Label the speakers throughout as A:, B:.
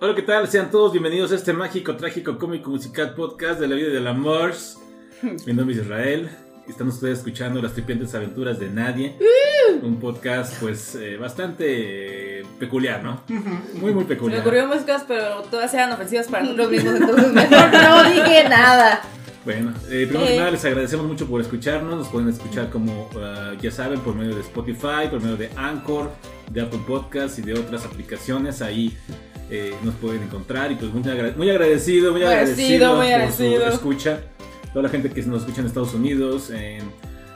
A: Hola, ¿qué tal? Sean todos bienvenidos a este mágico, trágico, cómico, musical podcast de la vida y del amor. Mi nombre es Israel. y Están ustedes escuchando las tripientes aventuras de nadie. Un podcast, pues, eh, bastante eh, peculiar, ¿no? Muy, muy
B: Se me
A: peculiar.
B: ocurrieron músicas, pero todas eran ofensivas para nosotros mismos, entonces mejor no.
C: No dije nada.
A: Bueno, eh, primero que
B: Eh.
A: nada les agradecemos mucho por escucharnos. Nos pueden escuchar como ah, ya saben por medio de Spotify, por medio de Anchor, de Apple Podcasts y de otras aplicaciones. Ahí eh, nos pueden encontrar y pues muy, agra- muy agradecido, muy agradecido,
B: Agradecido, Pues muy
A: por
B: agradecido.
A: su escucha. Toda la gente que nos escucha en Estados Unidos, en,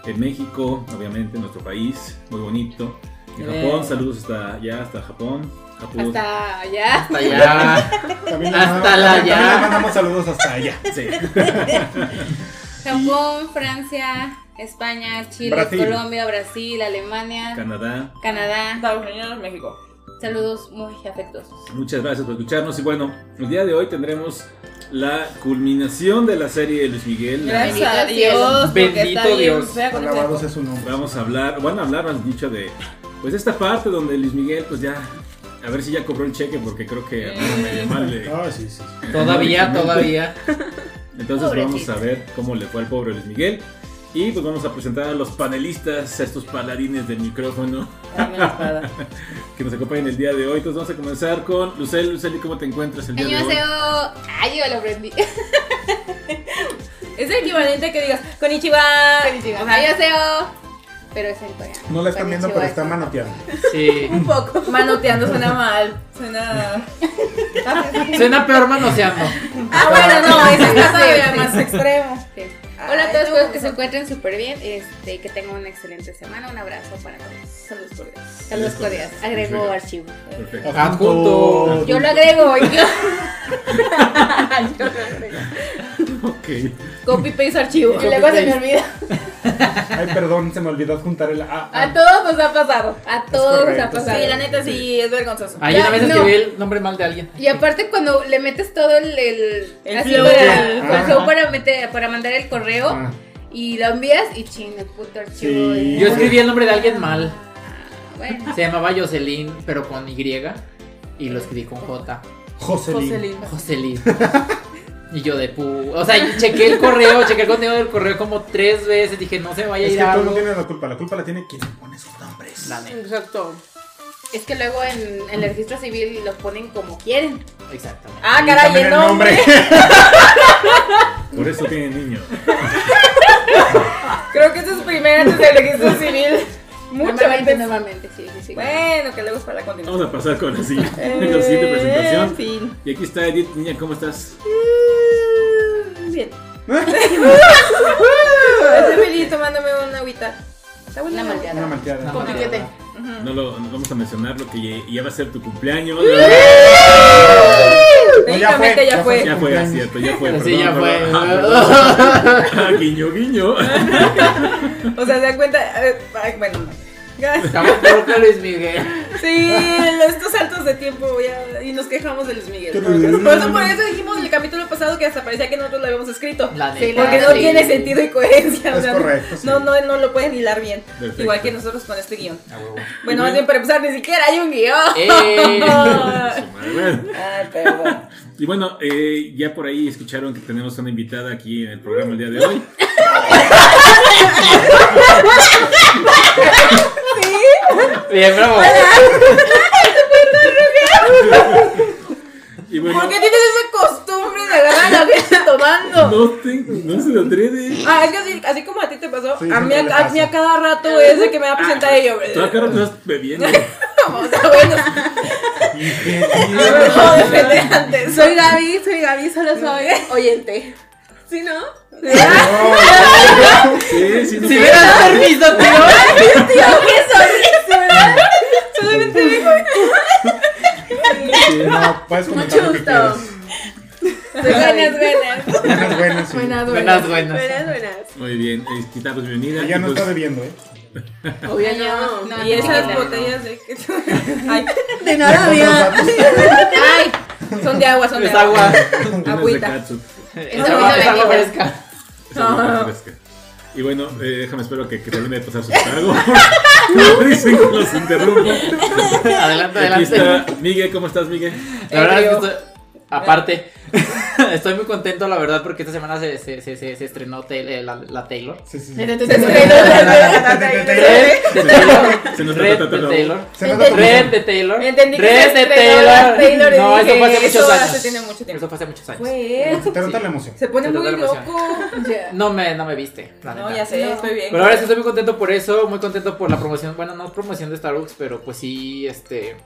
A: en México, obviamente, en nuestro país, muy bonito. En
B: Eh.
A: Japón, saludos hasta allá, hasta Japón. Japón.
B: Hasta allá.
D: Hasta allá.
E: También le
D: Hasta
E: mandamos-
D: la
E: también
D: ya.
E: le mandamos saludos hasta allá.
A: Sí.
C: Japón, Francia, España, Chile,
E: Brasil.
C: Colombia, Brasil, Alemania,
A: Canadá.
C: Canadá.
B: Estados Unidos, México.
C: Saludos muy afectuosos.
A: Muchas gracias por escucharnos y bueno, el día de hoy tendremos la culminación de la serie de Luis Miguel. La-
C: Gracias.
B: Gracias a
C: Bendito
B: Dios, porque
D: Bendito
B: está bien
D: Dios.
B: fea con esta-
E: Alabados es su nombre.
A: Vamos a hablar, van a hablar más dicho de pues esta parte donde Luis Miguel pues ya a ver si ya cobró el cheque porque creo que andaba medio mal de-
E: Ah, sí, sí. sí.
D: Todavía, todavía.
A: Entonces vamos
C: Pobrecito.
A: a ver cómo le fue al pobre Luis Miguel y pues vamos a presentar a los panelistas, a estos paladines del micrófono
B: Dame la espada.
A: que nos acompañan el día de hoy. Entonces vamos a comenzar con Lucel, Luceli, ¿cómo te encuentras el día de hoy?
C: Añaseo. Ay, yo lo aprendí.
B: Es el equivalente que digas, Konnichiwa.
C: Añaseo. Pero es en coreano.
E: No la están viendo, pero está manoteando.
D: Sí.
B: Un poco. Manoteando suena mal. Suena.
D: Suena peor manoseando.
B: Ah, bueno, no, esa es todavía más extremo.
C: Sí. Hola a todos,
B: Ay, no.
C: espero que se encuentren súper bien. Este, que tengan una excelente semana. Un abrazo para todos. Saludos cordiales. Saludos cordiales. Agrego archivo.
A: Perfecto.
D: Adjunto.
C: Yo lo agrego. Yo, Yo lo agrego.
A: Ok.
B: Copy paste archivo.
C: Y luego se me olvida.
E: Ay, perdón, se me olvidó juntar el A.
C: A todos nos ha pasado. A todos nos ha
E: correcto,
C: pasado.
B: Sí, la neta sí, es vergonzoso.
D: Ahí una
C: Ya,
D: vez
C: no.
D: escribí el nombre mal de alguien.
C: Y aparte cuando le metes todo el, el,
B: El
C: así
B: flow.
C: para,
B: Ah.
C: con flow para meter para mandar el correo
E: Ah.
C: y lo envías y ching, el puto archivo.
E: Sí.
C: y-
D: Yo escribí el nombre de alguien mal.
C: Ah, Bueno,
D: Se llamaba Jocelyn, pero con Y. Y lo escribí con J.
E: Jocelyn.
B: Joselín.
D: Jocelyn. Y yo de pu. O sea, chequé el correo, chequé el contenido del correo como tres veces. Dije, no se vaya a
E: Es
D: ir
E: que
D: a
E: tú no
D: algo.
E: tienes la culpa, la culpa la tiene quien le pone sus nombres.
D: La neta.
B: Exacto.
C: es que luego en, en el registro civil lo ponen como quieren.
D: Exactamente.
B: Ah,
E: Y
B: caray,
E: también
B: el nombre.
A: Por eso tiene niño.
B: Creo que esa es primera antes del registro civil. Mucho
C: Normalmente,
B: antes.
C: normalmente, sí, sí, sí.
B: Bueno, que luego es para la
A: Vamos a
B: continuación.
A: pasar con la siguiente, con
B: Eh,
A: la siguiente presentación.
B: En fin.
A: Y aquí está Edith, niña, ¿cómo estás?
B: Mm, Bien. Estoy feliz tomándome una agüita. Está buena
C: Una malteada.
E: Una malteada.
D: Con piquete.
B: Mm.
A: No lo no vamos a mencionar lo que ya- ya va a ser tu cumpleaños.
E: No, ya
B: Técnicamente
E: fue,
B: ya
E: ya
B: fue.
E: fue.
A: Ya fue, es cierto, ya fue.
D: Sí, ya fue.
A: fue. Ah, guiño, guiño.
B: O sea, se dan cuenta. eh, ay, bueno. no.
D: Estamos peor que Luis Miguel.
B: Sí, estos saltos de tiempo ya, y nos quejamos de Luis Miguel. ¿no? Por eso, por eso dijimos en el capítulo pasado que hasta parecía que nosotros lo habíamos escrito.
D: La neta.
C: Sí, la
B: Porque
C: neta,
B: no
C: sí.
B: tiene sentido y coherencia. o
E: Es
B: sea,
E: correcto, sí.
B: No, no, no lo pueden hilar bien.
A: Perfecto.
B: Igual que nosotros con este guión.
D: A Ah, huevo.
B: Bueno, más bien para empezar, ni siquiera hay un guión.
D: ¡Eh!
A: Bueno,
B: Ay, perdón.
A: Y bueno, eh, ya por ahí escucharon que tenemos una invitada aquí en el programa el día de hoy.
D: Bien, bravo.
A: Y bueno,
B: ¿Por qué tienes esa costumbre de agarrar a la gente tomando?
A: no, te- no se lo atreve.
B: Ah, es que así, así como a ti te pasó,
E: Sí,
B: a, mí a,
E: siempre me
B: a mí a
E: pasa.
B: cada rato es de que me va a presentar y yo.
A: Tú acá te estás bebiendo.
B: O sea, bueno,
E: Híjole.
B: no, depende antes.
C: Soy Gaby, soy Gaby, solo soy oyente.
B: ¿Sí, no?
A: Sí, sí, no
D: Si
A: sé.
D: me das permiso, tío.
B: Solamente dijo.
E: Sí, no, puedes comentar lo que quieras.
B: Buenas, buenas.
E: Buenas, buenas. sí.
D: Buenas, buenas.
B: Buenas, buenas.
A: Muy bien, eh, quita pues bienvenida.
E: Ella
A: Y,
E: no
A: pues,
E: está bebiendo, ¿eh?
C: Obvio
B: No, y esas botellas de. Ay,
C: de Ay,
B: son de agua, son de
D: Es agua.
A: unas de
B: Agüita.
A: catsup.
D: Es agua es agua fresca.
A: Esa es la fresca. Y bueno, eh, déjame, espero que, que termine de pasar su trago. Dicen que los interrumpo.
D: adelante,
A: Aquí
D: adelante.
A: está Miguel, ¿cómo estás, Miguel?
D: La verdad es que
B: Ebrio.
D: estoy, aparte, estoy muy contento, la verdad, porque esta semana se, se, se, se- se estrenó Taylor- eh, la, la Taylor.
E: Sí, sí, sí.
B: Entendí
A: Se
D: Taylor,
A: se nos
D: Red
A: trata
D: de
A: todo.
D: Taylor.
E: Se nota como-
D: Red de Taylor.
B: que
D: Red
B: se
D: de
B: estrenó la
D: Taylor.
B: Taylor y
D: No, eso
B: dije,
D: fue hace muchos
B: eso
D: años.
B: hace tiene mucho tiempo.
D: Eso fue hace muchos años.
B: Pues,
E: Te nota
D: Sí.
E: la emoción.
B: se pone
D: Se
B: muy
D: nota la emoción.
B: loco.
D: No me, no me viste. la
B: No,
D: neta.
B: ya sé,
C: No.
B: estoy bien.
D: Pero ahora sí estoy muy contento por eso, muy contento por la promoción, bueno, no promoción de Starbucks, pero pues sí, este,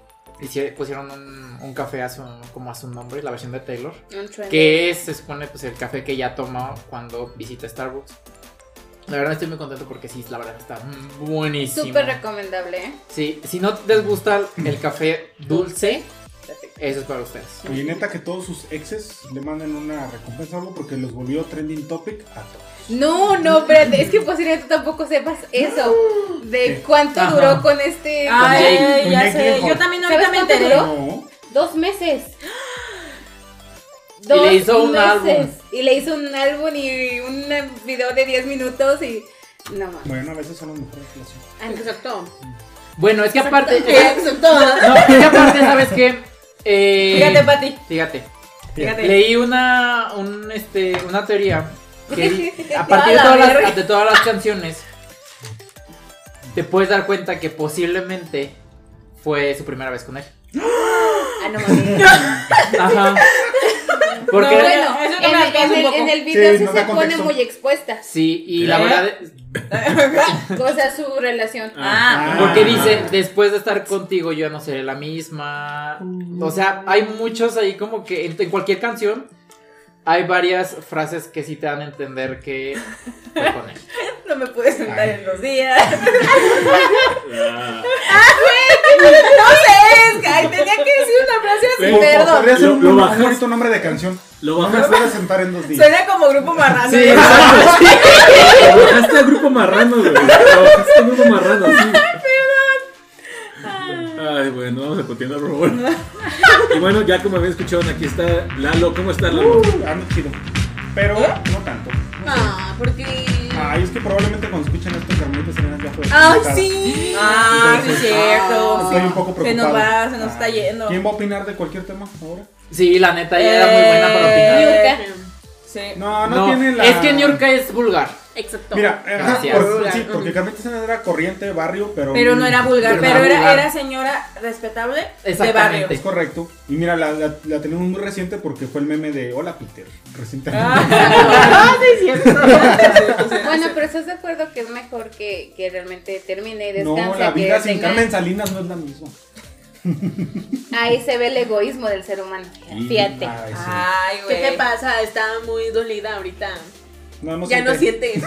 D: hicie- pusieron un, un café a su, como a su nombre, la versión de Taylor,
C: Un trend.
D: que es, se supone, pues el café que ya toma cuando visita Starbucks. La verdad estoy muy contento porque sí, la verdad está buenísimo.
C: Súper recomendable, ¿eh?
D: Sí, si no les gusta el café dulce, eso es para ustedes.
E: Oye, neta que todos sus exes le manden una recompensa o algo porque los volvió trending topic a todos.
C: No, no, espérate, es que posiblemente tú tampoco sepas eso. De cuánto
D: Ajá.
C: duró con este.
B: Ay,
D: Con
E: Jake. Con
B: ya
E: Jake
B: sé.
E: Gyllenhaal.
B: Yo también ahorita
C: ¿Sabes
B: me
C: cuánto
B: enteré.
C: duró?
E: No.
C: Dos meses.
D: Y le hizo un álbum.
C: Y le hizo un álbum y un video de 10 minutos y. No más.
E: Bueno, a veces son las mujeres que lo hacen.
C: Ah, Exacto.
D: Bueno, es que aparte,
C: Exacto.
D: no, es que aparte, ¿sabes qué? Eh,
B: Fíjate, Pati.
D: fíjate.
B: Fíjate.
D: Leí una, un, este, una teoría que di- a
C: A
D: partir de
C: la
D: todas,
C: verga.
D: las, de todas las canciones te puedes dar cuenta que posiblemente fue su primera vez con él.
C: Ah, no mames.
D: Ajá. Porque
B: No,
C: Bueno,
B: Eso no me
C: en, el,
B: alcanza
C: en el-
B: un poco.
C: en el video
E: Sí,
C: sí
E: no
C: se
E: da
C: pone
E: contexto.
C: muy expuesta.
D: sí, y la
B: ¿Eh?
D: verdad, es-
C: O sea, su relación.
B: Ah.
D: porque dice, después de estar contigo yo ya no seré la misma. O sea, hay muchos ahí como que en, en cualquier canción hay varias frases que sí te dan a entender que fue con él.
B: No me pude sentar en los días.
A: Ah.
B: No sé, es que ay, tenía que decir una frase así,
A: Bueno,
B: perdón.
E: Podría ser
A: Lo-
E: un,
A: lo
E: un
A: bajas.
E: bonito nombre de canción.
A: Lo
E: No me
A: bajaste,
E: puedes sentar en dos días.
B: Suena como grupo marrano.
D: Sí,
B: ¿no?
D: exacto.
A: lo bajaste a grupo marrano, güey. Lo bajaste a grupo marrano, sí. Ay, bueno, vamos a continuar, por favor. Y bueno, ya como habían escuchado, aquí está Lalo. ¿Cómo estás, Lalo?
E: Uh, ando chido. Pero
B: ¿Eh?
E: no tanto.
C: Ah, porque.
E: Ay, es que probablemente cuando escuchen estas hermanitas serenas ya fue.
C: ¡Ay,
E: desconectada.
C: sí!
B: Ah, sí, es cierto.
E: Estoy un poco
B: Se
E: preocupado.
B: nos va, se nos está
E: Ay,
B: yendo.
E: ¿Quién va a opinar de cualquier tema ahora?
D: Sí, la neta, ella era muy buena para
B: Eh,
D: opinar.
C: Niurka.
B: Sí.
E: No, no,
D: No,
E: tiene la.
D: Es que Niurka es vulgar.
C: Exacto.
E: Mira, eh, ajá,
D: Gracias.
E: por- sí,
C: Ujú.
E: porque Carmen Sena era corriente, barrio, pero.
B: Pero no era vulgar,
D: Pero no
B: pero,
D: era
B: era,
D: vulgar.
B: era señora respetable de barrio.
D: Exactamente.
E: Es correcto. Y mira, la, la, la tenemos muy reciente porque fue el meme de Hola Peter. Recientemente.
B: Ah, sí, cierto.
C: Bueno, pero estás de acuerdo que es mejor que, que realmente termine y descanse.
E: no, la
C: que
E: vida sin
C: tenga-
E: Carmen Salinas no es la misma.
C: Ahí se ve el egoísmo del ser humano.
E: Y-
C: Fíjate.
E: ay, sí.
B: Ay,
F: ¿Qué
B: güey.
F: te pasa? Está muy dolida ahorita.
E: No, no
F: ya
E: siente.
F: no siente.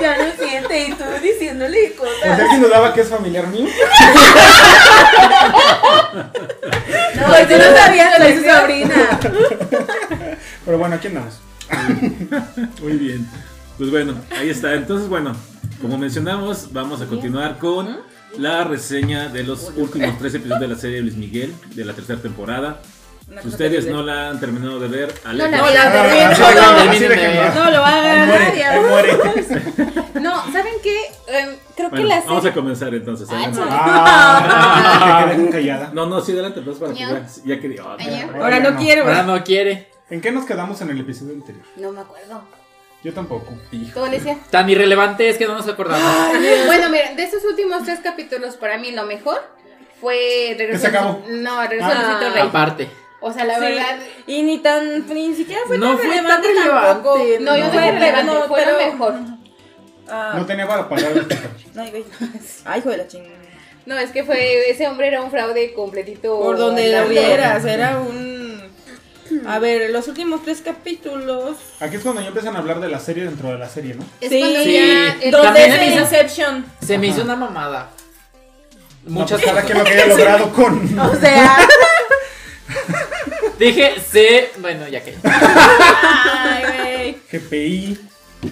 F: ya no siente. Y tú diciéndole
E: O
F: cosas.
E: sea, ¿quién dudaba que es familiar mío?
F: No, tú no sabías lo de su sobrina.
E: Pero bueno, aquí andamos.
A: Muy bien. Pues bueno, ahí está. Entonces, bueno, como mencionamos, vamos a continuar con la reseña de los últimos tres episodios de la serie Luis Miguel, de la tercera temporada.
B: Una
A: Si
B: cosa
A: ustedes
B: terrible.
A: no la han terminado de ver,
C: No
A: aléjense.
C: la
B: No, la
C: vean.
B: termino,
E: Ah, así
B: no,
E: déjenlo,
D: no,
E: así déjenlo.
D: termínenme.
B: No lo hagan.
E: Ahí muere, ahí muere.
C: No, ¿saben qué? Em, creo que
A: Bueno,
C: la
A: vamos
C: serie.
A: a comenzar entonces.
C: Ay,
A: adelante.
C: no.
E: Ah, que quedé callada.
A: No, no, sí, adelante, pues para que
C: Ya.
A: veas. Ya que digo, ah,
C: Ay,
A: no.
B: Ahora no quiero.
D: Ahora no quiere.
E: ¿En qué nos quedamos en el episodio anterior?
C: No me acuerdo.
E: Yo tampoco.
C: ¿Tú, Alicia?
D: Tan irrelevante es que no nos acordamos.
C: Bueno, miren, de esos últimos tres capítulos, para mí lo mejor fue regresar.
E: se acabó.
C: No, regresó
E: Ah.
C: al Luisito Rey.
D: Aparte.
C: O sea, la
B: Sí.
C: verdad.
B: Y ni tan, ni siquiera fue
D: No
B: tan
D: fue tan
B: relevante
D: relevante,
B: tampoco.
C: No, yo
D: No,
C: fue relevante,
B: no,
C: fue lo
B: pero-
C: mejor.
B: Ah,
E: No tenía para pagar el
B: ay, güey. Ay, hijo de la chingada.
C: No, es que fue. Ese hombre era un fraude completito.
B: Por donde
C: al
B: la
C: lado.
B: vieras, era un... A ver, los últimos tres capítulos...
E: Aquí es cuando ya empiezan a hablar de la serie dentro de la serie, ¿no?
C: Es
B: Sí.
C: cuando
D: Sí.
C: ya. el-
B: Donde
D: También
B: es el
D: hizo-
B: Inception.
D: Se me
E: Ajá.
D: hizo una mamada.
E: No,
D: Muchas
E: pues, cada
D: cosas.
E: quien lo que haya logrado con.
B: O sea...
D: Dije, se. Bueno, ya que.
B: Ay, güey.
E: GPI.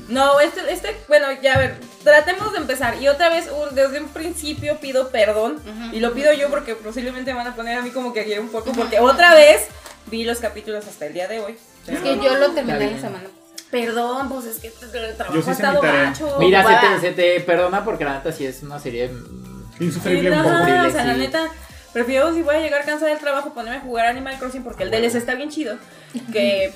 B: No, este, este, bueno, ya a ver, tratemos de empezar. Y otra vez, uh, desde un principio pido perdón.
C: Ujú.
B: Y lo pido yo porque posiblemente me van a poner a mí como que ayer un poco. Porque otra vez vi los capítulos hasta el día de hoy.
C: Es que yo lo terminé
D: Está bien.
C: la semana pasada. Perdón, pues es que el trabajo
E: Yo sí
C: ha
E: hice
C: estado
E: mi tarea.
C: gacho.
D: Mira, se
C: ocupada.
D: te, se te perdona porque la neta sí es una serie. mm,
B: Sí,
E: Insufrible
B: no,
E: un poco.
D: horrible,
B: o sea, la
D: sí.
B: neta, prefiero si voy a llegar cansada del trabajo ponerme a jugar Animal Crossing porque el DLC está bien chido. Que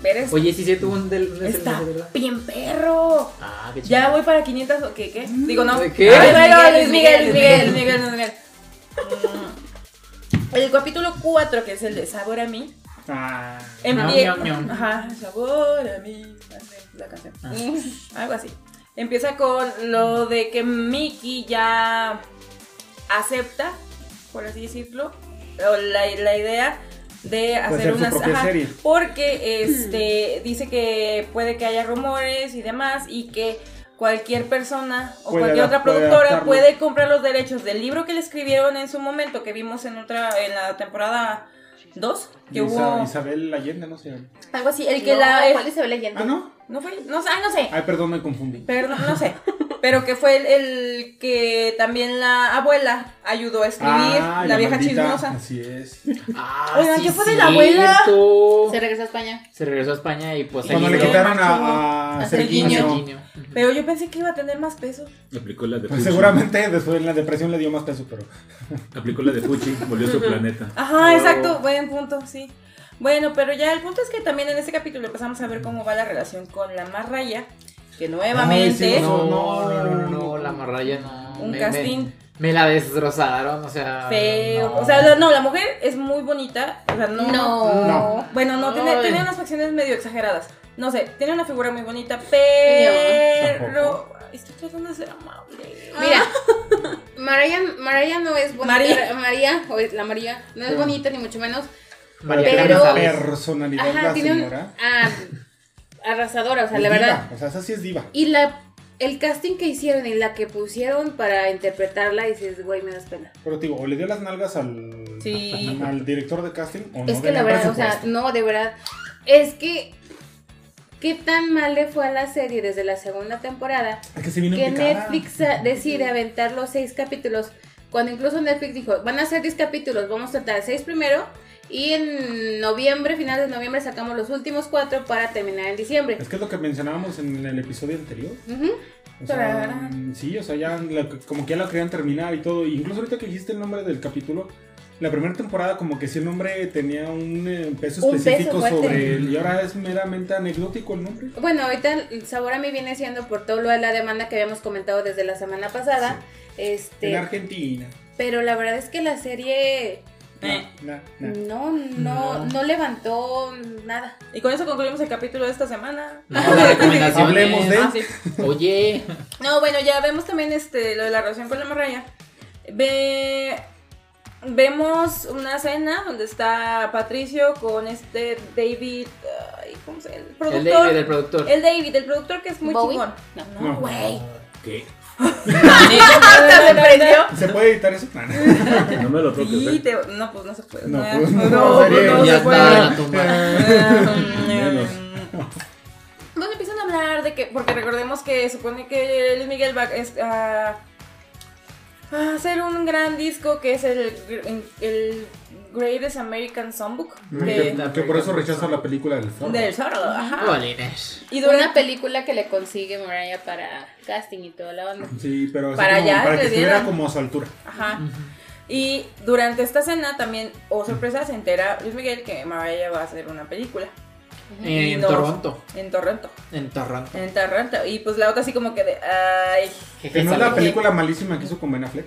B: ver esto.
D: Oye, sí, sí, tuvo un del. de-
B: Está
D: de- de- de-
B: bien perro.
D: Ah, qué chido.
B: Ya voy para 500. o- ¿Qué? ¿Qué? Digo, no.
D: ¿De qué?
B: Ay, bueno,
C: Luis
B: Luis Miguel,
C: Miguel,
B: Luis Miguel, Luis Miguel, Luis Miguel. Mm. El capítulo 4, que es el de Sabor a mí.
E: Ah,
D: Miau,
B: empie-
D: miau, miau.
B: Ajá, Sabor a mí. así, La canción. Algo así. Empieza con lo de que Mickey ya acepta, por así decirlo, o la, la idea de hacer,
E: Pues hacer su
B: unas
E: propia serie.
B: porque este dice que puede que haya rumores y demás y que cualquier persona o
E: Puede
B: cualquier otra
E: adap- puede
B: productora
E: adaptarlo.
B: puede comprar los derechos del libro que le escribieron en su momento que vimos en otra en la temporada 2 que
E: Isa-
B: hubo
E: Isabel Allende, no sé.
B: algo así el que
C: No,
B: la
C: ¿Cuál es el leyenda?
E: Ah, no.
B: no fue no sé, ay, no sé
E: Ay, perdón, me confundí.
B: pero no, no sé. Pero que fue el, el que también la abuela ayudó a escribir,
E: Ah,
B: la, vieja
E: maldita,
B: chismosa.
E: Así es.
D: Ah,
B: Oigan,
D: sí,
B: ¿qué fue de la abuela?
D: cierto.
C: Se regresó a España.
D: Se regresó a España y pues.
E: Cuando
D: ahí
E: le
D: hizo-
E: quitaron a, a
B: A Sergiño.
E: Sergiño.
D: Sergiño. Ujú.
B: Pero yo pensé que iba a tener más peso.
A: Aplicó la de
E: Pues
A: Fuchi.
E: seguramente después en la depresión le dio más peso, pero.
A: Aplicó la de Fuchi, volvió a su planeta.
B: Ajá,
D: Oh.
B: exacto, buen punto, sí. Bueno, pero ya el punto es que también en este capítulo empezamos a ver cómo va la relación con la marraya, que nuevamente
E: Ay, sí,
D: No,
E: Eso,
D: no,
E: no,
D: no, no,
E: no.
D: la marraya no.
B: Un
D: me-
B: casting.
D: Me, me la destrozaron, o
E: Ah,
D: sea.
B: feo.
D: no.
B: O sea, la- no, la mujer es muy bonita, o sea, no.
E: No.
B: Bueno, no, tiene,
D: Ay.
B: tiene unas facciones medio exageradas. No sé, tiene una figura muy bonita,
E: Tampoco.
B: pero... Ay, Estoy tratando de ser amable.
C: Mira, María, María no es bonita.
B: María.
C: María, o es la María, no es
E: Sí.
C: bonita ni mucho menos.
D: María
E: Pero
D: Clara
E: tiene una
D: González.
E: personalidad
C: Ajá,
E: la
C: tiene un.
E: señora.
C: ah, arrasadora, o sea,
E: Es
C: la
E: diva,
C: verdad.
E: O sea, esa sí es diva.
C: Y la. El casting que hicieron y la que pusieron para interpretarla, dices, güey, me das pena.
E: Pero te digo, o le dio las nalgas al,
B: Sí.
E: al director de casting o no.
C: es que la
E: tenía
C: verdad, o sea,
E: presupuesto.
C: no, de verdad. Es que. ¿Qué tan mal le fue a la serie desde la segunda temporada?
E: Es que se vino
C: que
E: picada.
C: Netflix a- decide aventar los seis capítulos. Cuando incluso Netflix dijo, van a ser 10 capítulos, vamos a tratar seis primero. Y en noviembre, finales de noviembre, sacamos los últimos cuatro para terminar en diciembre.
E: Es que es lo que mencionábamos en el episodio anterior.
C: Ujú.
E: O sea,
B: Tararán.
E: sí, o sea, ya la- como que ya lo querían terminar y todo. Incluso ahorita que dijiste el nombre del capítulo, la primera temporada como que sí el nombre tenía un eh, peso
C: Un peso
E: específico
C: fuerte.
E: sobre él. Y ahora es meramente anecdótico el nombre.
C: Bueno, ahorita el sabor a mí viene siendo por todo lo de la demanda que habíamos comentado desde la semana pasada. Este,
E: En Argentina.
C: pero la verdad es que la serie
B: Eh.
E: Na, na, na.
C: no, no,
D: No.
C: no levantó nada.
B: Y con eso concluimos el capítulo de esta semana.
D: No, la recomendación
E: Hablemos
D: es-
E: de-
B: Ah, sí.
D: Oye.
B: No, bueno, ya vemos también este lo de la relación con la marraya. Ve- vemos una cena donde está Patricio con este David, ay, ¿cómo se llama? El productor.
D: El
B: Eh,
D: David, el productor.
B: El David, el productor que es muy
C: ¿Bowie?
B: chingón.
E: No.
B: No, güey.
A: ¿Qué?
B: Hasta se prendió.
E: ¿Se puede editar eso? Na, na.
A: No me lo toques.
B: Sí,
A: ¿eh?
B: te- no, pues no se puede.
E: No,
B: No,
E: pues, no,
B: no,
E: sería-
B: pues, no
D: ya
B: se puede.
D: está la tumba.
A: Menos.
B: Donde empiezan a hablar de que, porque recordemos que supone que Luis Miguel va es- a, a hacer un gran disco que es el, gr- el Greatest American Songbook de,
E: Que, que por eso rechaza la película del zorro.
B: del Zorro.
D: Ah,
B: Ajá.
D: Bolines.
B: Y
C: Una
B: durante,
C: película que le consigue Mariah para casting y toda la banda.
E: Sí, pero así
B: Para
E: como
B: allá
E: para
B: le
E: que estuviera
B: dieran.
E: como a su altura.
B: ajá. Y durante esta cena también, oh sorpresa, se entera Luis Miguel que Mariah va a hacer una película
D: En
B: No.
D: Toronto.
B: en Toronto.
D: En Toronto.
B: En Toronto. Y pues la otra así como que de, ay,
E: Que no es la
D: Salud.
E: película malísima que hizo con Ben Affleck.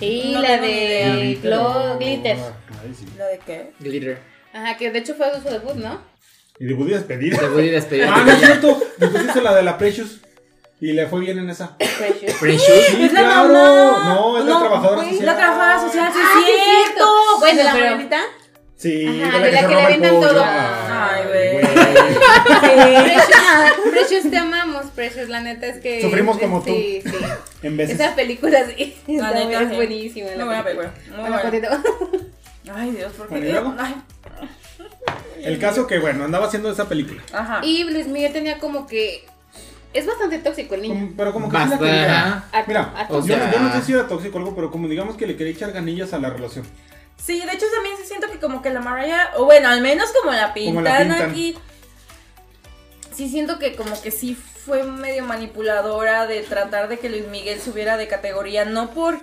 C: Sí,
B: No
C: la
B: tengo ni idea.
C: de Glow Glitter.
E: Ay, sí.
B: ¿lo de qué?
D: Glitter.
C: Ajá, que de hecho fue su debut, ¿no?
E: Y de Woody despedida.
D: Te voy a despedir.
E: Ah, no es cierto. Después hizo la de la Precious. Y le fue bien en esa.
C: Precious.
D: Precious.
E: Sí,
B: Es la
E: claro.
B: mamá.
E: No, es la trabajadora
B: güey,
E: social.
B: La trabajadora social, sí,
C: Ah, sí,
B: es
C: es
B: cierto.
C: cierto. Bueno,
B: ¿De la
C: pero-
B: abuelita?
E: Sí,
C: Ajá, de la que
E: se
C: le
E: roba el
C: avientan
E: pollo.
C: todo.
B: Ay, güey.
C: Precious, Precious, te amamos, Precious. La neta es que. este,
E: Sufrimos como
C: Sí, sí.
E: En veces.
C: Esa película sí.
B: La
C: también
B: neta,
C: es
B: sí.
C: buenísima.
B: Muy buena película. Muy buena.
C: Bueno, Patito.
B: Ay, Dios, ¿por
E: Bueno, ¿y
B: qué?
E: luego?
B: Ay,
E: El caso que, bueno, andaba haciendo esa película.
B: Ajá.
C: Y Luis Miguel tenía como que. Es bastante tóxico el niño.
E: Como- Pero como que sí la
D: Basta.
E: quería.
C: A-
E: Mira,
C: a-
E: yo,
D: o sea-
E: yo no sé si era tóxico o algo, pero como digamos que le quería echar ganillas a la relación.
B: Sí, de hecho también sí siento que como que la Mariah, o bueno, al menos como la
E: Como la
B: pintan
E: pintan.
B: aquí. sí siento que como que sí fue medio manipuladora de tratar de que Luis Miguel subiera de categoría, no por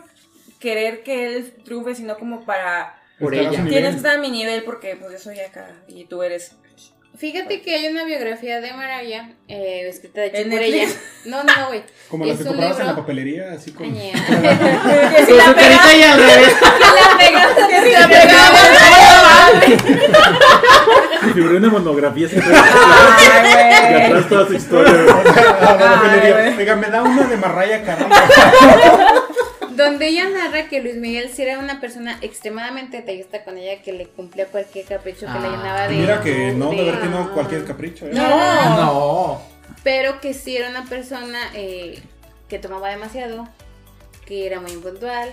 B: querer que él triunfe, sino como para...
D: Por
E: Estará a
D: ella.
E: su nivel.
B: Tienes que estar a mi nivel porque pues yo soy acá y tú eres...
C: Fíjate que hay una biografía de Maravilla, eh, escrita de hecho
B: ¿En
C: por
B: Netflix?
C: ella. No, no, no, güey.
E: Como las
C: Es
E: que
C: un
E: comprabas en
C: libro.
E: la papelería, así como.
C: Ñe.
B: Que si
D: Con
B: la
D: su
B: pegas,
D: carita y al revés.
B: la pegas, que si la
A: Figuré una monografía sin y
B: pegas.
A: atrás toda su historia. güey.
E: La
B: Ay, güey.
E: papelería. Oiga, me da una de Marraya Carrera.
C: Donde ella narra que Luis Miguel sí era una persona extremadamente detallista con ella, que le cumplía cualquier capricho que le
D: Ah.
C: llenaba de.
E: Mira que no, de
C: de-
E: haber tenido cualquier capricho. ¿eh?
B: No.
D: No.
C: Pero que sí era una persona eh, que tomaba demasiado, que era muy impuntual,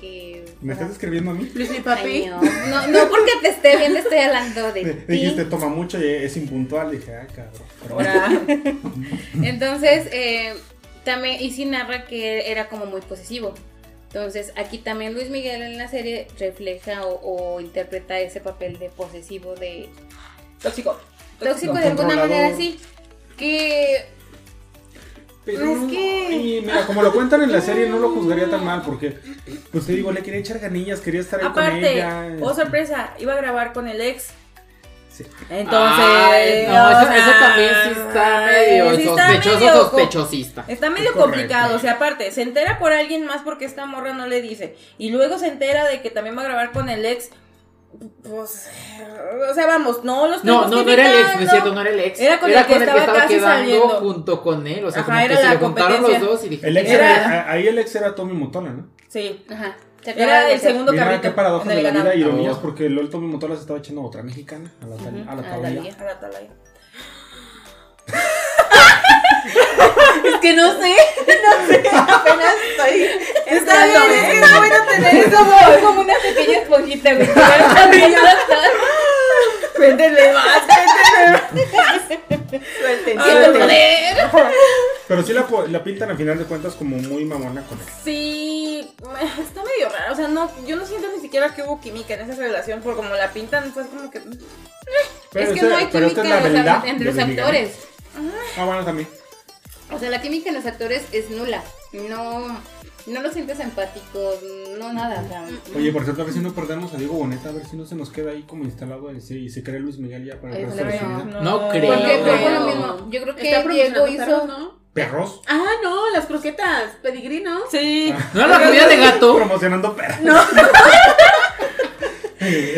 C: que.
E: ¿Me estás escribiendo a mí?
F: Luis y
C: Ay,
F: papi.
C: no. no, no porque te esté viendo, estoy hablando de ti.
E: Dijiste, toma mucho y es impuntual. Dije, ah, cabrón. Pero bueno.
B: Ahora,
C: Entonces, eh, también, y sí narra que era como muy posesivo. Entonces, aquí también Luis Miguel en la serie refleja o, o interpreta ese papel de posesivo, de
B: Tóxico.
C: tóxico de alguna
E: Controlador.
C: manera así. Que
E: Pero
C: Es
E: no,
C: que-
E: Y mira, como lo cuentan en la serie, no lo juzgaría tan mal porque, pues te digo, le quería echar ganillas, quería estar ahí con
B: Aparte,
E: ella. este.
B: oh sorpresa, iba a grabar con el ex.
E: Sí.
B: Entonces.
D: Ay, no, eso, eso también sí está
B: ay,
D: medio
B: sí está
D: sospechoso,
B: medio co-
D: sospechosista.
B: Está medio
E: Es correcto.
B: complicado, o sea, aparte, se entera por alguien más porque esta morra no le dice. Y luego se entera de que también va a grabar con el ex. Pues. O sea, vamos, no los
D: No, no, no era el ex, no es cierto, no era el ex.
B: Era con el que estaba casi saliendo.
D: junto con él. O sea,
B: Ajá,
D: como que
B: era
D: se
B: la
D: le juntaron los
B: competencia.
D: dos y dije,
E: El ex
B: Era-
E: era- ahí el ex era Tommy Motola, ¿no?
B: Sí.
C: Ajá. se acaba
B: Era
C: de
B: el
C: meter.
B: segundo
E: Mira
B: carrito.
E: qué paradojas
B: en
E: de
B: el
E: la vida
B: ganado.
E: y ironías
D: Oh.
E: porque LOL Tommy Motola se estaba echando otra mexicana a la, tal-
C: Ujú,
E: a la
C: a la
E: Talía.
C: Talía.
B: A la Atalaya.
F: Es que no sé, no sé, apenas estoy.
B: Está bien,
F: entrándome.
B: es que está bueno tener eso
C: Es como una pequeña esponjita, güey. que va cambiando hasta-
B: Cuéntenle más, Ay,
F: Suelten, suelten.
E: Ah, Pero sí la, po- la pintan al final de cuentas como muy mamona con él.
B: Sí, está medio raro. O sea, no, yo no siento ni siquiera que hubo química en esa relación, por como la pintan, pues como que.
E: Pero
C: es que
E: esta-
C: no hay
E: pero
C: química
E: esta es la
C: en los-
E: realidad
C: entre
E: de
C: los
E: Luis Miguel.
C: actores.
E: Ah, bueno, también.
C: O sea, la química en los actores es nula. No, no los sientes empáticos, no nada. o sea,
B: Mm,
E: Oye, por cierto, a ver si no perdemos a Diego Boneta, a ver si no se nos queda ahí como instalado ese- y se crea Luis Miguel ya para el
C: Ay,
E: resto de su
B: ah,
C: no,
E: vida.
D: No creo.
C: Porque
D: no,
C: fue por lo
D: no.
C: mismo. Yo creo
F: Está
C: que Diego
F: promocionando
C: hizo.
F: perros, ¿no?
E: ¿Perros?
F: Ah, no, las croquetas, pedigrí, ¿no?
B: Sí.
D: no era la comida de gato.
E: Promocionando perros.
F: Sí,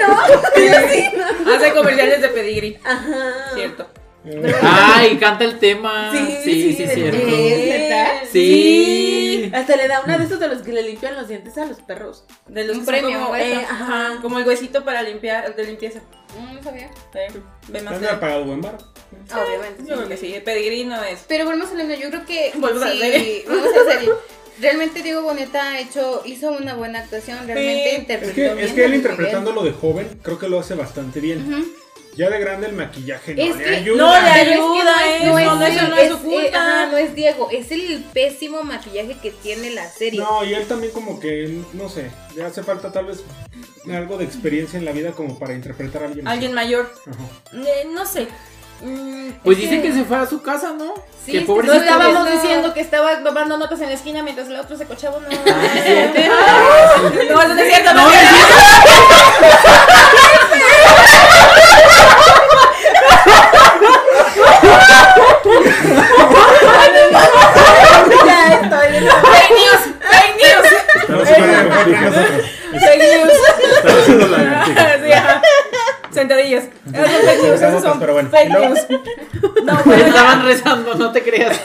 F: ¿no?
B: Hace comerciales de pedigrí,
F: Ajá.
B: cierto.
E: Eh,
D: Ay, canta el tema.
F: Sí,
D: Sí, sí,
F: sí,
D: cierto.
F: sí.
B: Eh,
F: ¿Es neta?
D: Sí.
F: Hasta le da una de esos de los que le limpian los dientes a los perros.
B: De los
C: Un
B: que son
C: premio,
B: como,
C: eso.
B: eh, ajá, como el huesito para limpiar, de limpieza.
C: Mm, No sabía.
B: Eh, ve más
E: ¿Te
B: de-
E: han pagado buen bar?
C: Obviamente.
B: Yo creo que Ah, sí, el pedigrí no es.
C: Pero volvemos a lo mismo, Yo creo que.
B: Volvemos a la
C: sí,
B: serie.
C: volvemos a la serie. Realmente Diego Boneta ha hecho, hizo una buena actuación. Realmente
B: Sí.
C: interpretó.
E: Es que,
C: bien
E: es que él
C: a Luis Miguel.
E: interpretándolo de joven, creo que lo hace bastante bien.
C: Ujú.
E: Ya de grande el maquillaje no
C: Es
E: le
C: que-
E: ayuda.
B: No le
C: Pero es que
B: ayuda, eh,
C: no es,
B: no, no,
C: él,
B: eso no es
C: es-
B: su culpa.
C: eh, ajá, no es Diego, es el pésimo maquillaje que tiene la serie.
E: No, y él también como que, no sé, le hace falta tal vez algo de experiencia en la vida como para interpretar a alguien. así.
B: Alguien mayor.
E: Ajá.
B: Eh, no sé. Mm,
D: Pues dicen que se fue a su casa, ¿no?
C: Sí,
D: que
C: es que
D: pobre.
B: No
C: Pobrecito
B: estábamos
C: Beto.
B: diciendo que estaba tomando notas en la esquina mientras el otro se cochaba una. No,
D: sí, cierto.
B: eso no es cierto, no es cierto.
F: Ya estoy.
B: Fake news, fake news,
A: Estaba haciendo la lagartija.
B: fake
E: Eh,
B: news.
A: Estaba haciendo la lagartija.
B: Sí, ajá. Sentadillas. Eso es fake news, eso son
E: Pero bueno,
B: fake
E: y luego-
B: news. No,
D: Le
B: bueno,
D: estaban rezando, no te creas.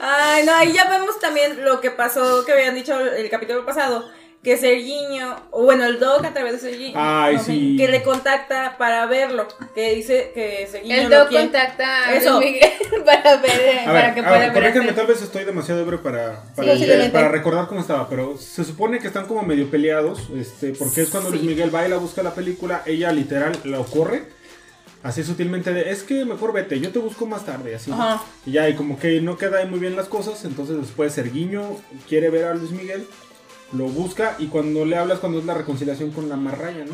B: Ay, no, ahí ya vemos también lo que pasó que habían dicho el capítulo pasado. Que Sergiño, o bueno, el Doc a través de Sergiño,
E: Ay,
B: no sé,
E: sí.
B: que le contacta para verlo. Que dice que Sergiño
C: El
B: lo
C: doc
B: quiere.
C: contacta a
B: Eso.
C: Luis Miguel para ver, eh,
E: A
C: para
E: ver,
C: que
E: a
C: pueda
E: ver,
C: ver.
E: corríjanme,
C: este-
E: tal vez estoy demasiado ebrio para, para,
F: posiblemente.
E: para recordar cómo estaba, pero se supone que están como medio peleados, este, porque es cuando Luis Miguel va y la busca la película, ella literal la ocurre, así sutilmente de, es que mejor vete, yo te busco más tarde, así.
B: Ajá.
E: Y ya, y como que no queda ahí muy bien las cosas, entonces después Serguiño quiere ver a Luis Miguel, lo busca y cuando le hablas, cuando es la reconciliación con la marraya, ¿no?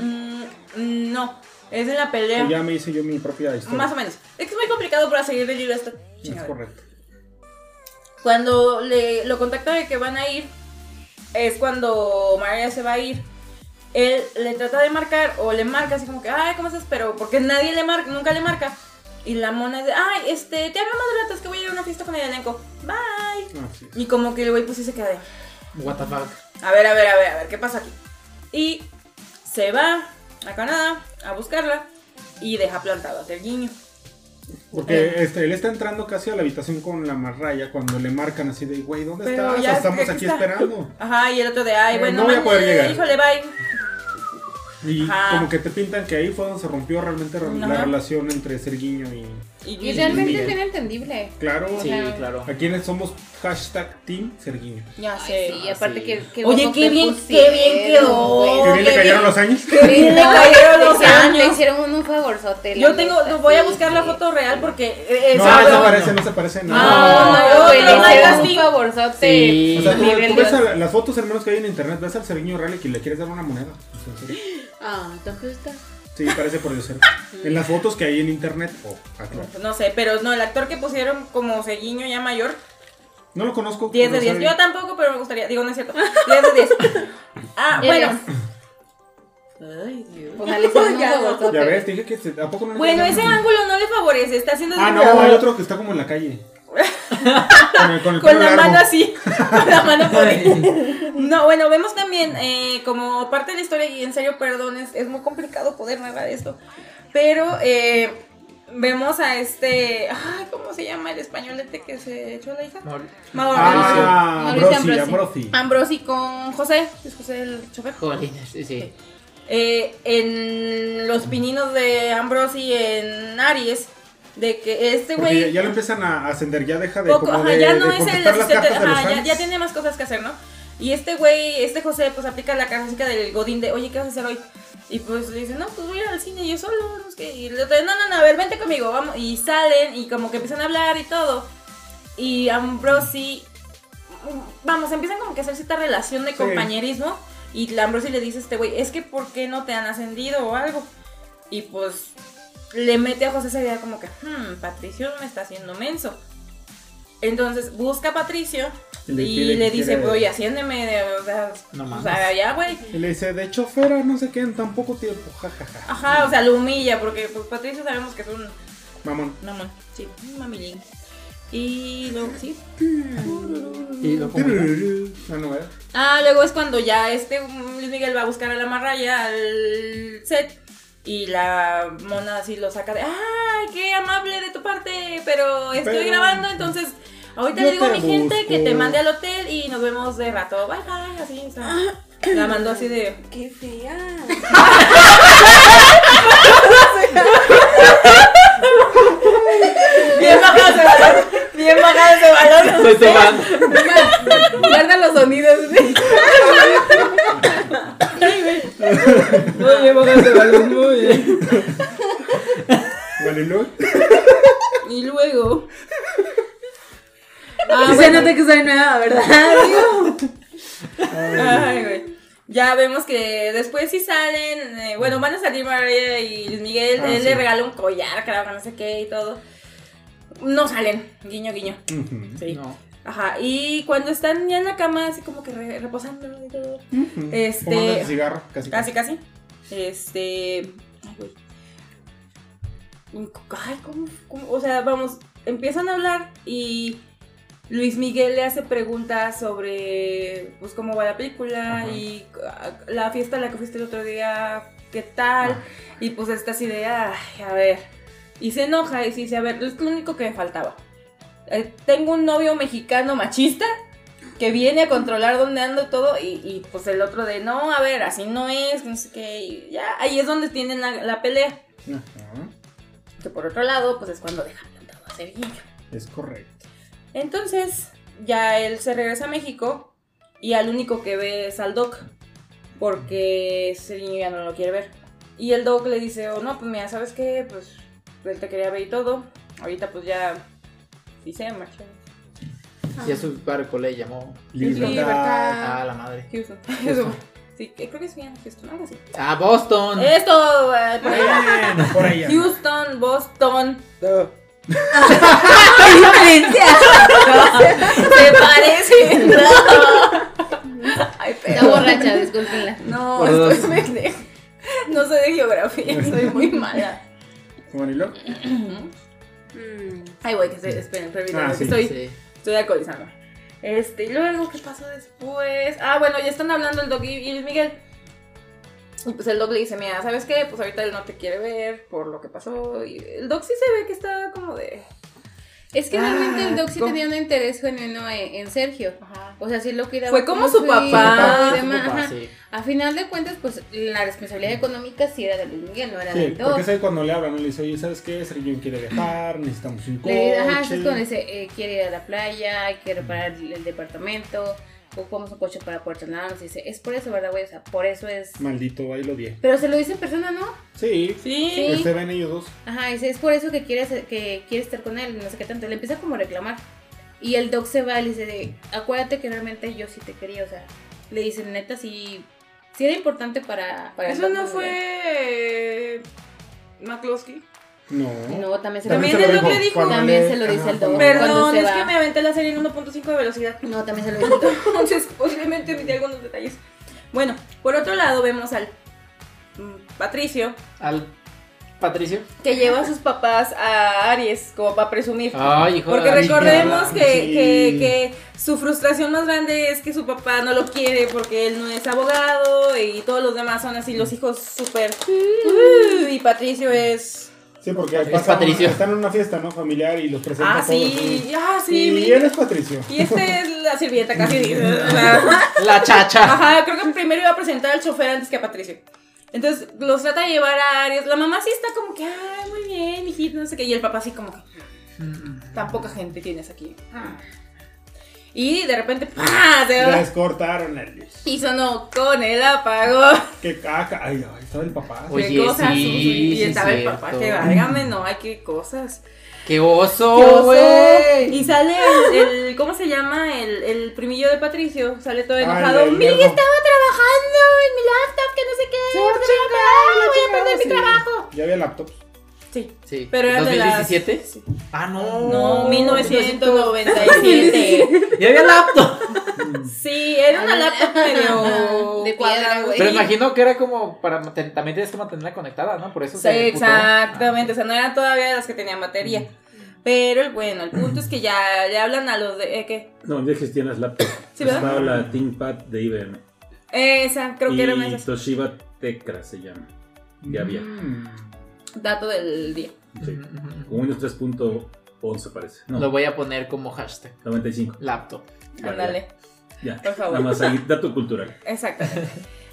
B: Mm, no, Es en la pelea.
E: Que ya me hice yo mi propia historia.
B: Más o menos. Es que es muy complicado para seguir el libro esta
E: Es
B: chingada.
E: correcto.
B: Cuando le, lo contacta de que van a ir, es cuando María se va a ir. Él le trata de marcar o le marca así como que, ay, ¿cómo estás? Pero porque nadie le marca, nunca le marca. Y la mona es de, ay, este, te hablo más de rato, es que voy a ir a una fiesta con el elenco. Bye.
E: Así es.
B: Y como que el güey pues sí se queda de,
D: What the fuck.
B: a ver, a ver, a ver, a ver, ¿qué pasa aquí? Y se va a Canadá a buscarla y deja plantado a Sergiño.
E: Porque este, él está entrando casi a la habitación con la marraya cuando le marcan así de, güey, ¿dónde
B: Pero
E: estás?
B: ya
E: Estamos
B: sé que
E: aquí
B: está".
E: esperando.
B: Ajá, y el otro de, ay,
E: Eh,
B: bueno,
E: no voy a
B: mañana,
E: poder llegar.
B: híjole, bye.
E: Y
B: Ajá.
E: como que te pintan que ahí fue donde se rompió realmente re- la
B: Ajá.
E: relación entre Serguiño y...
C: Y
B: Y,
C: realmente
E: Miguel.
C: es bien entendible.
E: Claro,
D: Sí,
C: Ajá.
D: claro.
E: a quienes somos hashtag Team Serguiño.
B: ya
C: Ay,
B: sé.
C: sí, y aparte
D: sí.
C: que, que
B: Oye,
C: guapo
B: qué
C: te
B: bien-
C: pusieron,
B: qué bien quedó.
C: güey.
E: Que bien le
B: Oh, qué
E: cayeron
B: bien.
E: los años.
B: bien le
C: No,
B: cayeron
C: te
B: los
C: hicieron-
B: años.
C: Te hicieron un favorzote.
B: Yo tengo, no, voy a buscar la foto real porque eh, eh,
E: No,
B: sabe-
E: no se parece, no se parece
B: Ah,
E: nada.
C: No, güey, le
B: no, no,
C: hicieron
B: no,
C: un
B: no.
C: favorzote.
D: Sí.
E: O sea, tú,
C: Nivel
E: tú ves
C: Dios.
E: a la- las fotos, hermanos, que hay en internet, ves al Serguiño real y que le quieres dar una moneda. O sea, en serio.
C: Ah, entonces está.
E: Sí, parece por Dios. En las fotos que hay en internet. Oh, ah, claro.
B: No sé, pero no, el actor que pusieron como Sergiño ya mayor,
E: No lo conozco.
B: 10 de
E: no
B: 10.
E: sabe.
B: Yo tampoco, pero me gustaría. Digo, no es cierto. 10 de 10. Ah, bueno. Ay, Dios.
C: Ojalá le hicieron un
B: Ya,
C: favorzote.
E: Ya ves, te dije que se- a poco no le
B: Bueno,
E: conozco?
B: ese ángulo no le favorece, está haciendo
E: Ah, no,
B: desviado.
E: hay otro que está como en la calle. con el, el
B: Con
E: pelo
B: la
E: largo.
B: mano así, con la mano por ahí. No, bueno, vemos también eh, como parte de la historia, y en serio, perdón, es, es muy complicado poder narrar esto, pero eh, vemos a este, ay, ¿cómo se llama el españolete que se echó la hija?
D: Mol-
B: Mauricio. Ah,
E: Ah,
C: Mauricio
E: Brosi,
C: Ambrosi.
E: Ambrosi.
B: Ambrosi con José, es José el chofer.
D: Jolines, sí, sí.
B: eh, en los pininos de Ambrosi en Aries, de que este
E: Porque ya,
B: güey...
E: ya lo empiezan a ascender, ya deja de
B: poco,
E: como
B: ajá,
E: de,
B: ya no
E: de
B: es el
E: contestar las
B: asistente,
E: cartas de los
B: ajá, ya,
E: fans.
B: ya tiene más cosas que hacer, ¿no? Y este güey, este José, pues aplica la clásica del Godín de, oye, ¿qué vas a hacer hoy? Y pues le dice, no, pues voy a ir al cine yo solo, no sé qué. Y le dice, no, no, no, a ver, vente conmigo, vamos. Y salen y como que empiezan a hablar y todo. Y Ambrosi, vamos, empiezan como que a hacer cierta relación de
E: Sí.
B: compañerismo. Y la Ambrosi le dice a este güey, es que ¿por qué no te han ascendido o algo? Y pues le mete a José esa idea como que, hmm, Patricio me está haciendo menso. Entonces busca a Patricio
E: Y
B: y
E: le
B: le,
E: pide que
B: dice,
E: quiere-
B: pues, oye, asciéndeme, de- o sea,
D: No
B: o
D: mames.
B: sea, ya, güey.
E: Y le dice, de chofera, no sé qué, en tan poco tiempo, jajaja.
B: Ajá, o sea, lo humilla, porque pues Patricio sabemos que es un
E: Mamón.
B: mamón, sí, un mamilín. Y luego, sí.
D: Y lo pongo acá.
E: Ah, no, ¿verdad?
B: Ah, luego es cuando ya este um, Luis Miguel va a buscar a la marraya al set y la mona así lo saca de, ay, qué amable de tu parte, pero estoy
E: Pero-
B: grabando, entonces ahorita
E: Yo
B: le digo a
E: te
B: mi gente
E: busco".
B: que te mande al hotel y nos vemos de rato, bye bye, así, o sea,
E: Ah.
B: la mandó así de...
F: ¡Qué fea!
B: Bien bajado ese valor, bien bajado ese valor.
D: Se te van.
C: Guarda los sonidos. güey.
B: Muy bien bajado ese valor, muy bien.
E: Vale, luego.
B: Y luego...
C: Sí
B: Ah,
C: Se
B: bueno.
C: nota que soy nueva, ¿verdad?
B: Ay, güey. Ya vemos que después sí salen, eh, bueno, van a salir María y Luis Miguel,
E: Ah,
B: él
E: sí.
B: le regala un collar, creo, no sé qué y todo. No salen, guiño, guiño.
E: Ujú.
B: Sí.
D: No.
B: Ajá, y cuando están ya en la cama, así como que re- reposando y todo.
E: Ujú.
B: Este-
E: Fumándose cigarro, casi.
B: Casi, casi. Este. Ay, güey. Ay, ¿cómo, cómo? O sea, vamos, empiezan a hablar y Luis Miguel le hace preguntas sobre, pues, cómo va la película
E: Ajá.
B: y ah, la fiesta a la que fuiste el otro día, qué tal. Y pues, estas ideas, ay, a ver. Y se enoja y dice: A ver, es lo único que me faltaba. Eh, tengo un novio mexicano machista que viene a controlar dónde ando y todo y, y, pues el otro de no, a ver, así no es, no sé qué, y ya ahí es donde tienen la, la pelea.
E: Ajá,
B: Que por otro lado, pues es cuando dejan plantado a Sergillo.
E: Es correcto.
B: Entonces, ya él se regresa a México y al único que ve es al Doc, porque Sergillo ya no lo quiere ver. Y el Doc le dice, oh no, pues mira, ¿sabes qué? Pues él te quería ver y todo, ahorita pues ya dice, marcha.
D: Y a su barco le llamó
E: Libertad.
B: Libertad.
D: a la madre.
B: Houston. Sí, que- creo que es bien, Houston, algo así.
D: A Boston.
B: Esto, eh, por ahí.
E: Bueno, por allá.
B: Houston, Boston. ¿Te parece? Ay,
C: Está
B: pero.
C: borracha, discúlpenla.
B: No,
D: Por dos.
B: estoy pendeja. No sé de geografía, soy muy mala.
E: Manilo.
B: Ay, güey, que estoy, esperen, permítanme,
E: Ah,
B: que
E: sí,
B: estoy,
D: Sí.
B: estoy alcoholizando. Este, y luego, ¿qué pasó después? Ah, bueno, ya están hablando el Doc y, y Luis Miguel. Y pues el Doc le dice, mira, ¿sabes qué? Pues ahorita él no te quiere ver por lo que pasó. Y el Doc sí se ve que está como de...
C: Es que realmente el Doc sí
B: ¿cómo?
C: tenía un interés genuino en, en Sergio.
B: Ajá.
C: O sea, sí lo cuidaba.
B: Fue como
C: mucho
B: su
C: y-
B: papá.
C: y
D: Su
C: demás,
D: papá,
C: ajá.
D: sí.
C: A final de cuentas, pues la responsabilidad económica sí era de Luis Miguel, no era
E: Sí,
C: del Doc.
E: porque es ahí cuando le hablan, ¿no? le dice, oye, ¿sabes qué? Sergio quiere viajar, necesitamos un coche.
C: Le- ajá, sí, es cuando dice, eh, quiere ir a la playa, hay que reparar el, el departamento, ocupamos un coche para Puerto Nanos. Dice, es por eso, ¿verdad, güey? O sea, por eso es.
E: Maldito, ahí lo vi.
C: Pero se lo dice en persona, ¿no?
E: Sí,
B: Sí.
C: Sí.
E: este ven ellos dos.
C: Ajá, dice, es por eso que quiere, hacer- que quiere estar con él, no sé qué tanto. Le empieza como a reclamar. Y el doc se va y le dice, acuérdate que realmente yo sí te quería, o sea, le dice, neta, sí, sí era importante para, para el
B: Eso
C: Doc,
B: no
C: güey".
B: fue... eh, McCloskey.
E: No.
C: No, también se
B: También
C: lo
B: el
C: dijo.
B: Doc le dijo.
E: cuando
C: También se lo dice
E: ajá,
C: el Doc.
E: cuando-
C: Cuando
B: Perdón,
C: se
B: es
C: va.
B: que me aventé la serie en 1.5 de velocidad.
C: No, también se lo dijo. el Doc.
B: Entonces, posiblemente omití algunos detalles. Bueno, por otro lado vemos al mm, Patricio,
D: Al Patricio.
B: que lleva a sus papás a Aries, como para presumir.
D: Ay, hijo
B: Porque
D: de la
B: recordemos
D: chingada.
B: que,
E: sí.
B: que- que su frustración más grande es que su papá no lo quiere porque él no es abogado y todos los demás son así, los hijos súper... Uh, Y Patricio es...
E: Sí, porque
D: Es
E: pasa-
D: Patricio.
E: están en una fiesta, ¿no? Familiar y los presenta
B: Ah,
E: a todos.
B: sí, ah, sí.
E: Y
B: mira.
E: él es Patricio.
B: Y este es la sirvienta casi. dice, o sea,
D: La chacha.
B: Ajá, creo que primero iba a presentar al chofer antes que a Patricio. Entonces los trata de llevar a Aries. La mamá sí está como que, ay, muy bien, mijito, no sé qué. Y el papá sí como que, tan poca gente tienes aquí.
D: Ah.
B: Y de repente, ¡pah! Se va.
E: Les cortaron el luz.
B: Y sonó con el apagón.
E: Qué caca. Ay, ay, estaba el papá.
D: Oye,
B: Qué cosas,
D: sí,
B: y
D: sí,
B: estaba el
D: cierto.
B: papá, que válgame, no, hay que cosas.
D: ¡Qué
E: Oh,
B: Qué
D: oso,
B: oso.
D: güey!
B: Y sale el, el- ¿cómo se llama? El, el primillo de Patricio, sale todo
E: Ay,
B: enojado.
E: el
B: Miguel
E: nerdo.
B: estaba trabajando en mi laptop, que no sé qué.
E: Se va a
B: no te voy a pagar,
E: chingar, la
B: voy a
E: chingada,
B: perder mi
E: sí.
B: trabajo.
E: Ya había laptops.
B: Sí.
D: Sí.
B: Pero era de las-
D: ¿2017?
B: Sí.
D: Ah, no.
B: No,
D: 1997.
B: 1997.
D: Ya había laptop.
B: sí, era una laptop medio
C: De piedra, güey.
D: Pero imagino que era como para manten- también tienes que mantenerla conectada, ¿no? Por eso
B: Sí, exactamente, o sea, no eran todavía las que tenían batería. Pero el- bueno, el punto es que ya le hablan a los de. eh, ¿Qué?
A: No, ya existían las laptops.
B: Sí, ¿verdad?
A: Estaba la ThinkPad de IBM.
B: Eh, Esa, creo
A: y
B: que eran esas.
A: Toshiba Tecra se llama. Ya había.
E: Mm.
B: Dato del día.
A: Sí.
D: Ah, Ujú, ujú, ujú.
A: Con Windows 3.11 parece. No,
D: Lo voy a poner como hashtag.
A: 95.
D: Laptop.
A: Ya,
B: Ándale,
A: Ya. ya.
B: por favor.
A: Nada más ahí, dato cultural.
B: Exactamente.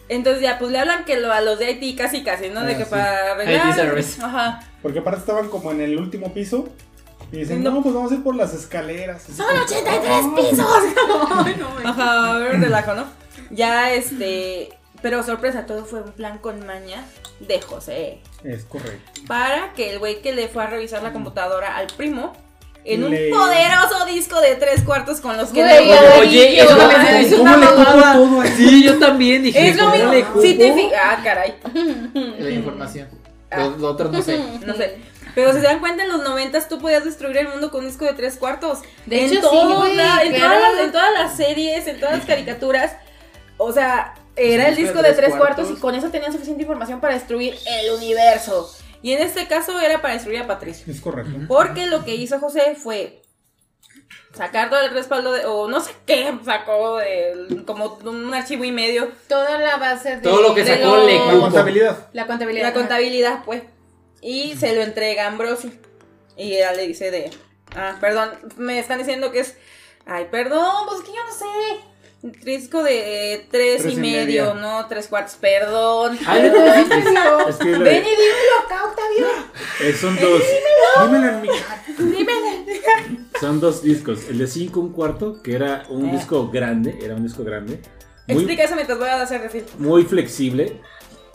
B: Entonces ya, pues le hablan que lo, a los de IT casi casi, ¿no? de
E: Ah,
B: que
E: sí.
B: para arreglar.
D: IT service.
B: Ajá.
E: Porque aparte estaban como en el último piso. Y dicen, no, pues vamos a ir por las escaleras. ¡Son 83 pisos!
B: Ajá, relajo, ¿no? Ya este. Pero sorpresa, todo fue un plan con maña de José.
E: Es correcto.
B: Para que el güey que le fue a revisar la computadora al primo. En un
E: Le-
B: poderoso disco de tres cuartos con los que
C: Güey,
B: le-
C: Amarillo,
D: Oye, eso
C: güey.
D: también se me hizo
E: ¿Cómo
D: una
E: le cupo
D: mamada.
E: todo ahí?
D: Sí, yo también dije.
B: Es lo
E: "Pues,
B: mismo.
D: ¿cómo le cupo?
B: Si te fijas. Ah, caray.
D: La información.
B: Ah.
D: Los, los otros no sé.
B: No sé. Pero si se dan cuenta, en los noventas tú podías destruir el mundo con un disco de tres cuartos.
C: De
B: en
C: hecho, sí,
B: todo
C: güey,
B: la- en,
C: claro.
B: todas las, en todas las series, en todas las caricaturas. O sea, era el disco Pues de tres cuartos y con eso tenían suficiente información para destruir el universo. Y en este caso era para destruir a Patricio.
E: Es correcto.
B: Porque lo que hizo José fue sacar todo el respaldo de, o no sé qué sacó del- como un archivo y medio
C: Toda la base de.
D: Todo lo que
C: de
D: sacó
C: lo-
D: le
E: La
D: cupo.
E: contabilidad.
C: La contabilidad.
B: la
C: ajá.
B: contabilidad, pues. Y se lo entrega a Ambrosio. Y ella le dice de, ah, perdón, me están diciendo que es, ay, perdón, pues es que yo no sé. Risco de eh, tres,
E: Tres
B: y,
E: y
B: medio,
E: media.
B: no, tres cuartos, perdón.
D: Ay, no, no, no.
A: Escríbele.
B: Ven y dímelo acá, Octavio.
A: Eh, son dos.
E: Dímelo en mi cara.
B: Dímelo.
A: Son dos discos. El de 5 un cuarto, que era un
B: Eh.
A: disco grande. Era un disco grande. Muy,
B: Explica eso mientras voy a hacer refil.
A: muy flexible.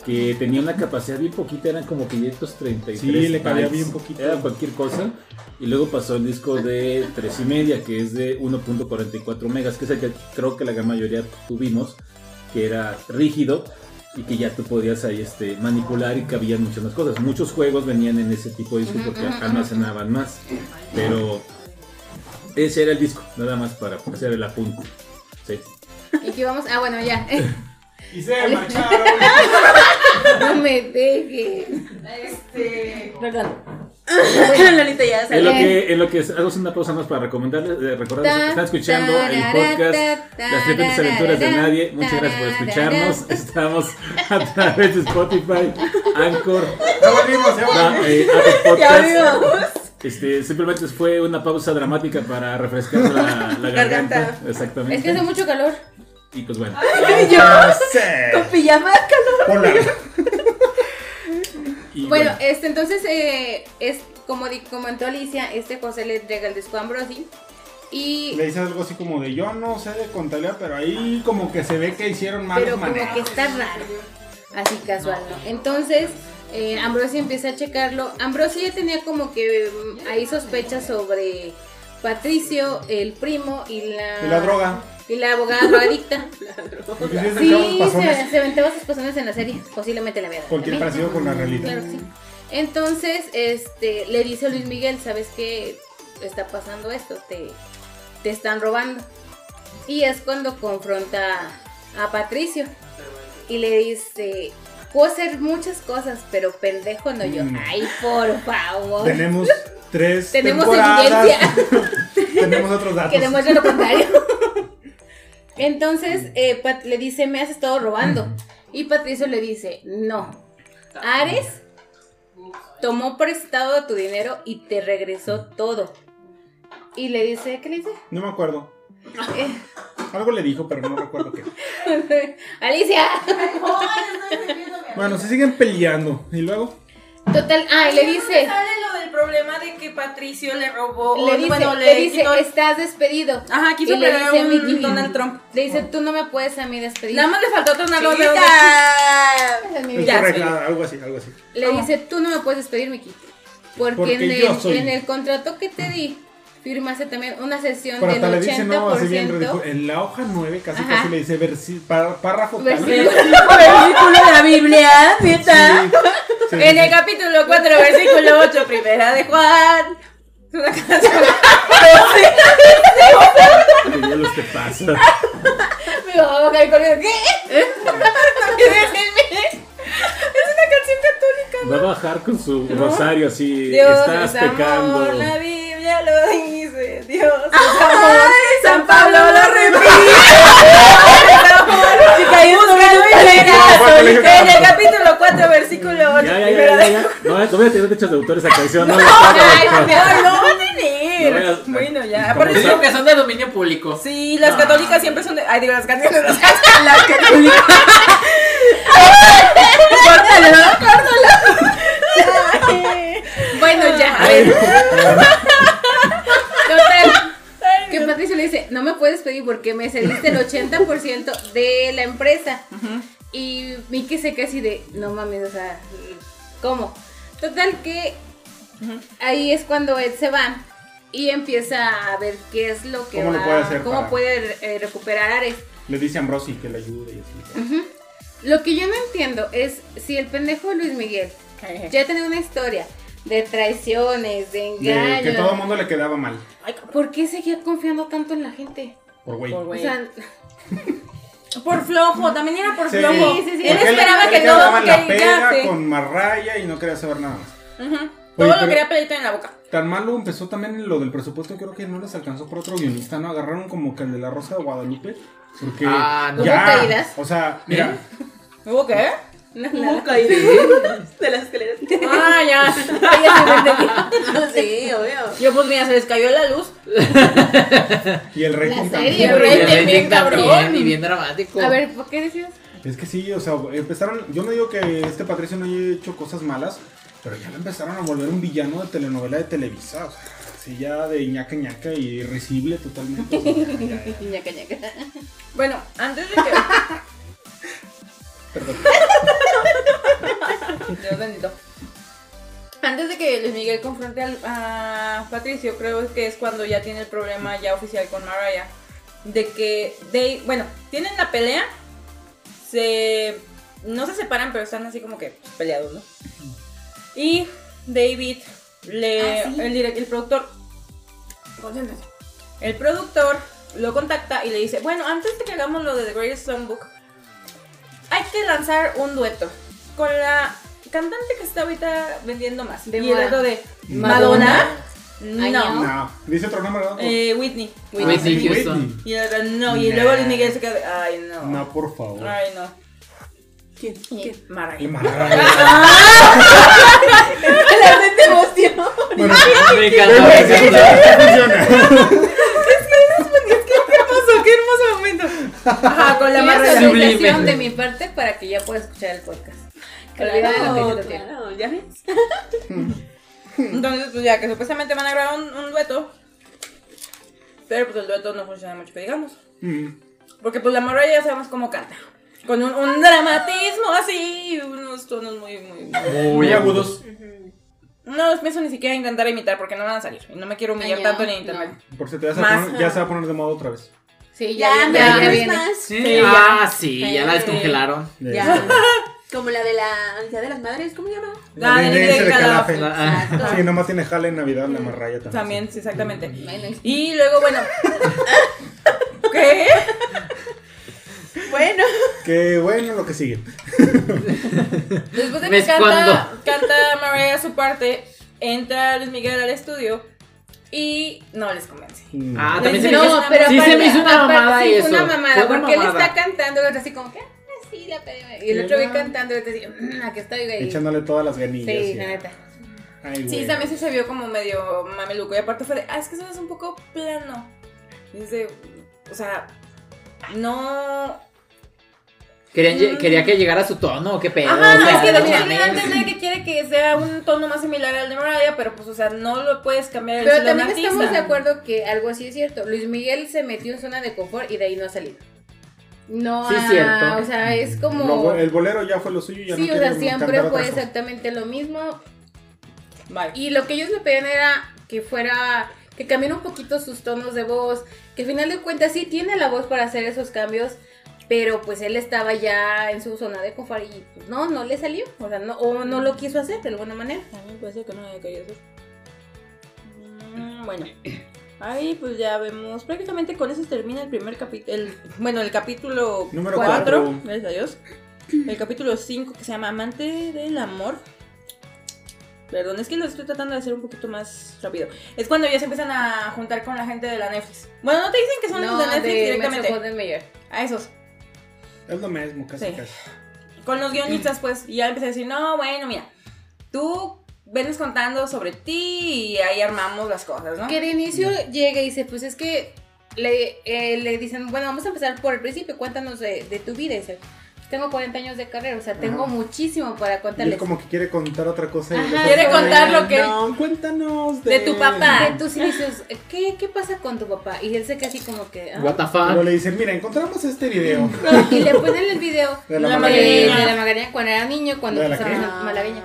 A: Que tenía una capacidad bien poquita, eran como 533.
E: Sí, le cabía
A: bytes.
E: bien poquito.
A: Era cualquier cosa. Y luego pasó el disco de 3 y media, que es de 1.44 megas, que es el que creo que la gran mayoría tuvimos. que era rígido y que ya tú podías ahí este, manipular y cabían muchas más cosas. Muchos juegos venían en ese tipo de disco porque almacenaban más, pero ese era el disco, nada más para hacer el apunte. Sí.
C: Y que vamos. Ah, bueno, ya.
E: Y se marcharon.
C: No me dejes.
F: Este.
B: Perdón.
F: Lolita ya
A: En lo
F: salió.
A: que, en lo que hago una pausa más para recomendarles, eh, recordarles que están escuchando el podcast Las diferentes aventuras de nadie. Muchas gracias por escucharnos. Estamos a través de Spotify, Anchor,
E: Ya volvimos, ya volvimos.
A: na- eh, Apple
F: Ya
A: Podcast.
F: vimos.
A: Este, simplemente fue una pausa dramática para refrescar la, la
F: Garganta.
A: garganta. Exactamente.
C: Es que hace mucho calor.
A: Y pues bueno.
E: Ya
F: Con
E: sé.
F: pijama.
E: Hola.
A: Y
C: Bueno, este, entonces, eh, es como di- comentó Alicia, este José le entrega el disco a Ambrosi. Y
E: Le dice algo así como de yo no sé de contabilidad, pero ahí como que se ve que hicieron
C: pero
E: malos
C: como
E: manejos.
C: que está raro, así casual, ¿no? Entonces, eh, Ambrosi empieza a checarlo. Ambrosi ya tenía como que mm, ahí sospechas sobre Patricio, el primo y la...
E: Y la droga.
C: Y la abogada drogadicta.
E: Porque si es de cabos
C: sí,
E: pasones,
C: se, se aventaba sus personas en la serie, posiblemente la verdad.
E: Cualquier parecido con la realidad.
C: Claro que sí. Entonces, este, le dice a Luis Miguel, ¿sabes qué está pasando esto? Te, te están robando. Y es cuando confronta a Patricio y le dice, puedo hacer muchas cosas, pero pendejo no yo.
E: Mm.
C: Ay, por favor.
E: Tenemos tres
C: Tenemos
E: temporadas.
C: evidencia
E: Tenemos otros datos.
C: que demuestra lo contrario. Entonces, eh, Pat- le dice, me has estado robando. Y Patricio le dice, no. Ares tomó prestado tu dinero y te regresó todo. Y le dice, ¿qué le dice?
E: No me acuerdo.
C: Eh.
E: Algo le dijo, pero no recuerdo qué.
C: Alicia.
E: Bueno, se siguen peleando. Y luego,
C: Total, ah, y le dice,
B: Sale lo del problema de que Patricio le robó.
C: le dice,
B: bueno,
C: le dice,
B: quitó-
C: estás despedido.
B: Ajá, quiso
C: y le
B: pegar
C: dice
B: un
C: Mickey.
B: Donald Trump.
C: Le dice, tú no me puedes a mí despedir.
B: Nada más le faltó tronar los dedos.
F: Lolita.
C: En mi
E: es
C: vida.
E: correcto, algo así, algo así.
C: Le dice, tú no me puedes despedir, Miki. Porque,
E: Porque
C: en,
E: yo
C: el,
E: soy.
C: en el contrato que te di, firmaste también una sesión
E: Pero
C: del
E: hasta le dice,
C: 80%.
E: no, así bien ridículo. En la hoja 9 casi
C: Ajá.
E: casi le dice versi- pá- párrafo tal.
C: Versículo.
B: Versículo de la Biblia, neta.
E: Sí, sí,
B: En el
E: sí.
B: capítulo 4, versículo 8, primera de Juan. Es una canción.
A: que ya los te pasa.
C: Mi mamá va a caer corriendo. ¿Qué?
A: Va a bajar con su rosario así.
B: Dios
A: estás
B: es amor,
A: pecando.
B: la Biblia lo dice. Dios es amor, San Pablo lo repite. Si caí en tu
E: No, bueno, le dije que
B: En el
E: no.
B: capítulo 4, versículo 8,
A: Ya, ya,
B: primera
A: ya, ya,
B: de
A: ya. No, eh, no voy a tener derechos de autor esa canción. No, no,
B: Ay,
A: no, no.
B: no, no va a
A: No
B: tener.
A: veas-
B: Bueno, ya.
A: ¿Cómo
B: Por
A: se-
B: eso.
D: Digo que son de dominio público.
B: Sí, las católicas siempre son de. Ay, digo, las canciones. Las
F: Las católicas. Córtalo.
C: Bueno, ya, a ver. Total. Que Patricio le dice, no me puedes pedir porque me cediste el 80% de la empresa. Y Miki se queda así de, no mames, o sea, ¿cómo? Total que ahí es cuando Ed se va y empieza a ver qué es lo que
E: ¿Cómo lo
C: va-
E: puede hacer
C: cómo
E: para-
C: puede eh, recuperar Ares.
E: Le dice a Ambrosi que le ayude y así.
C: Lo que yo no entiendo es si el pendejo de Luis Miguel ya tenía una historia de traiciones, de
E: De-
C: engaños.
E: que todo el mundo le quedaba mal.
C: ¿Por qué seguía confiando tanto en la gente?
E: Por güey.
B: Por güey.
C: O sea,
B: Por flojo, también era por
E: Sí.
B: flojo.
C: Sí, sí, sí.
B: Él
E: Porque
B: esperaba
E: él
B: que
E: quedaba
B: todo
E: en la pega
B: que
E: con Marraya y no quería saber nada más.
B: Todo
E: Oye,
B: lo
E: pero-
B: quería pelito en la boca.
E: Tan malo empezó también en lo del presupuesto, creo que no les alcanzó por otro guionista, ¿no? Agarraron como que el de la Rosa de Guadalupe. Porque
D: Ah, no.
E: ya,
C: ¿Hubo caídas?
E: O sea, mira,
B: ¿Hubo qué?
C: no,
F: Hubo
C: nada.
F: caídas de las escaleras.
B: Ah, ya.
F: Sí, obvio.
B: Yo, pues mira, se les cayó la luz. ¿Eh?
E: y el rey
C: La
E: con
C: serie,
E: Camila.
C: el rey.
D: Y
B: bien, bien
D: también,
B: cabrón.
D: Y bien dramático.
C: A ver, ¿por qué decías?
E: Es que sí, o sea, empezaron. Yo no digo que este Patricio no haya hecho cosas malas, pero ya lo empezaron a volver un villano de telenovela de Televisa. O sea, sí, ya de ñaca ñaca y irrisible totalmente. o sea, ya, ya, ya.
C: Ñaca, ñaca.
B: Bueno, antes de que.
E: Perdón.
B: Dios bendito. Antes de que Luis Miguel confronte al, a Patricio, creo que es cuando ya tiene el problema ya oficial con Mariah. De que, they, bueno, tienen la pelea se. No se separan, pero están así como que peleados, ¿no? Y David, le,
F: Ah, sí.
B: el, direc- el productor. Concéntrate. El productor lo contacta y le dice: Bueno, antes de que hagamos lo de The Greatest Songbook, hay que lanzar un dueto con la cantante que está ahorita vendiendo más.
C: De
B: y el
C: moda.
B: dueto de Madonna.
C: Madonna. Ay,
B: No.
C: no.
E: No, dice otro nombre, ¿no?
B: Eh, Whitney.
D: Whitney Houston.
B: Y el otro, no. Y
D: Nah.
B: luego el Miguel se queda de, Ay, no.
E: No, pues. por favor.
B: Ay, no.
F: ¿Quién? ¿Quién?
B: Mariah.
E: Qué maravilla.
F: La gente emoción.
E: Bueno,
D: Me encantó. me encantó.
E: funciona.
B: Qué hermoso, qué hermoso momento. Ajá, con la
C: La
B: más
C: más
D: Sublime.
C: realización de mi parte para que ya pueda escuchar el podcast. Olvida de lo que yo te quiero.
F: claro, ¿ya ves?
B: Entonces, pues ya que supuestamente van a grabar un, un dueto. Pero pues el dueto no funciona mucho que digamos.
E: Mm,
B: Porque pues la morra ya sabemos cómo canta. Con un, un dramatismo así, unos tonos muy, muy...
E: Muy agudos.
B: No los pienso ni siquiera intentar imitar porque no van a salir. Y no me quiero humillar
C: Ay, no,
B: tanto ni intentar.
C: no.
E: Por si te vas a
B: Más.
E: poner- ya se va a poner de moda otra vez.
C: Sí, ya,
F: Ya,
C: ya,
F: no
C: ya, ya
F: hables
C: viene.
F: más.
B: Sí,
D: Ah, sí, ya la
B: Sí.
D: descongelaron.
E: Eh,
C: Ya.
F: Como la de la ansiedad de las madres, ¿cómo se llama?
E: La
B: Ah,
E: venganza
B: de
E: de
B: Calafel.
E: Calafel.
D: Ah,
F: Exacto.
E: Sí, nomás tiene jale en Navidad la marraya también.
B: También, sí, exactamente.
C: Bueno,
B: Y luego, bueno... ¿Qué?
F: Bueno.
E: Que bueno, lo que sigue.
B: Después de que
D: ¿Ves
B: canta,
D: cuándo?
B: canta Mariah su parte, entra Luis Miguel al estudio y no les convence.
E: Mm.
D: Ah,
B: Les-
D: también se me
B: no,
D: hizo-
B: pero
D: sí se me hizo una
C: aparte,
D: mamada
C: sí, fue
D: eso.
C: una
D: Fue
C: mamada,
D: una
C: porque él
D: mamá.
C: está cantando, el otro así como que, ah, sí, la pedí. Y el otro ve cantando, el otro así, mmm, aquí estoy, güey.
E: Echándole todas las
C: Sí,
E: ganillas.
C: la neta.
E: Ay,
B: Sí,
E: güey.
B: también sí se vio como medio mameluco. Y aparte fue de, ah, es que eso es un poco plano. Y es de, o sea, no.
D: Querían lle- quería que llegara a su tono, qué pedo.
B: Mm. Ajá,
D: Eh, o sea,
B: es que de
D: no
B: hecho
D: mames.
B: no entender que quiere que sea un tono más similar al de Mariah, pero pues, o sea, no lo puedes cambiar el
C: Pero
B: estilo de un
C: también estamos de
B: artista.
C: acuerdo que algo así es cierto. Luis Miguel se metió en zona de confort y de ahí no ha salido. No,
D: Sí,
C: ha-
D: cierto.
C: o sea, es como.
E: Lo- el bolero ya fue lo suyo, ya no
C: sí, o
E: quiere
C: sea, siempre
E: cantar otra
C: fue
E: cosa.
C: exactamente lo mismo.
B: Bye.
C: Y lo que ellos le pedían era que fuera. Que cambiara un poquito sus tonos de voz. Que al final de cuentas sí tiene la voz para hacer esos cambios. Pero pues él estaba ya en su zona de confort y pues, no, no le salió. O sea, no, o no lo quiso hacer de alguna manera.
B: A mí me parece que no había querido hacer. Mm, Bueno, ahí pues ya vemos. Prácticamente con eso termina el primer capítulo. Bueno, el capítulo
E: Número
B: 4.
E: cuatro.
B: Gracias a Dios. El capítulo 5 que se llama Amante del Amor. Perdón, es que lo estoy tratando de hacer un poquito más rápido. Es cuando ya se empiezan a juntar con la gente de la Netflix. Bueno, no te dicen que son los de
C: No,
B: Netflix
C: de Metro
B: directamente.
C: Golden Mayer.
B: A esos.
E: Es lo mismo, casi
B: Sí.
E: casi.
B: con los guionistas, pues, y ya empecé a decir, no, bueno, mira, tú venes contando sobre ti y ahí armamos las cosas,
E: Ah,
B: ¿no?
C: Que de inicio llega y dice, pues es que le, eh, le dicen, bueno, vamos a empezar por el principio, cuéntanos de, de tu vida. Y dice, tengo 40 años de carrera, o sea, tengo
E: Ajá.
C: muchísimo para
E: Y él
C: contarles.
E: como que quiere contar otra cosa. y
C: Ajá,
E: le-
B: quiere contar lo que-
E: No, cuéntanos de...
B: de tu papá.
C: De tus inicios, ¿qué, ¿qué pasa con tu papá? Y él se queda así como que... ah.
D: What the
E: Pero
D: fuck.
E: le dicen, mira, encontramos este video.
B: Mm.
C: Y le ponen el video
E: De la
B: La
C: de,
E: Magdalena.
C: de la Magdalena cuando era niño, cuando
E: ¿De la
C: empezaron
E: qué?
F: Ah,
C: a Malagueña.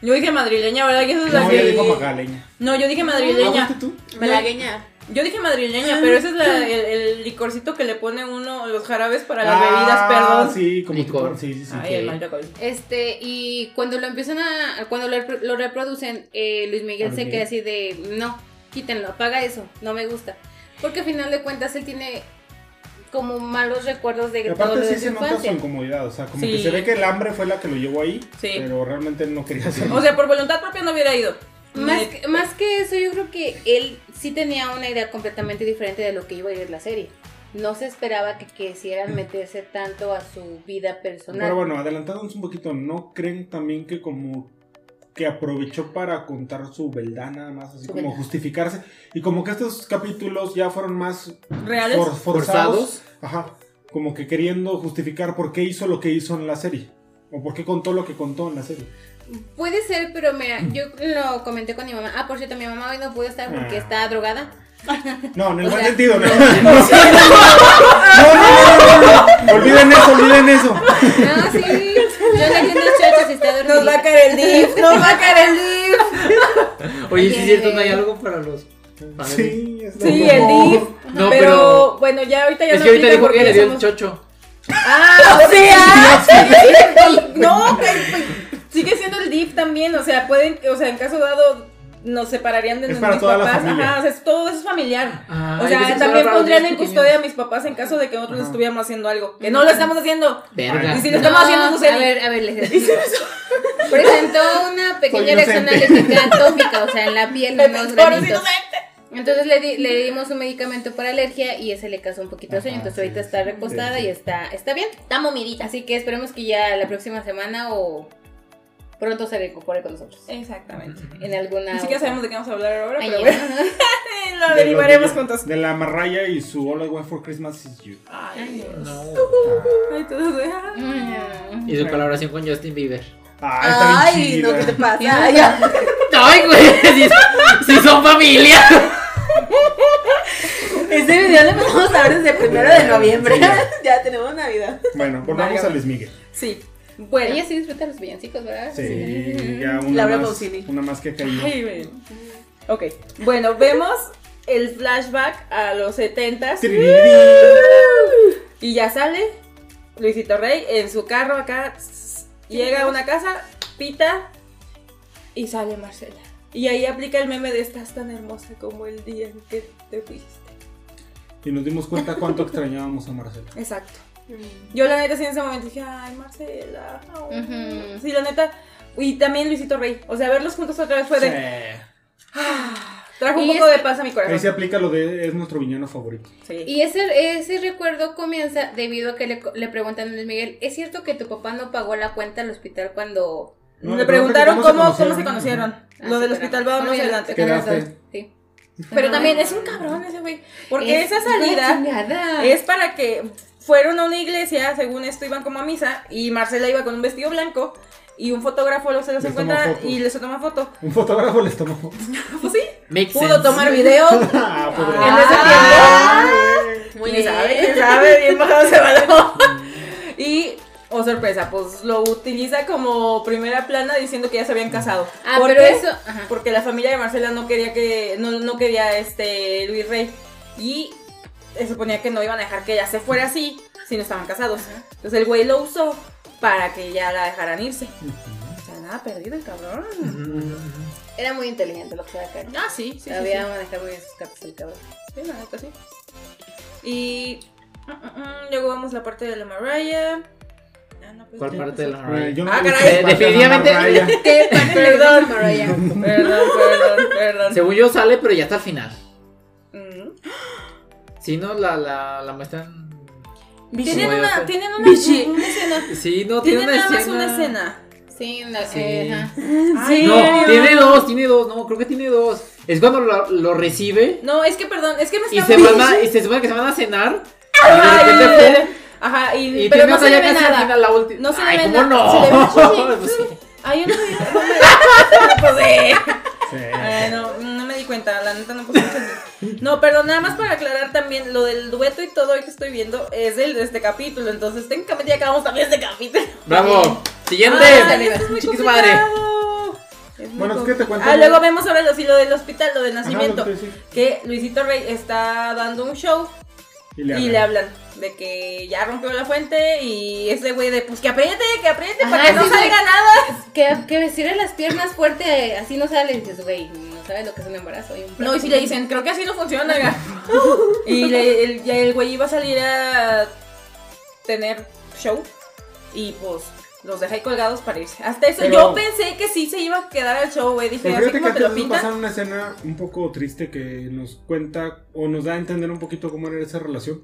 B: Yo dije madrileña, ¿verdad? Que eso es la
E: No,
B: que-
E: ya dijo magaleña.
B: No, yo dije
E: ¿Ah,
B: madrileña.
E: fuiste tú?
F: Malagueña.
B: Yo dije madrileña, pero ese es la- el, el licorcito que le pone uno, los jarabes para las
E: Ah,
B: bebidas, perdón.
E: sí, como
D: Licor.
E: tu- Sí, sí, sí.
B: Ay,
D: Ok.
B: el maldito cabello.
C: Este, y cuando lo empiezan a, cuando lo, repro- lo reproducen, eh, Luis Miguel se
E: Ok.
C: queda así de, no, quítenlo, apaga eso, no me gusta. Porque al final de cuentas él tiene como malos recuerdos de
E: Y
C: todo lo
E: aparte
C: de
E: sí
C: su
E: se nota su
C: infancia.
E: incomodidad, o sea, como
B: Sí.
E: que se ve que el hambre fue la que lo llevó ahí,
B: Sí.
E: pero realmente él no quería hacerlo.
B: O sea, por voluntad propia no hubiera ido.
C: Más,
B: Ni-
C: que- más que eso, yo creo que él sí tenía una idea completamente diferente de lo que iba a ir la serie. No se esperaba que quisieran meterse tanto a su vida personal.
E: Pero bueno, adelantándonos un poquito, ¿no creen también que como que aprovechó para contar su beldad nada más, así
C: Su
E: como
C: beldad.
E: justificarse? Y como que estos capítulos ya fueron más
B: reales.
E: for- forzados,
D: Forzados.
E: ajá, como que queriendo justificar por qué hizo lo que hizo en la serie. O por qué contó lo que contó en la serie.
C: Puede ser, pero mira, yo lo comenté con mi mamá. Ah, por cierto, mi mamá hoy no pudo estar porque
E: Ah.
C: está drogada.
E: No, en el
C: O
E: buen
C: sea,
E: sentido, no. No, no, no, no, no. Olviden eso, olviden eso.
C: No, sí. Yo le di unos chochos y está
B: Nos va a
C: dormida.
B: caer el DIF, nos va a caer el DIF.
D: Oye, sí
C: Oye.
D: es cierto, no hay algo para los. padres?
E: Sí, es lo
B: Sí,
E: mismo.
B: el DIF.
D: No,
B: pero
D: pero-
B: bueno, ya ahorita ya
D: Es
B: no
D: que ahorita
B: aplica
D: dijo
B: porque
D: que le
B: ya
D: dio el
B: somos-
D: chocho.
B: Ah, o sea, no, que- pues, sigue siendo el DIF también, o sea, pueden, o sea, en caso dado nos separarían de
E: Es
B: mis
E: para toda la
B: papás,
E: familia.
B: ajá, o sea, es- todo eso es familiar.
D: Ah,
B: o
D: yo pensé
B: sea,
D: que
B: también
D: solo
B: pondrían
D: los
B: en
D: niños
B: custodia a
D: pequeños.
B: mis papás en caso de que nosotros
E: Ajá.
B: estuviéramos haciendo algo, que no lo estamos haciendo.
D: Verga.
B: Y si lo estamos haciendo, no sé.
C: A ver, a ver, les explico. Presentó una pequeña reacción alérgica atópica, o sea, en la piel, unos
B: Defensores
C: granitos.
B: inocentes.
C: Entonces le, di- le dimos un medicamento para alergia y ese le causó un poquito de sueño.
E: Ajá,
C: Entonces
E: sí,
C: ahorita
E: sí,
C: está recostada
E: sí, sí.
C: y está, está bien. Está momidita. Así que esperemos que ya la próxima semana o pronto se recupere con nosotros.
B: Exactamente.
C: En alguna.
B: Ni siquiera sabemos de qué vamos a hablar ahora, pero bueno, eh,
C: Mañana.
B: lo
E: De los
B: derivaremos
E: niños-
B: juntos.
E: De la marraya y su All I Want for Christmas is You.
B: Ay, Dios.
D: No.
B: Ay, todos de- ah.
C: Mm.
D: Y su colaboración con Justin Bieber.
E: Ah, está
F: Ay,
E: bien
F: no,
E: chida.
F: ¿qué te pasa? Ay, ya.
D: ¡Ay, güey! Si, si son familia.
F: Este video lo empezamos a ver desde primero de noviembre.
E: Sí, ya.
F: Ya tenemos Navidad.
E: Bueno, volvamos
B: Vaya.
E: a Luis Miguel.
B: Sí. Bueno.
C: Ella sí disfruta los villancicos, ¿verdad?
E: Sí, ya una
F: Laura
E: más.
F: Pausini.
E: Una más que cayó.
B: Ay, güey. Ok, bueno, vemos el flashback a los 70 y ya sale Luisito Rey en su carro acá. tss, Llega a una casa, pita y sale Marcela. Y ahí aplica el meme de estás tan hermosa como el día en que te fuiste.
E: Y nos dimos cuenta cuánto extrañábamos a Marcela.
B: Exacto. Mm. Yo la neta sí en ese momento dije, ay, Marcela. oh".
C: Ujú.
B: Sí, la neta. Y también Luisito Rey. O sea, verlos juntos otra vez fue de...
E: Sí.
B: Trajo un
C: Y
B: poco
C: es-
B: de paz a mi
E: Ahí se
B: corazón.
E: aplica lo de es nuestro villano favorito.
B: Sí.
C: Y ese, ese recuerdo comienza debido a que le, le preguntan a Luis Miguel, ¿es cierto que tu papá no pagó la cuenta al hospital cuando...
E: No,
B: Le
E: la pregunta
B: preguntaron
E: que
B: cómo, cómo se conocieron.
C: Ah,
B: Lo
C: sí,
B: del
C: pero-
B: hospital va más
C: Muy bien.
B: adelante.
E: Que era fe.
C: Sí.
B: Pero también es un cabrón ese güey. Porque
C: Es
B: esa
C: una
B: salida
C: chingada.
B: es para que fueron a una iglesia, según esto iban como a misa, y Marcela iba con un vestido blanco. Y un fotógrafo los se los
E: Les tomó
B: encuentra
E: fotos.
B: y les toma foto.
E: Un fotógrafo les tomó fotos.
B: Pues sí,
D: Makes
B: pudo
D: sense.
B: tomar video.
E: Ah, pobre.
B: En ese
F: Muy
B: ¿Quién
F: bien.
B: sabe? ¿Quién sabe? Bien bajado se baló. Y, oh sorpresa, pues lo utiliza como primera plana diciendo que ya se habían casado.
C: Ah,
B: ¿Por
C: pero
B: qué?
C: eso... ajá.
B: porque la familia de Marcela no quería que no, no quería este Luis Rey y se suponía que no iban a dejar que ella se fuera así si no estaban casados. Entonces el güey lo usó para que ya la dejaran irse. O sea, nada perdido el cabrón.
D: Mm,
C: Era muy inteligente lo que estaba acá.
B: Ah, sí, sí, sí,
C: Había manejado muy bien sus cartas el cabrón.
B: sí. Sí, la neta, sí. Y mm, mm, mm, luego vamos a la parte de la Mariah. Ah, no, pues,
D: ¿Cuál
B: ya
D: parte de la
E: Eh,
D: novela?
E: yo no
B: Ah,
E: vi
B: caray.
E: esa parte de
D: Definitivamente-
E: la raya.
C: ¿Qué parte le gusta a Mariah?
B: pasó. Perdón, perdón, perdón.
D: Según yo sale, pero ya hasta el final.
B: Mm.
D: Si no, la, la, la muestran.
B: Tienen
D: Como
B: una,
D: yo.
B: tienen una,
F: Bichi.
B: una escena.
D: Sí, no, tiene
B: Tienen
D: una
B: nada
D: escena.
B: más una escena.
C: Sí, no,
D: Sí.
C: eh, ajá.
B: Ay,
D: No, tiene dos, tiene dos, no, creo que tiene dos. Es cuando lo, lo recibe
B: No, es que perdón, es que me
D: y
B: estaba
D: se van a, y se supone que se van a cenar. Y de repente fue-
B: Ajá, y,
D: y
B: pero
D: tiene
B: no
D: otra
B: se
D: ya
B: le ve
D: casi al
B: nada.
D: final la última.
B: No se le
D: Ay,
B: ve
D: ¿cómo
B: nada.
D: no?
B: Se le ve chichi.
D: Pues sí.
B: Ay, yo no sabía. No me, pues, eh.
E: Sí.
B: Ay, Eh, no, no me di cuenta, la neta no puse mucho atención. No, perdón, nada más para aclarar también lo del dueto y todo hoy que estoy viendo es el de este capítulo, entonces técnicamente ya acabamos también este capítulo.
D: Bravo. Siguiente.
B: Ay, esto es muy
D: Chiquis madre.
B: complicado. Es muy
E: Bueno, es que te cuento.
B: Ah, luego vemos ahora lo, sí, lo del hospital, lo del
E: Ajá, lo que
B: nacimiento,
E: te decía.
B: que Luisito Rey está dando un show
E: Y le
B: Y
E: hablan.
B: le hablan de que ya rompió la fuente y ese güey de pues que apriete, que apriete para
C: Ajá,
B: que no
C: sí,
B: salga
C: sí.
B: nada.
C: Que, que vestirle las piernas fuerte, eh, así no sale. Y dices, güey, no sabes lo que es un embarazo. y un
B: No, y si le dicen, creo que así no funciona. oiga". y le- el, ya el güey iba a salir a tener show y pues los dejé ahí colgados para irse. Hasta eso
E: Pero-
B: yo pensé que sí se iba a quedar al show, güey. Dije,
E: Pero
B: así
E: fíjate que
B: como te
E: antes
B: lo
E: nos
B: pintan.
E: pasaron una escena un poco triste que nos cuenta o nos da a entender un poquito cómo era esa relación.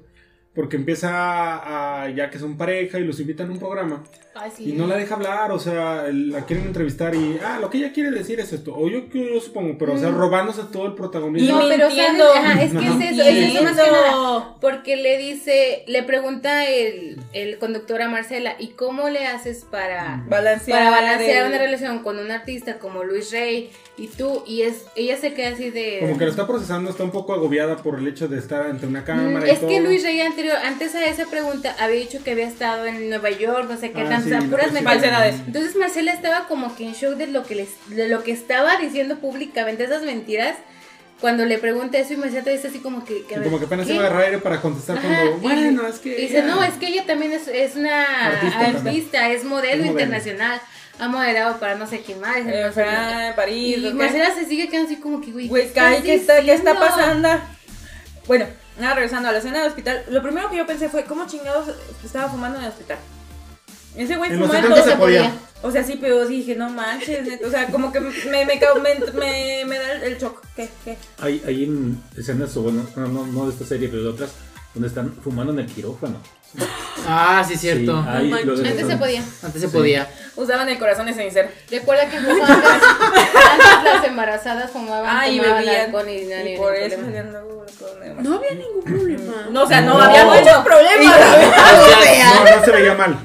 E: Porque empieza a, a- ya que son pareja y los invitan a un programa
C: Ay, sí.
E: y no la deja hablar, o sea, la quieren entrevistar y, ah, lo que ella quiere decir es esto, o yo, yo supongo, pero o
C: Mm.
E: sea, robándose todo el
B: Y
E: protagonismo.
C: No, pero
B: mintiendo.
C: ¿sabes? Ajá, es que
E: Ajá.
C: es eso, es eso más que
B: Mintiendo.
C: nada. Porque le dice, le pregunta el, el conductor a Marcela, ¿y cómo le haces para,
E: Mm.
B: Balancear,
C: para balancear
B: el-
C: una relación con un artista como Luis Rey y tú? Y es ella se queda así de...
E: Como que lo está procesando, está un poco agobiada por el hecho de estar ante una
C: Mm,
E: cámara y
C: Es
E: todo.
C: que Luis Rey anterior, antes a esa pregunta, había dicho que había estado en Nueva York, no sé qué
E: Ah,
C: tantas
E: sí, no,
C: puras
E: sí,
C: mentiras.
B: Falsedades.
C: Entonces Marcela estaba como que en shock de lo que les, de lo que estaba diciendo públicamente esas mentiras cuando le pregunta eso y Meseta dice así como que... que a
E: Y
C: ver,
E: como que apenas
C: ¿qué?
E: iba a agarrar aire para contestar
C: Ajá,
E: cuando.
C: y-
E: Bueno, es que.
C: Y Dice, no, es que ella también es, es una
E: Artista
C: artista,
E: también.
C: es modelo
E: Es modelo.
C: internacional, ha modelado para no sé qué más.
B: En Francia, en París.
C: y
B: Eh, ¿ok?
C: Marcela se sigue quedando así como que, güey,
B: Güey,
C: estás
B: ¿qué, está, ¿qué está
C: diciendo?
B: pasando? Bueno, nada, regresando a la escena del hospital. Lo primero que yo pensé fue, ¿cómo chingados estaba fumando en el hospital? Ese güey
E: En los
B: fumaba en
E: 70
B: todo.
E: se podía.
C: podía.
B: O sea, sí, pero sí dije, no manches. neta, O sea, como que me, me, cau- me, me- me da el, el shock. ¿Qué? ¿Qué?
A: Hay, hay en escenas, o bueno, no, no, no de esta serie, pero de otras, donde están fumando en el quirófano.
D: Ah, sí, ah, cierto.
A: Sí, ahí
B: No
A: lo de-
C: Antes se podía.
D: Antes se podía.
B: Usaban el corazón de cenicero.
C: Recuerda que fumaban antes, antes las embarazadas fumaban,
B: Ah, y
C: tomaban
B: bebían.
C: alcohol y, no había
B: Y
C: ningún
B: por eso
C: problema.
B: salían luego los problemas.
F: No había ningún problema.
B: No, o sea, no,
E: No.
B: había muchos problemas.
E: No, no se veía mal.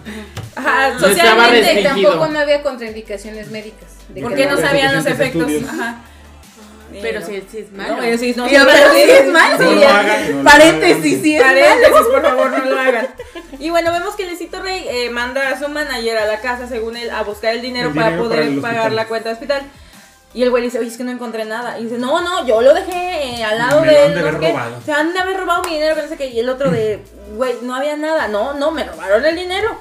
B: Ajá,
D: No estaba
B: socialmente.
C: Y tampoco
D: Tejido.
C: no había contraindicaciones médicas. de que
B: Porque no
E: Pero
B: sabían los
E: suficientes
B: efectos.
E: estudios.
B: Ajá.
F: Pero sí, sí es malo.
B: No, pero sí, no,
F: Digo,
B: sí,
F: pero sí es malo.
E: No
F: sí,
E: lo
F: ya.
E: hagan, no lo
F: Paréntesis,
E: hagan.
F: sí es malo.
B: Paréntesis, por favor, no lo hagan. Y bueno, vemos que Lecito Rey eh, manda a su manager a la casa, según él, a buscar el dinero
E: El
B: para
E: dinero para
B: poder
E: el
B: pagar
E: hospital.
B: la cuenta de hospital. Y el güey dice, oye, es que no encontré nada. Y dice, no, no, yo lo dejé eh, al lado
E: Me lo
B: de él.
E: han
B: no
E: de haber
B: sé qué.
E: robado.
B: Se han de haber robado mi dinero, que no sé qué. Y el otro de, güey, no había nada. No, no, me robaron el dinero.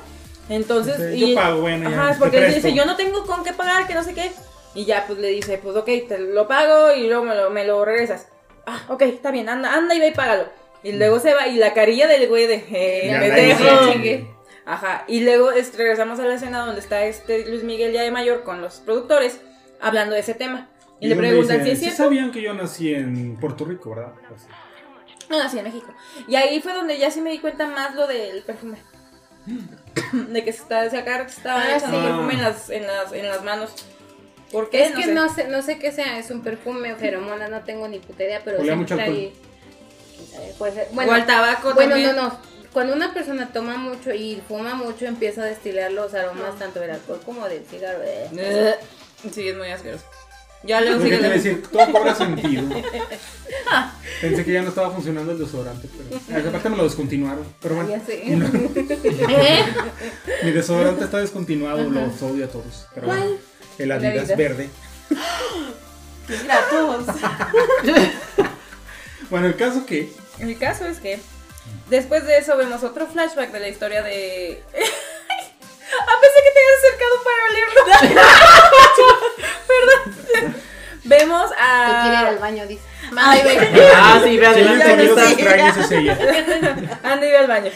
B: Entonces,
E: Dice,
B: y,
E: "Yo pago, bueno, ya,
B: Ajá,
E: te
B: porque él
E: presto".
B: dice, yo no tengo con qué pagar, que no sé qué. Y ya, pues le dice, pues ok, te lo pago y luego me lo, me lo regresas. Ah, ok, está bien, anda, anda y ve y págalo. Y luego se va, y la carilla del güey de, eh,
C: Ya
E: Ya
C: me
E: la
B: pendejo.
C: hice,
E: hice.
C: chingue.
B: Ajá, y luego este, regresamos a la escena donde está este Luis Miguel ya de mayor con los productores hablando de ese tema. Y, le
E: donde
B: preguntan si
E: dicen,
B: es
E: "Sí
B: cierto.
E: sabían que yo nací en Puerto Rico, ¿verdad? Pues,
B: No, nací Ah, en México. Y ahí fue donde ya sí me di cuenta más lo del perfume. De que se está, se acá estaba
C: Ah,
B: echando
E: sí.
B: perfume en las, en las, en las manos. ¿Por qué?
C: Es que
B: sé.
C: no sé, no sé qué sea, es un perfume, feromona, no tengo ni puta idea, pero
E: Olía
C: sí
E: mucho
C: trae-
E: alcohol.
C: quién sabe, puede ser-
B: o al tabaco
C: Bueno,
B: también.
C: no, no. Cuando una persona toma mucho y fuma mucho, empieza a destilar los aromas tanto del alcohol como del cigarro. eh.
B: Eh, Sí, es muy asqueroso. Ya
E: Lo
B: luego
E: que
B: sigue
E: te iba a
B: la-
E: decir, todo cobra sentido. Pensé que ya no estaba funcionando el desodorante, pero aparte me lo descontinuaron. Pero bueno,
C: Ya sé.
E: y no,
C: ¿Eh?
E: mi desodorante está descontinuado, los odio a todos. Pero bueno, el Adidas
C: Adidas.
E: verde.
B: Gratos.
E: Bueno, el caso que
B: El caso es que después de eso vemos otro flashback de la historia de. a pesar que te habías acercado para olerlo. Perdón. Vemos
C: Que quiere ir al
B: a.
C: baño, dice.
F: Ay, ve.
D: Ah, sí, ve
E: si alguien
D: adelante.
E: se
D: ahí
E: dio
D: está.
E: esas tragues, es ella.
B: Anda y ve al baño.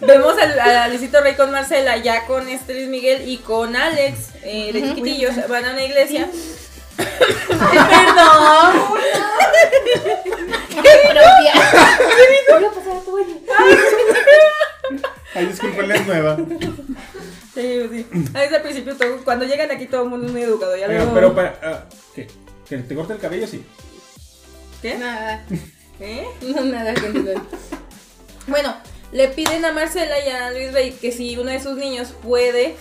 B: Vemos al- a, Luisito Rey con Marcela, ya con este Luis Miguel y con Alex, eh, de chiquitillos, van a una iglesia.
F: Perdón.
E: Ay, disculpen, es nueva.
B: Sí, sí. Ahí es al principio, todo- cuando llegan aquí todo el mundo es muy educado. Ya
E: Oigan,
B: luego-
E: pero para. ah, ¿Qué? ¿Que te corte el cabello? Sí.
B: ¿Qué?
C: Nada,
B: ¿Eh?
C: no, nada, que no.
B: Bueno, le piden a Marcela y a Luis Rey que si uno de sus niños puede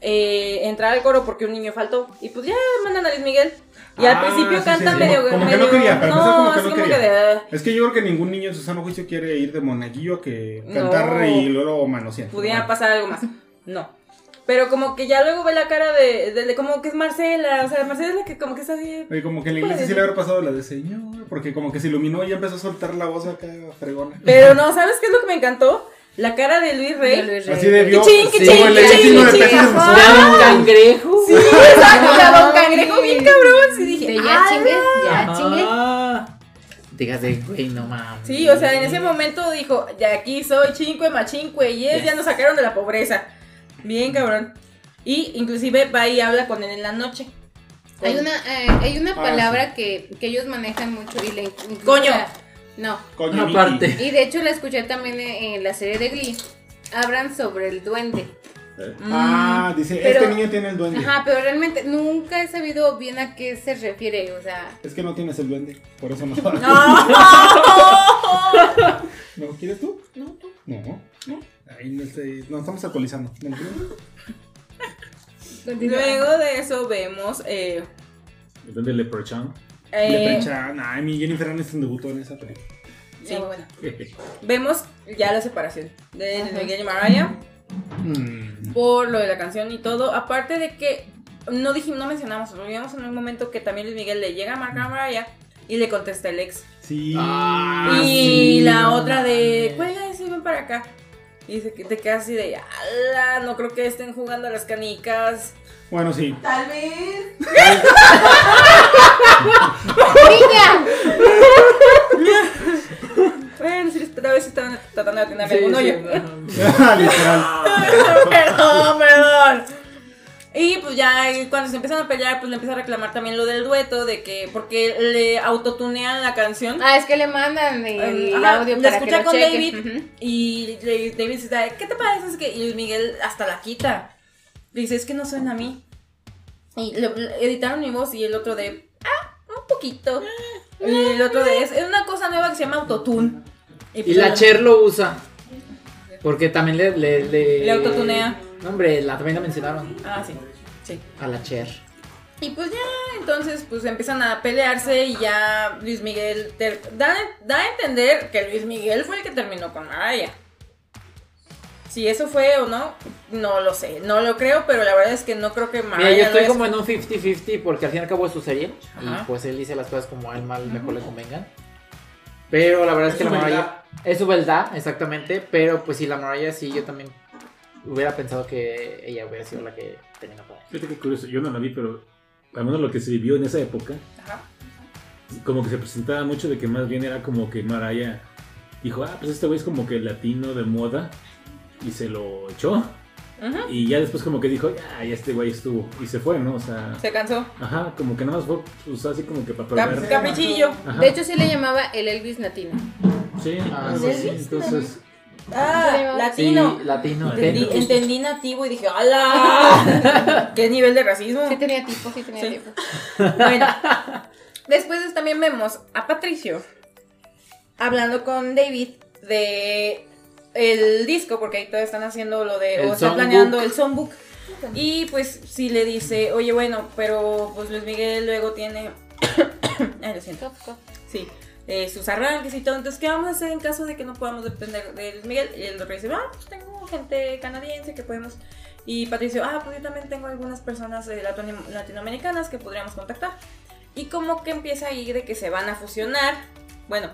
B: eh, entrar al coro porque un niño faltó. Y pues ya mandan a Luis Miguel. Y al
E: Ah,
B: principio
E: sí,
B: canta
E: sí, sí.
B: medio.
E: Como que
B: medio-
E: no quería, para empezar, como que
B: es
E: no
B: como
E: quería.
B: que de, ah,
E: Es que yo creo que ningún niño en su sano juicio quiere ir de monaguillo a que
B: No.
E: cantar y luego manosear.
B: pudiera
E: Bueno.
B: pasar algo más. No. Pero como que ya luego ve la cara de, de- de como que es Marcela. O sea, Marcela es la que como que está así.
E: Oye, como que en la iglesia sí le habrá pasado la de Señor, porque como que se iluminó y empezó a soltar la voz acá fregona.
B: Pero no, ¿sabes qué es lo que me encantó? La cara de Luis Rey.
C: De Luis Rey.
E: Así de vio
B: Que ching, que
E: como
B: ching,
E: el
B: que
E: asesino
B: ching,
E: de
B: que
E: peces
B: ching,
E: en su-
D: Ya don cangrejo.
B: Sí, exacto, o sea, don cangrejo bien cabrón. Sí, dije,
C: De ya
B: "Ah,
C: chingue, ya chingue.
D: Ah. Dígase, güey, no mames.
B: Sí, o sea, en ese momento dijo, ya aquí soy chinque machinque y es, ya nos sacaron de la pobreza. Bien, cabrón. Y inclusive va y habla con él en la noche.
C: Hay una, eh, hay una
E: Ah,
C: palabra que, que ellos manejan mucho y le incluso-
B: Coño.
C: No.
E: Coño, Miki.
D: Aparte.
C: Y de hecho la escuché también en, en la serie de Glee. Hablan sobre el duende.
B: Mm,
E: Ah, dice,
C: Pero-
E: este niño tiene el duende.
C: Ajá, pero realmente nunca he sabido bien a qué se refiere. O sea,
E: Es que no tienes el duende, por eso no.
B: No.
E: ¿No quieres tú? No, tú. No. Ahí no estoy- nos estamos alcoholizando. ¿me entiendes?
B: Luego de eso vemos eh,
A: Donde Leprechaun.
E: Le
B: eh,
E: pechan. Ay, mi Jennifer Aniston debutó en esa película.
B: sí, bueno.
A: Jeje.
B: Vemos ya la separación de Luis Miguel y Mariah
E: Mm.
B: por lo de la canción y todo. Aparte de que no dijimos, no mencionamos, olvidamos en un momento que también Luis Miguel le llega a marcar a Mariah Y le contesta el ex.
E: Sí.
D: Ah,
B: y
D: sí,
B: la
D: no
B: otra de,
D: mames.
B: cuelga ese, ven para acá. Y se, te quedas así de, ala, no creo que estén jugando a las canicas.
E: Bueno, sí.
F: Tal vez.
C: ¡Niña!
B: Bueno, sí, tal vez estaban tratando de atener
D: Sí,
B: algún
D: sí,
B: hoyo.
D: ajá.
E: Literal.
B: perdón, perdón. Y pues ya y cuando se empiezan a pelear, pues le empieza a reclamar también lo del dueto, de que, porque le autotunean la canción.
C: Ah, es que le mandan el
B: Ajá,
C: audio
B: la
C: para
B: escucha
C: que lo
B: con
C: cheque.
B: David
C: Ujú.
B: Y le- David dice, ¿qué te parece? Es que- Y Luis Miguel hasta la quita. Le dice, es que no suena a mí. Y le- le editaron mi voz y el otro de, ah, un poquito. Y el otro de, es, es una cosa nueva que se llama autotune.
D: Y
B: pues,
D: la
B: no-
D: Cher lo usa. Porque también le. Le, le,
B: Le autotunea.
D: No, hombre, la, también la mencionaron.
B: Ah, sí, sí.
D: A la Cher.
B: Y pues ya, entonces, pues empiezan a pelearse y ya Luis Miguel ter- da, da a entender que Luis Miguel fue el que terminó con Mariah. Si eso fue o no, no lo sé, no lo creo, pero la verdad es que no creo que Mariah
D: Mira, yo
B: lo
D: estoy
B: haya-
D: como en un 50-50 porque al fin y al cabo es su serie.
B: Ajá.
D: Y pues él dice las cosas como a él mal, mejor le convengan. Pero la verdad es,
E: Es
D: que la
E: su beldad.
D: Mariah. Es su beldad, exactamente. Pero pues si la Mariah sí, yo también hubiera pensado que ella hubiera sido la que terminó con él.
A: Fíjate qué curioso, yo no la vi, pero al menos lo que se vivió en esa época,
B: Ajá.
A: como que se presentaba mucho de que más bien era como que Maraya dijo, ah, pues este güey es como que latino de moda y se lo echó.
B: Ujú.
A: Y ya después como que dijo, ya, ya este güey estuvo y se fue, ¿no? O sea,
B: Se cansó.
A: ajá, como que nada más fue pues, así como que para
B: Cap-
A: perder.
B: caprichillo.
A: Ajá.
C: pues, De hecho, pues, sí le llamaba el Elvis Latino.
A: sí,
D: Ah,
A: algo
D: sí,
A: así,
D: sí,
A: entonces,
B: Ah,
D: Sí,
B: latino.
D: latino.
A: Entendí-
B: Entendí, entendí nativo y dije, ¡Hala! ¡Qué nivel de racismo!
C: Sí tenía tipo, sí tenía
B: Sí.
C: tipo.
B: Bueno, después también vemos a Patricio hablando con David de el disco, porque ahí todavía están haciendo lo de,
D: El
B: o están
D: songbook.
B: planeando el songbook. Y pues sí le dice, oye, bueno, pero pues Luis Miguel luego tiene. Ay, lo siento.
C: Cof, cof.
B: Sí. eh, sus arranques y todo. Entonces, ¿qué vamos a hacer en caso de que no podamos depender de Luis Miguel? Y el doctor dice, ah, pues tengo gente canadiense que podemos... Y Patricio, ah, pues yo también tengo algunas personas eh, latino- latinoamericanas que podríamos contactar. Y como que empieza ahí de que se van a fusionar. Bueno,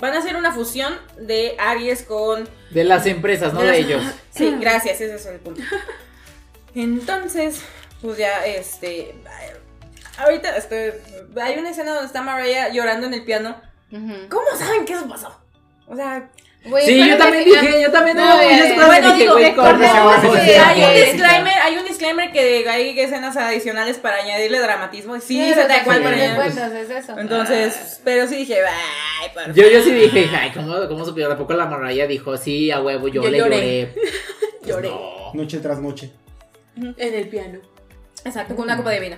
B: van a hacer una fusión de Aries con...
D: De las empresas, no
B: De las-
D: de ellos.
B: Sí, gracias, ese es el punto. Entonces, pues ya, este... Ahorita este, hay una escena donde está Mariah llorando en el piano.
C: Ujú.
B: ¿Cómo saben que eso pasó? O sea,
C: Güey,
D: Sí,
C: parece
D: yo también
C: que-
D: dije, yo también
C: No,
D: era muy
C: eh,
D: después
B: bueno,
D: dije,
B: digo,
D: güey, ¿cómo
C: recordemos
D: se va a
C: que
B: Sí,
D: hacer,
B: hay un
D: güey?
B: disclaimer, hay un disclaimer que hay escenas adicionales para añadirle dramatismo. y Sí,
C: Sí,
B: se
C: pero
B: da
C: al
B: igual
C: final
B: para
C: de
B: añadir.
C: cuentas es eso.
B: Entonces, pero sí dije, ay, por
D: Yo, yo sí dije, ay, ¿cómo, cómo supieron? ¿A poco la morralla dijo, sí, a huevo, yo,
B: Yo
D: le
B: lloré.
D: lloré?
B: favor, lloré.
D: Oh.
E: Noche tras noche.
F: En el piano.
E: Mm.
B: Exacto, con una copa de vino.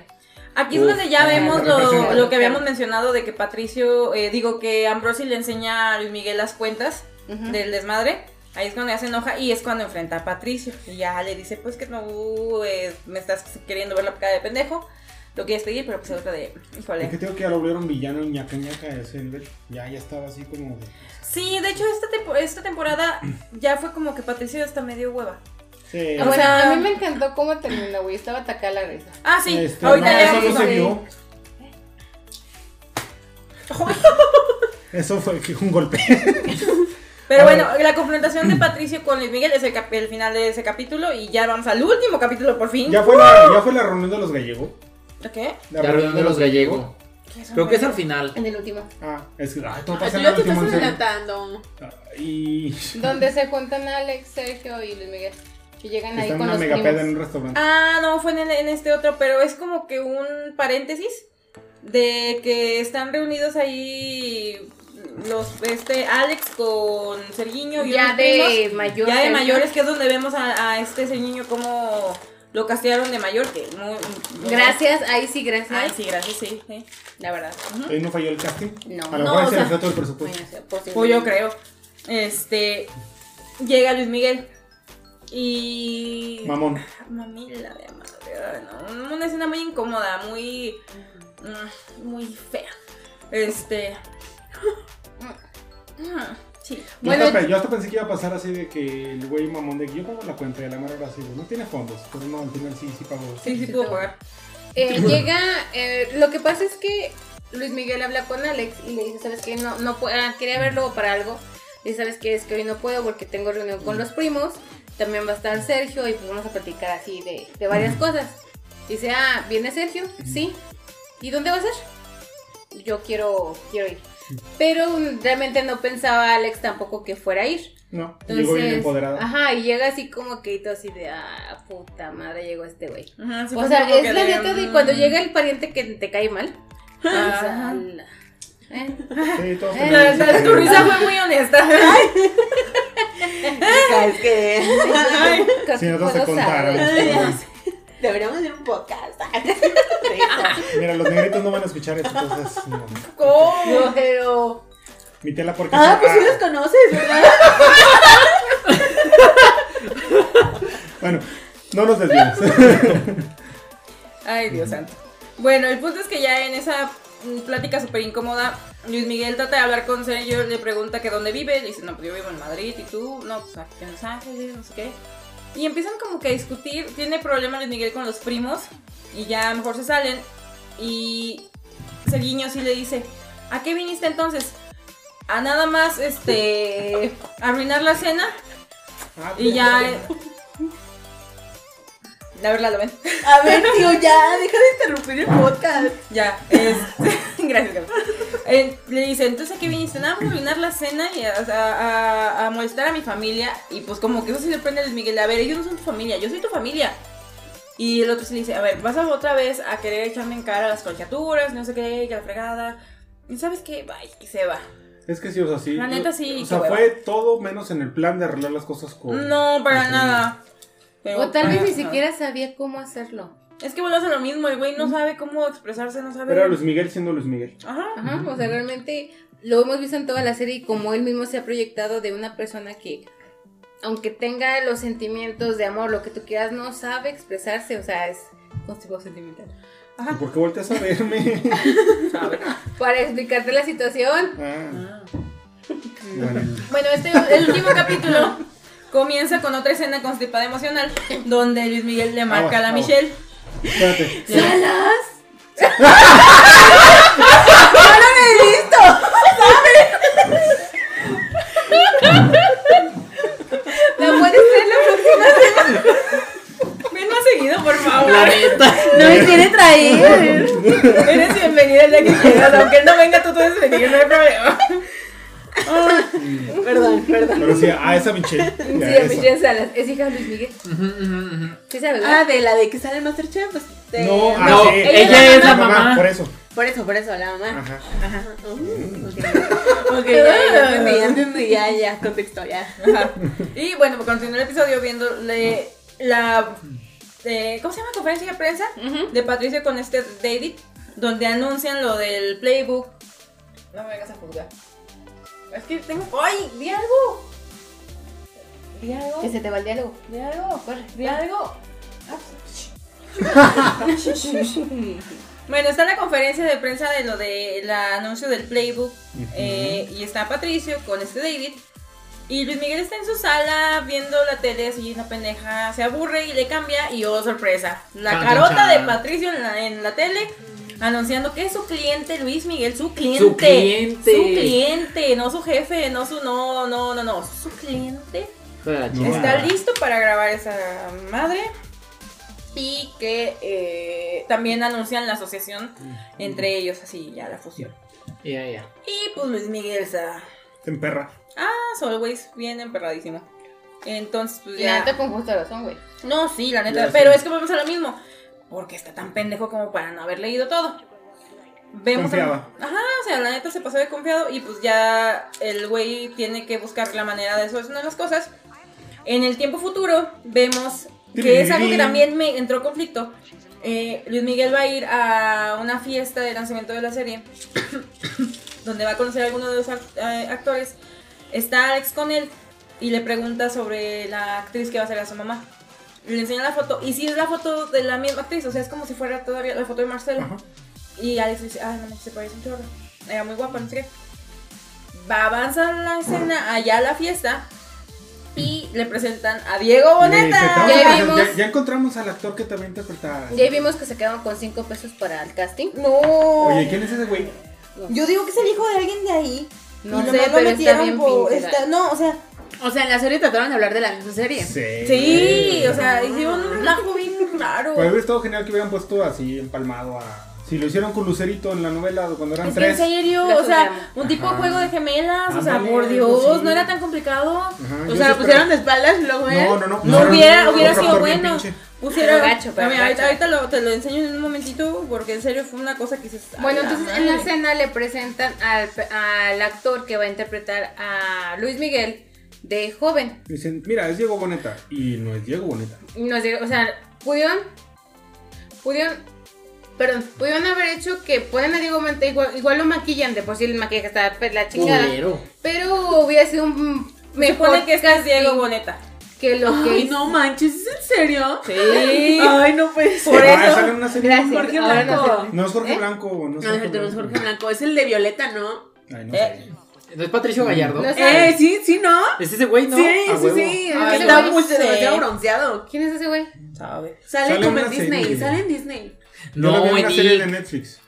B: Aquí es
D: Uf,
B: donde ya
E: ah,
B: vemos
E: pero
B: lo,
E: representa.
B: lo que habíamos mencionado de que Patricio, eh, digo que Ambrosi le enseña a Luis Miguel las cuentas
C: Ujú.
B: del desmadre. Ahí es cuando ya se enoja y es cuando enfrenta a Patricio. Y ya le dice, pues que no eh, me estás queriendo ver la cara de pendejo. Lo quieres pedir, pero pues el otro de, híjole.
E: Es que tengo que ya lo volvieron villano en ñaca ñaca ese nivel. Ya, ya estaba así como de.
B: Sí, de hecho, esta, tempo- esta temporada ya fue como que Patricio hasta me dio hueva.
E: Sí.
C: O
B: Ah, Bueno,
C: sea, a mí me encantó cómo terminó, güey. Estaba atacada la risa.
B: Ah, sí,
E: Este,
B: ahorita
E: no,
B: ya.
E: eso no
B: vamos
E: se
B: a-
E: vio. Eso fue que un golpe.
B: Pero bueno, la confrontación de Patricio con Luis Miguel es el, cap- el final de ese capítulo y ya vamos al último capítulo por fin.
E: Ya fue la, ya fue la reunión de los gallegos.
B: ¿Qué?
E: La,
D: La reunión de los gallegos.
B: ¿Qué es
D: Creo que es al final.
C: En el último.
E: Ah, es que. Ay, todo
F: Ay,
E: pasa
F: tú
E: en el
F: ya te
E: último
F: estás
E: en serio.
F: adelantando.
E: Y.
C: Donde se juntan Alex, Sergio y Luis Miguel. Que llegan ahí
E: Está en
C: con
E: una
C: los
E: mega peda en
C: primos.
E: un restaurante.
B: Ah, no, fue en, el- en este otro, pero es como que un paréntesis de que están reunidos ahí los, este, Alex con Sergiño y
C: Ya
B: unos primos.
C: de mayor.
B: Ya de
C: Sergio.
B: mayores, que es donde vemos a, a este ese niño como lo castearon de mayor, que muy... muy-
C: Gracias, ahí sí, gracias.
B: Ay, sí, gracias, sí, sí, la verdad. Ujú.
E: Ahí no falló el casting.
C: No.
E: A lo
B: Ah. No, o
E: mejor se les
B: sea,
E: fue todo el presupuesto.
C: Bueno, sí, posiblemente.
B: Pues yo creo. Este, llega Luis Miguel y...
E: Mamón.
B: Mamila de madre, ay, no, una escena muy incómoda, muy... mm, Muy fea. Este... mm, Sí.
E: Yo,
C: Bueno,
E: hasta, pe- yo hasta pensé que iba a pasar así de que el güey mamón de que yo pago la cuenta y a la mera ahora sí, no tiene fondos, pero no, al final sí, sí pago.
B: Sí, sí pudo pagar.
C: Eh, llega, eh, lo que pasa es que Luis Miguel habla con Alex y le dice, ¿sabes qué? No, no puedo, ah, quería verlo para algo. Y dice, ¿sabes qué? Es que hoy no puedo porque tengo reunión
B: Mm.
C: con los primos. También va a estar Sergio y pues vamos a platicar así de, de
B: Mm.
C: varias cosas. Dice, ah, ¿viene Sergio? Sí. ¿Y dónde va a ser? Yo quiero, quiero ir. Pero mm, realmente no pensaba Alex tampoco que fuera a ir.
E: No,
C: Entonces,
E: llegó bien empoderada.
C: Ajá, y llega así como que y todo así de, ah, puta madre, llegó este güey.
B: Ajá, sí
C: o
B: fue
C: sea,
B: como que
C: es la
B: de,
C: neta de
B: mm,
C: cuando llega el pariente que te cae mal. O sea,
B: Ajá.
C: la- ¿eh?
E: Sí, todos
C: Eh,
E: tenemos
B: La-
E: esa
B: la- Tu
E: creencia.
B: risa fue muy honesta.
F: Chica, es que
C: Creo
E: Si
C: que
E: nosotros te
C: puedo saber.
E: contáramos.
F: deberíamos hacer un podcast. Ah,
E: Mira, los negritos no van a escuchar esto, entonces. no.
B: ¿Cómo?
C: No, pero-
E: Mi tela porque.
F: Ah, pues sí los conoces, ¿verdad?
E: Bueno, no nos desviamos.
B: Ay, Dios santo. Bueno, el punto es que ya en esa mm, plática súper incómoda, Luis Miguel trata de hablar con Sergio, le pregunta que dónde vive, le dice, no, pues yo vivo en Madrid, ¿y tú? No, pues aquí en Los Ángeles, no sé qué. Y empiezan como que a discutir, tiene problema Luis Miguel con los primos, y ya mejor se salen, y Sergiño sí le dice, ¿a qué viniste entonces? A nada más, este, arruinar la cena,
E: Ah,
B: y ya... eh, La verdad, lo ven.
F: A ver, tío, ya, deja de interrumpir el podcast.
B: Ya, es... gracias, Gaby. Eh, le dice, entonces aquí viniste nada más a arruinar la cena y a, a- a- a molestar a mi familia. Y pues como que eso se le prende a Luis Miguel, a ver, ellos no son tu familia, yo soy tu familia. Y el otro se le dice, a ver, vas a otra vez a querer echarme en cara las colegiaturas, no sé qué, que la fregada. Y sabes qué, bye, que se va.
E: Es que sí, o sea, sí.
B: La neta sí,
E: O sea,
B: qué hueva.
E: fue todo menos en el plan de arreglar las cosas con.
B: No, para
E: con-
B: nada. Pero
C: O tal vez
B: para
C: ni
B: nada.
C: siquiera sabía cómo hacerlo.
B: Es que vuelve a hacer lo mismo, el güey no sabe cómo expresarse, no sabe...
E: Era Luis Miguel siendo Luis Miguel.
B: Ajá.
C: Ajá, o sea, realmente lo hemos visto en toda la serie y como él mismo se ha proyectado de una persona que, aunque tenga los sentimientos de amor, lo que tú quieras, no sabe expresarse, o sea, es constipo sentimental.
E: ¿Y ¿Por qué volteas a verme?
C: Para explicarte la situación,
E: Ah,
B: Ah.
E: bueno.
B: Bueno, este el último capítulo comienza con otra escena constipada emocional donde Luis Miguel le marca a la
E: Aguas, aguas.
B: Michelle.
E: Espérate.
C: la puedes ver la próxima
B: Ven más seguido, por
D: La
B: favor.
D: neta.
F: No me quiere traer.
B: Eres bienvenida el día que quieras, aunque él no venga tú puedes venir, no hay problema.
F: Perdón, perdón.
E: Pero sí, a esa Michelle.
C: Sí,
E: a
C: de
E: esa.
C: Michelle Salas, es hija de Luis Miguel.
D: Ujú, ujú, ujú.
C: Sí, sabes,
F: Ah,
C: ¿verdad?
F: de la de que sale el Masterchef, pues. de-
E: No, ah,
D: No,
E: sí.
D: ella
B: es la
D: mamá.
E: Por eso.
F: Por eso, por eso, la mamá.
E: Ajá.
F: Ajá. Uh, ok, Ok, ya, ya entendí, ya entendí, ya, ya, contexto, ya.
B: Ajá. Y bueno, pues, continúa el episodio viendo le- la. eh, ¿Cómo se llama? Conferencia de prensa
C: Ujú.
B: de Patricia con este David, donde anuncian lo del playbook. No me vengas a juzgar. Es que tengo. ¡Ay! ¡Di algo! ¿Di algo?
C: Ah, Que se te va el diálogo.
B: ¿Di algo?
C: Corre,
B: ¿Di algo? Ah, Bueno, está la conferencia de prensa de lo del anuncio del playbook. eh, y está Patricio con este David. Y Luis Miguel está en su sala viendo la tele, así una pendeja, se aburre y le cambia. Y oh, sorpresa, la
D: Chan, chan,
B: carota de
D: chan.
B: Patricio en la, en la tele. Anunciando que es su cliente, Luis Miguel, su cliente.
D: Su cliente.
B: Su cliente, no su jefe, no su. No, no, no, no. Su cliente
D: Hijo de la
E: No.
D: chingada.
B: está listo para grabar esa madre y que eh, también anuncian la asociación entre ellos, así ya la fusión.
D: Ya, ya.
B: Y pues Luis Miguel está
E: En perra.
B: más always bien emperradísimo. Entonces, pues
C: Y
B: ya.
C: la neta con justa razón, güey.
B: No, sí, la neta.
E: Ya,
B: pero
E: sí.
B: es que vamos a lo mismo. Porque está tan pendejo como para no haber leído todo. Vemos a-
E: Confiaba.
B: Ajá, o sea, la neta se pasó de confiado y pues ya el güey tiene que buscar la manera de solucionar las cosas. En el tiempo futuro vemos que es algo que también me entró conflicto. Eh, Luis Miguel va a ir a una fiesta de lanzamiento de la serie donde va a conocer a alguno de los act- eh, actores. Está Alex con él y le pregunta sobre la actriz que va a ser a su mamá. Le enseña la foto y sí es la foto de la misma actriz, o sea, es como si fuera todavía la foto de Marcelo.
E: Ajá.
B: Y Alex dice, ah, no, se parece un chorro. Era muy guapa, no sé qué. Va, avanza la escena allá a la fiesta. Y le presentan a Diego
E: Necesitamos-
B: Boneta.
C: Ya
E: Ya,
C: vimos.
E: ya encontramos al actor que también interpretaba.
C: Ya vimos que se quedaron con 5 pesos para el casting.
F: No.
E: Oye, ¿quién es ese güey?
F: Yo digo que es el hijo de alguien de ahí.
C: No sé,
F: Y nomás lo
C: pero está
F: metieron
C: bien
F: por-
C: pinche,
F: está- No, o sea,
C: O sea, en la serie trataron de hablar de la misma serie.
E: Eh,
B: Sí, o sea, hicieron un relajo bien raro.
E: Pues hubiera estado genial que hubieran puesto así empalmado a. Si lo hicieron con Lucerito en la novela cuando eran
B: Es que en
E: tres.
B: serio,
C: Las
B: o sea,
C: odiamos.
B: un tipo de
E: Ajá.
B: juego de gemelas, o sea,
E: Ándale,
B: por
E: pues
B: Dios,
E: sí.
B: no era tan complicado.
E: Ajá,
C: O
E: yo
C: sea, lo
E: sí
C: pusieron de
E: esperaba-
C: espaldas y luego
E: No,
C: él.
E: no, no.
B: eh, No
E: pusieron
B: hubiera,
E: otro
B: hubiera
E: actor
B: sido
E: bien
B: bueno.
E: pinche.
B: Pusiera,
C: Pero gacho, pero
B: Mira, ahorita,
C: gacho.
B: ahorita lo- te lo enseño en un momentito porque en serio fue una cosa que se
C: Bueno, entonces en la escena le presentan al, pe- al actor que va a interpretar a Luis Miguel de joven.
E: Dicen, mira, es Diego Boneta. Y no es Diego Boneta.
C: No sé, o sea, pudieron. Pudieron. Perdón, pudieron haber hecho que pueden a Diego Boneta, igual, igual lo maquillan, de por sí el maquillaje está pe- la chingada.
D: Culero.
C: Pero hubiera sido un
B: me pone
C: mejor
B: que este es
C: casting
B: Diego Boneta.
C: que lo que
F: Ay,
C: hizo.
F: no manches, ¿es en serio?
B: Sí.
F: Ay, no puede ser.
B: Por
E: Ah,
B: eso-
E: sale en una serie.
C: Gracias.
F: Jorge
C: ahora no
F: Blanco.
C: sé.
E: No es Jorge
C: ¿Eh?
E: Blanco. No es
F: No,
E: Jorge
F: no es
E: Blanco.
F: Jorge Blanco, es el de Violeta, ¿no?
E: Ay, no
B: Eh.
E: sé.
D: ¿No es Patricio Gallardo?
C: No es-
F: Eh, sí, sí, ¿no?
D: ¿Es ese güey, no?
F: Sí,
D: A
F: sí,
D: huevo.
F: sí.
C: Ah,
F: que
C: ese
F: está
C: güey
F: muy
B: sí.
F: demasiado bronceado.
C: ¿Quién es ese güey?
B: Sabe.
F: Sale,
E: Sale en
F: como en
E: una
F: Disney,
E: serie.
F: sale en Disney.
E: Yo lo
D: No,
E: vi en
D: en
E: una serie de
D: Nick.
E: Netflix.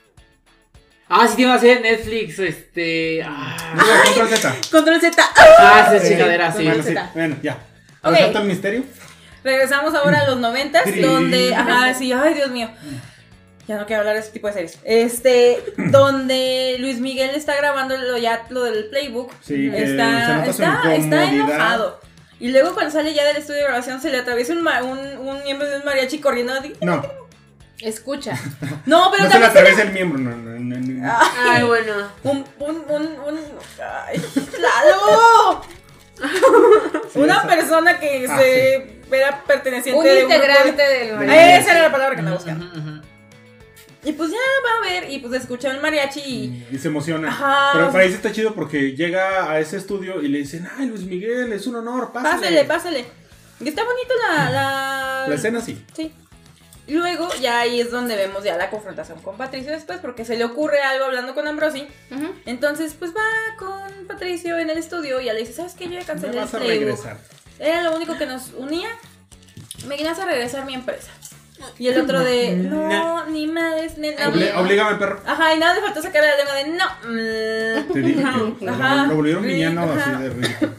D: Ah, sí, tiene una serie de Netflix, este... Ah,
E: Mira, Control Z.
F: Control Z.
D: ah esa es
E: Sí.
D: chingadera, sí.
E: Bueno,
F: sí.
E: Bueno, ya.
B: Ok.
E: Resuelta el misterio.
B: Regresamos ahora a los noventas,
E: Sí.
B: donde, ajá, sí, ay Dios mío. Ya no quiero hablar de ese tipo de series. Este, donde Luis Miguel está grabando lo, ya lo del playbook.
E: Sí, que se
B: está,
E: nota su
B: está, está
E: incomodidad.
B: enojado. Y luego cuando sale ya del estudio de grabación se le atraviesa un, ma- un, un miembro de un mariachi corriendo.
E: No,
C: Escucha.
B: No, pero
E: no se le
B: también se le-
E: atraviesa el miembro. No, no, no, no.
B: Ah.
F: Ay, bueno.
B: un, un, un, un, ay, Lalo.
E: Sí,
B: Una
E: esa-
B: persona que
E: Ah,
B: se era perteneciente
C: Un
B: de grupo de-
C: integrante del
E: Eh,
B: Esa era la palabra que andaba buscando.
D: Ujú, ujú.
B: Y pues ya va a ver, y pues escucha el mariachi y.
E: Y se emociona.
B: Ajá.
E: Pero para ahí sí está chido porque llega a ese estudio y le dicen, ay Luis Miguel, es un honor, pásale.
B: Pásale, pásale. Y está bonito la. La,
E: La escena sí.
B: Sí. Y Luego ya ahí es donde vemos ya la confrontación con Patricio después, porque se le ocurre algo hablando con Ambrosi.
C: Ujú.
B: Entonces, pues va con Patricio en el estudio y ya le dice, ¿sabes qué? Yo ya
E: Me
B: cancelé el
E: vas a
B: playbook.
E: regresar.
B: Era lo único que nos unía. Me ibas a regresar mi empresa. Y el otro de, no, ni madres, ni nada.
E: Obli- oblígame, perro.
B: Ajá, y nada le faltó sacar el lema de, no. mm".
E: Te dije que
B: Ajá.
E: lo, lo volvieron
B: Sí,
E: villano
B: ajá.
E: así de ridículo.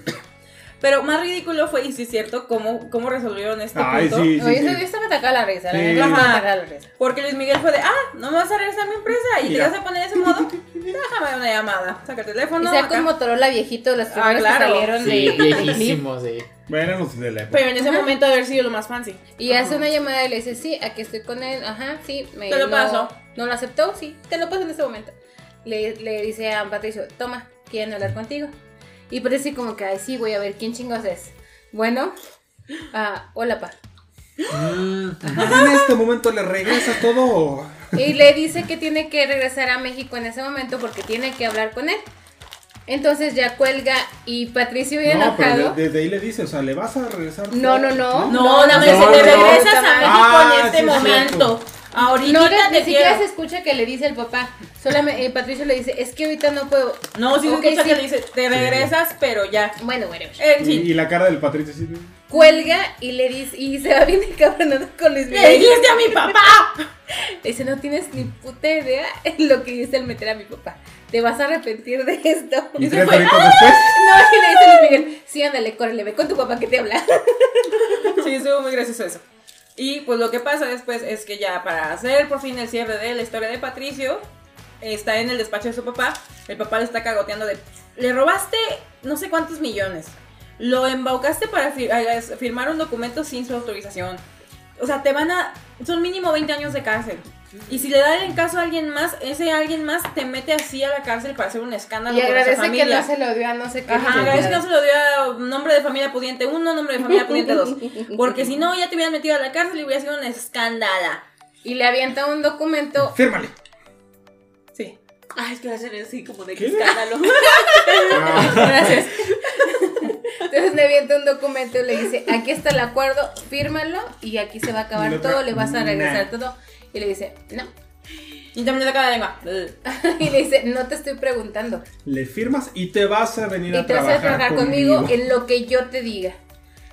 B: Pero más ridículo fue, y sí es cierto, cómo, cómo resolvieron este
E: Ay,
B: punto.
E: sí, sí.
C: Oye,
E: sí.
C: eso yo estaba atacada la risa, la
E: Sí.
C: verdad, estaba
B: Ajá.
C: atacada la risa.
B: Porque Luis Miguel fue de, ah, no me vas a regresar mi empresa y
E: Mira.
B: te vas a poner de ese modo. Déjame una llamada. Saca el
C: Y
B: teléfono.
C: sea
B: acá.
C: como Torola viejito, los
B: Ah,
C: primeros
B: claro.
C: que salieron
D: Sí,
C: de- de clip.
D: viejísimo, sí.
E: Bueno, eran los de la época.
B: Pero en ese momento haber sido lo más fancy.
C: Y hace una llamada y le dice, sí, aquí estoy con él, ajá, sí, me,
B: Te lo
C: no,
B: paso.
C: No lo aceptó, sí, te lo paso en este momento. Le, le dice a Patricio, toma, quieren hablar contigo. Y parece como que, ay, sí, voy a ver quién chingos es. Bueno, ah, hola, pa.
D: Mm,
E: En este momento le regresa todo.
C: Y le dice que tiene que regresar a México en ese momento porque tiene que hablar con él. Entonces ya cuelga y Patricio bien
E: No, pero
C: enojado.
E: de- desde ahí le dice, o sea, le vas a regresar.
C: No, no, no.
B: No, nada más
D: no,
B: dice, te
D: no.
B: regresas a México
E: Ah,
B: en este
E: sí es
B: momento. Ahorita
C: No, le-
B: te
C: ni siquiera
B: quiero.
C: se escucha que le dice el papá. Solamente eh, Patricio le dice, es que ahorita no puedo.
B: No, sí,
C: Ok,
B: se escucha
C: sí.
B: que le dice, te regresas, pero ya.
C: Bueno, whatever.
B: En
E: Y,
B: fin.
E: y la cara del Patricio así. de-
C: Cuelga y le dice, y se va bien encabronado con Luis
B: ¡Le
C: Miguel.
B: dijiste a mi papá!
C: Le dice, no tienes ni puta idea lo que hice al meter a mi papá. Te vas a arrepentir de esto. No, y le
E: Y
C: dice
E: tres doritos después.
C: a Luis Miguel, sí, ándale, córrele, ve con tu papá que te habla.
B: Sí, estuvo muy gracioso eso. Y pues lo que pasa después es que ya para hacer por fin el cierre de la historia de Patricio, está en el despacho de su papá, el papá le está cagoteando de, le robaste no sé cuántos millones, lo embaucaste para fir- a- a- firmar un documento sin su autorización, o sea, te van a, son mínimo 20 años de cárcel. Y si le dan el caso a alguien más, ese alguien más te mete así a la cárcel para hacer un escándalo.
C: Y
B: con su
C: agradece que
B: familia.
C: no se lo dio a no sé qué.
B: Ajá,
C: Ajá,
B: agradezco que no se lo dio a nombre de familia pudiente 1, nombre de familia pudiente 2. Porque si no, ya te hubieran metido a la cárcel y hubiera sido una escándala.
C: Y le avienta un documento.
E: Fírmale.
B: Sí.
F: Ay, es que hacen así como de
E: ¿Qué?
F: escándalo.
E: Ah,
C: Gracias. Entonces le avienta un documento y le dice, aquí está el acuerdo, fírmalo y aquí se va a
E: Y
C: acabar
E: la otra,
C: todo, le vas a regresar
E: nah.
C: todo. Y le dice, no.
B: Y también le saca la lengua.
C: Y le dice, no te estoy preguntando.
E: le firmas y te vas a venir
C: Y
E: a
C: te vas a
E: trabajar,
C: trabajar conmigo en lo que yo te diga.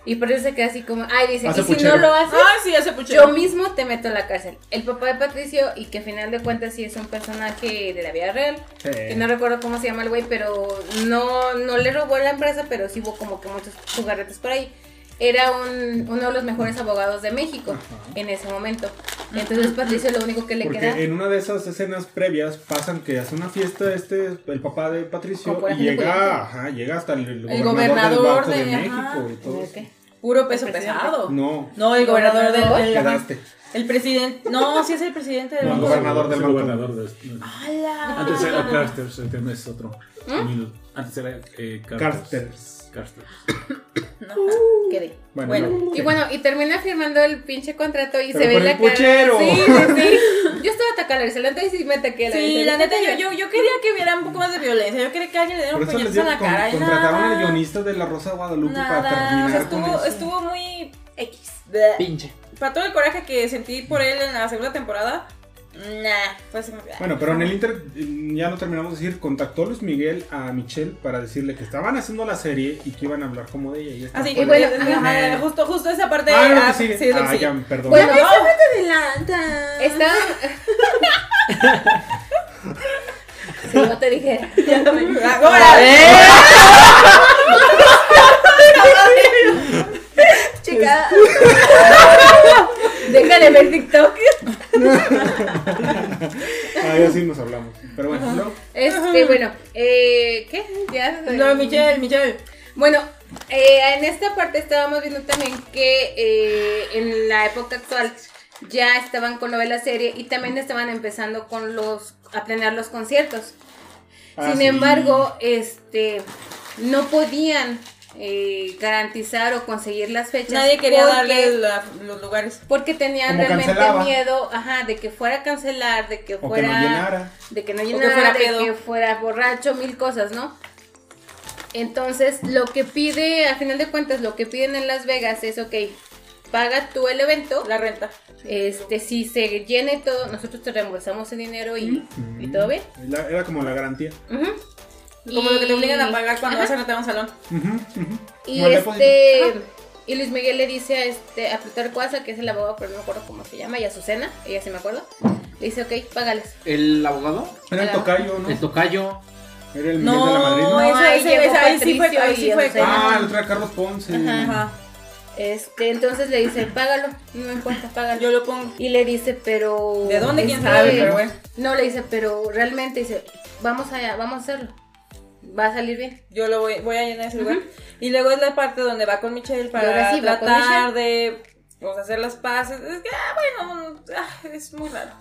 C: Y por eso se queda así como, ay, dice,
E: Hace
C: y si
E: puchero.
C: no lo haces,
B: Ah, sí, hace
C: yo
B: puchero.
C: mismo te meto a la cárcel. El papá de Patricio, y que al final de cuentas sí es un personaje de la vida real, que no recuerdo cómo se llama el güey, pero no, no le robó la empresa, pero sí hubo como que muchos jugarretes por ahí. Era un- uno de los mejores abogados de México
E: Ajá.
C: en ese momento. Entonces Patricio lo único que le
E: Porque
C: queda...
E: en una de esas escenas previas pasan que hace una fiesta este el papá de Patricio
C: Como
E: y
C: la gente
E: llega,
C: cuidando.
E: ajá, llega hasta el, el
B: El
E: gobernador,
B: gobernador
E: del Banco de,
B: de-
E: México
B: ajá.
E: y todo.
C: ¿Qué?
B: Puro peso
C: El presidente.
B: pesado.
E: No,
B: No, el gobernador del.
C: ¿Gobernador?
B: del-
E: quedaste.
B: el presidente. No, sí es el presidente del.
E: No,
B: banco.
E: gobernador del
A: Es el
E: banco.
A: gobernador de- este,
B: ¡Hala!
A: Antes era Carsters, ahorita no es otro.
C: ¿Mm?
A: Emilio. Antes era eh, Carsters.
E: Carsters.
A: Carsters.
C: Uh. Quedé.
E: Bueno,
B: Bueno,
E: no.
C: Y bueno, y termina firmando el pinche contrato y
E: Pero
C: se ve
E: con
C: la
E: el
C: cara.
E: puchero.
C: Sí, sí, sí. Yo estaba atacando el celular y sí me ataqué la
B: Sí,
C: neta.
B: la neta, yo, yo, yo quería que hubiera un poco más de violencia. Yo quería que alguien le diera
E: Por
B: un
E: eso les
B: puñetazo
E: dio,
B: en la
E: con-
B: cara. y
E: contrataron
B: nada,
E: al guionista de La Rosa de Guadalupe para
B: Nada,
E: terminar
B: o sea,
E: con este-
B: estuvo,
E: eso.
B: estuvo muy X. Bleh.
D: Pinche.
B: Para todo el coraje que sentí por él en la segunda temporada, nah, pues.
E: Bueno, pero en el Inter eh, ya no terminamos de decir, contactó Luis Miguel a Michelle para decirle que estaban haciendo la serie y que iban a hablar como de ella.
C: Ah,
E: Y esta
B: Así,
E: fue
B: y
E: la-
B: bueno,
C: bueno,
B: ajá,
E: ajá.
B: justo, justo esa parte.
E: pues, eh, Ah, no,
B: ah,
E: que sí.
B: sí,
E: Ah,
B: sí.
E: ya, perdón.
B: Bueno,
F: Bueno,
B: no.
F: te adelanta.
C: Estaba. sí, no te dije.
B: Ahora,
F: chica.
C: Deja de ver TikTok.
E: Ahí así Ah, nos hablamos. Pero bueno, luego,
C: Este, bueno, eh, ¿qué? Ya.
B: no, Michelle, Michelle.
C: Bueno, eh, en esta parte estábamos viendo también que eh, en la época actual ya estaban con lo de la serie y también estaban empezando con los a planear los conciertos.
E: ah,
C: Sin
E: sí.
C: embargo, este no podían eh, garantizar o conseguir las fechas.
B: Nadie quería
C: porque-
B: darle la- los lugares.
C: porque tenían
E: Como
C: realmente
E: cancelaba.
C: miedo, ajá, de que fuera a cancelar, de que
E: o que
C: fuera
E: no llenara.
C: de que no
B: que
C: llenara,
B: fuera
C: de
B: pedo.
C: que fuera borracho, mil cosas, ¿no? Entonces, lo que pide, a final de cuentas, lo que piden en Las Vegas es, ok, paga tú el evento,
B: La renta.
C: este, si se llene todo, nosotros te reembolsamos el dinero y, y todo bien.
E: Mm. La- era como la garantía.
C: Ujú.
B: Como lo que te obligan a pagar cuando
C: Ajá.
B: vas a rentar un salón.
E: Ujú, ujú.
C: Y
E: Como el
C: este. Y Luis Miguel le dice a este a Plutarco Asa, que es el abogado, pero no me acuerdo cómo se llama, y a Susana, ella sí me acuerdo. Le dice, ok, págales.
D: ¿El abogado?
E: Era el
C: Claro.
E: tocayo, ¿no?
D: El tocayo.
E: Era el Miguel de la Madrid.
B: No,
E: ¿no?
B: eso,
C: ahí
B: ese-
C: llegó
B: ese- ahí sí fue,
C: Patricio
B: ahí
C: y
B: sí fue.
C: Azucena.
E: Ah, el otro era Carlos Ponce.
C: Ajá.
B: Ajá.
C: Este, entonces le dice, págalo, no me importa, págalo.
B: Yo lo pongo.
C: Y le dice, pero.
B: ¿De dónde? ¿Quién
C: este,
B: sabe? Pero bueno.
C: No, le dice, pero realmente dice, vamos a, vamos a hacerlo. Va a salir bien.
B: Yo lo voy, voy a llenar ese lugar. Y luego es la parte donde va con Michelle
C: Y
B: para
C: ahora sí va con
B: tratar de pues, hacer las paces. Es que, ah, bueno, ah, es muy raro.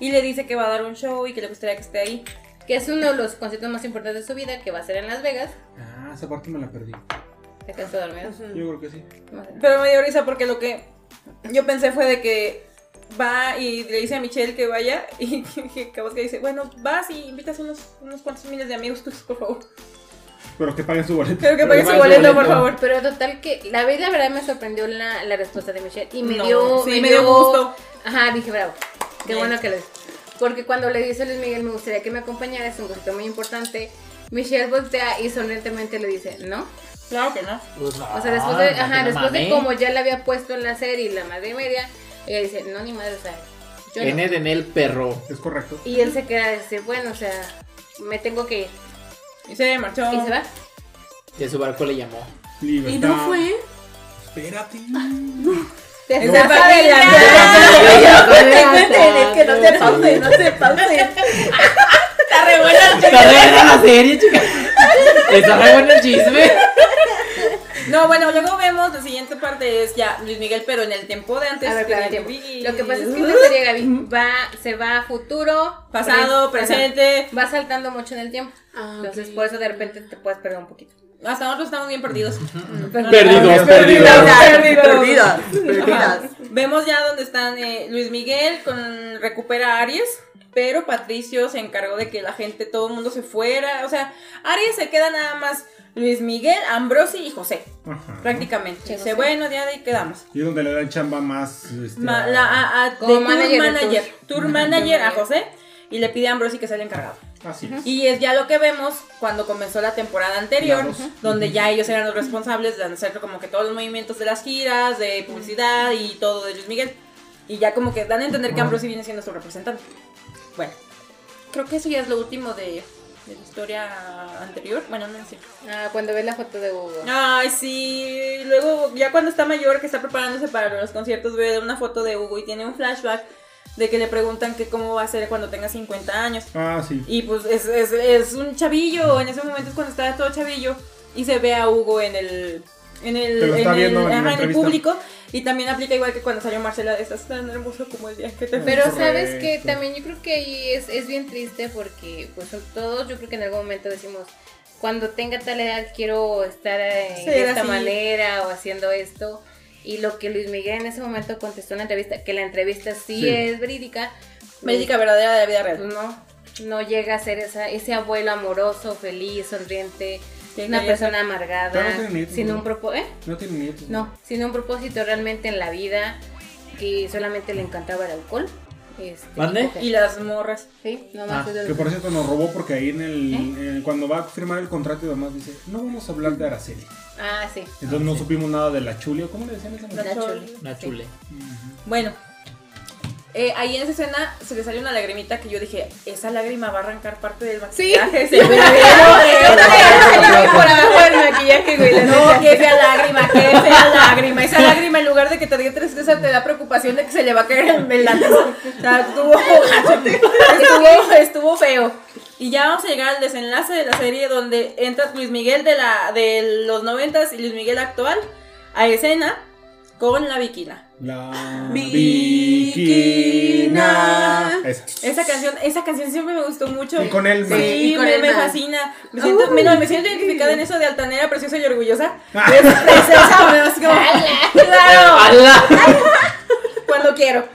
B: Y le dice que va a dar un show y que le gustaría que esté ahí.
C: Que es uno de los conciertos más importantes de su vida, que va a ser en Las Vegas.
E: Ah, esa parte me la perdí.
C: Mm. Se cansó de dormir.
E: Yo creo que sí.
C: No sé.
B: Pero me dio risa porque lo que yo pensé fue de que va y le dice a Michelle que vaya y que Cabos que dice, bueno, vas y invitas unos, unos cuantos miles de amigos tuyos, por favor.
E: Pero que paguen su boleto.
B: Creo que
D: pague
B: pagues
D: su
B: su boleto, por
D: boleto.
B: favor.
C: Pero total que la vida la verdad me sorprendió la, la respuesta de Michelle y me
B: No,
C: dio
B: sí, me dio gusto.
C: Ajá, dije, bravo. Qué
B: Bien.
C: bueno que lo hizo. Porque cuando le dice a Luis Miguel, me gustaría que me acompañara, es un concierto muy importante. Michelle voltea y sonrientemente le dice, "No."
B: Claro que no.
C: O sea, después
B: Ah,
D: Ah,
C: de, ajá, después de como ya la había puesto en la serie y la madre y media, ella dice, "No, ni madre, o sea, yo no".
D: N de Nel, perro.
E: Es correcto.
C: Y él se queda dice, "Bueno, o sea, me tengo que ir."
B: Y se marchó.
C: Y se va.
D: De su barco le llamó.
E: Libertad.
F: Y no fue.
E: Espérate.
C: Te
B: No.
C: estás
B: Se va a
C: adelantando.
F: Cuéntenle que no se pause, no se pause.
B: Está re buena.
D: Está re buena la serie, chica. Está re bueno el chisme.
B: No, bueno, luego vemos la siguiente parte es ya Luis Miguel, pero en el tiempo de antes.
C: A ver,
B: de-
C: espérame, tiempo.
B: y-
C: Lo que pasa es que en
B: Uh,
C: la serie Gaby va, se va a futuro,
B: pasado,
C: pres-
B: presente.
C: ajá, Va saltando mucho en el tiempo. Entonces, por eso de repente te puedes perder un poquito.
B: Hasta nosotros estamos bien perdidos.
D: Perdidos, perdidos.
B: Perdidos.
F: Perdidas.
B: Ajá.
F: Perdidas.
B: Vemos ya donde están eh, Luis Miguel con recupera a Aries, pero Patricio se encargó de que la gente, todo el mundo se fuera. O sea, Aries se queda nada más Luis Miguel, Ambrosi y José,
E: Ajá.
B: prácticamente.
C: Sí,
B: Dice,
C: José.
B: bueno, ya de ahí quedamos.
E: Y es donde le dan chamba más. Este,
B: Ma- la, a, a-
C: Como
B: de tour
C: manager de
B: manager,
C: tours.
B: tour manager a José y le pide a Ambrosi que sea el encargado.
E: Así es.
B: Y es ya lo que vemos cuando comenzó la temporada anterior,
E: La dos.
B: donde ya ellos eran los responsables de hacer como que todos los movimientos de las giras, de publicidad y todo de Luis Miguel. Y ya como que dan a entender que Ambrosio viene siendo su representante. Bueno, creo que eso ya es lo último de, de la historia anterior. Bueno, no es cierto.
C: Ah, cuando ves la foto de Hugo.
E: Ah,
B: Ay, sí. Luego, ya cuando está mayor, que está preparándose para los conciertos, ve una foto de Hugo y tiene un flashback de que le preguntan que cómo va a ser cuando tenga 50 años.
E: Ah, sí.
B: Y pues es, es- es un chavillo, en ese momento es cuando está todo chavillo y se ve a Hugo en el en el,
E: Te lo
B: en
E: está
B: el-
E: viendo en
B: ajá,
E: la
B: en el
E: entrevista.
B: público y también aplica igual que cuando salió Marcela, estás tan hermoso como el día que te
C: Pero
E: Correcto.
C: sabes que también yo creo que ahí es, es bien triste porque pues todos yo creo que en algún momento decimos, cuando tenga tal edad quiero estar eh,
B: Ser
C: de esta
B: así.
C: manera o haciendo esto. Y lo que Luis Miguel en ese momento contestó en la entrevista, que la entrevista sí,
E: Sí.
C: es verídica, pues,
B: médica verdadera de la vida real.
C: no, no llega a ser esa, ese abuelo amoroso, feliz, sonriente,
B: Sí,
C: una
B: que-
C: persona amargada,
E: Pero no tiene nietos,
C: sin
E: ¿no?
C: un ¿eh? propósito.
E: No tiene nietos.
C: No, sin un propósito realmente en la vida, que solamente le encantaba el alcohol. Este,
D: ¿Mande?
C: coger.
B: Y las morras.
C: Sí, no más
D: Ah,
C: es de
E: Que por cierto nos robó porque ahí en el.
C: ¿Eh?
E: en- cuando va a firmar el contrato y demás dice: No vamos a hablar de Araceli.
C: Ah, sí.
E: Entonces no supimos nada de la Chulio. ¿Cómo le decían a esa mujer?
B: La
C: chole.
B: chole.
D: Una chule.
B: Bueno, eh, ahí en esa escena se le salió una lagrimita que yo dije, esa lágrima va a arrancar parte del maquillaje. se me
C: Yo
B: vio.
C: también se la vi por abajo del maquillaje, güey. la
B: No,
C: neta.
B: que sea lágrima, que sea lágrima. Esa lágrima, en lugar de que te dé tristeza, te da preocupación de que se le va a caer el melano. O sea, estuvo, estuvo, estuvo feo. Y ya vamos a llegar al desenlace de la serie donde entra Luis Miguel de, la, de los noventas y Luis Miguel actual a escena con la Bikina.
E: La.
B: Bikina.
E: Esa.
B: Esa canción, esa canción siempre me gustó mucho.
E: Y con él,
B: Sí,
C: Y con
B: me,
C: él
B: me
C: más.
B: fascina. Me siento, me- no, me siento identificada en eso de altanera, preciosa y orgullosa.
E: Ah.
B: Es preciosa, pero es como, ¡Claro!
D: ¡Hala!
B: Cuando quiero.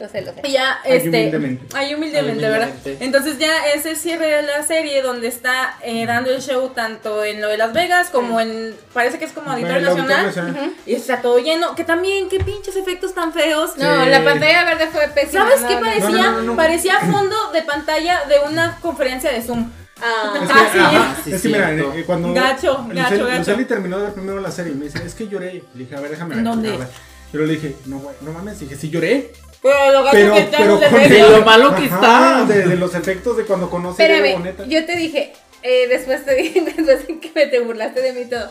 C: Lo sé, lo sé.
B: Y ya,
E: Ay,
B: este.
E: humildemente.
B: Ay, humildemente,
D: Ay, humildemente.
B: ¿verdad? Entonces ya es el cierre de la serie donde está eh, dando el show tanto en lo de Las Vegas como en. Parece que es como Auditorio
E: Bueno, el Auditorio
B: Nacional.
E: Nacional.
B: Y está todo lleno. Que también, qué pinches efectos tan feos.
C: No,
E: Sí.
C: la pantalla verde fue pésima.
B: ¿Sabes
C: no,
B: qué
C: no.
B: parecía?
E: No, no, no, no.
B: Parecía fondo de pantalla de una conferencia de Zoom.
E: Es
C: Ah,
E: que,
B: Ah, sí.
E: ajá,
D: Sí,
E: es que mira,
D: cierto.
E: eh, cuando.
B: Gacho,
E: Luceli-
B: gacho, gacho.
E: Luceli terminó de ver primero la serie y me dice: Es que lloré. Le dije: A ver, déjame ver.
B: ¿Dónde?
E: déjame ver". Pero le dije: No, güey, no mames. Dije: Sí, lloré.
B: Pero lo gacho
E: Pero,
B: que está
E: pero
B: en
E: con
D: de
E: el-
D: lo malo que está.
E: De, de los efectos de cuando conoce a Diego
C: espérame.
E: Boneta.
C: Yo te dije, eh, después te dije, después de que me te burlaste de mí y todo.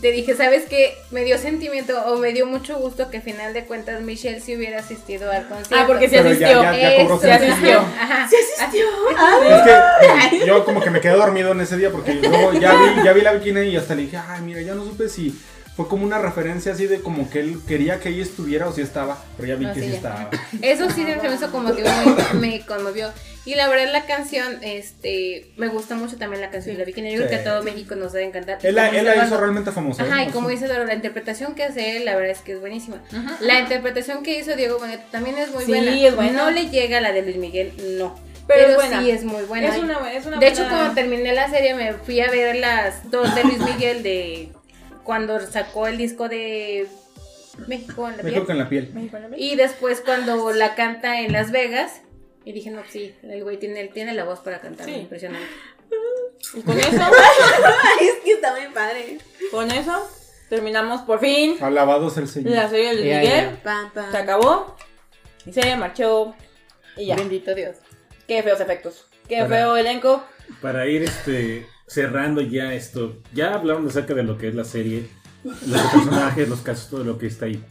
C: Te dije, ¿sabes qué? Me dio sentimiento o me dio mucho gusto que al final de cuentas Michelle sí hubiera asistido al concierto.
B: Ah, porque sí
E: Pero ya-
B: asistió.
E: ya- ya cobró
C: Eso,
B: se asistió.
C: Ajá.
E: Es que eh, yo como que me quedé dormido en ese día porque luego ya vi, ya vi la bikini y hasta le dije, ay, mira, ya no supe si fue como una referencia así de como que él quería que ella estuviera o si estaba, pero ya vi
C: No,
E: que
C: sí,
E: sí,
C: ya.
E: estaba.
C: Eso sí se me hizo como que muy- me conmovió. Y la verdad la canción, este, me gusta mucho también la canción de la Bikini. Yo creo que a
E: Sí.
C: todo México nos debe encantar.
E: Él la,
C: Como dice
E: él la hizo
C: Eduardo-
E: realmente famosa. ¿eh?
C: Ajá, y
E: O
C: como
E: sea,
C: dice Doro, la interpretación que hace él, la verdad es que es buenísima. La interpretación que hizo Diego Boneta también es muy
B: Sí,
C: buena.
B: es buena.
C: No le llega a la de Luis Miguel, no.
B: Pero es
C: Pero,
B: buena.
C: sí es muy buena.
B: Es una, es una
C: de hecho,
B: buena-
C: cuando terminé la serie me fui a ver las dos de Luis Miguel de cuando sacó el disco de México en la
E: Me
C: piel.
E: creo que en la piel.
C: Y después cuando la canta en Las Vegas, y dije, no, sí, el güey tiene, tiene la voz para cantar,
B: Sí.
C: impresionante.
B: Y con eso,
F: Ay, es que está muy padre.
B: con eso, terminamos por fin
E: Alabados el Señor.
B: la serie de Luis
D: Ya,
B: Miguel.
F: Pam, pam.
B: Se acabó. Y se marchó. Y ya.
C: Bendito Dios.
B: Qué feos efectos. Qué
A: Para-
B: feo elenco.
A: Para ir este, cerrando ya esto, ya hablaron acerca de lo que es la serie, los personajes, los casos, todo lo que está ahí.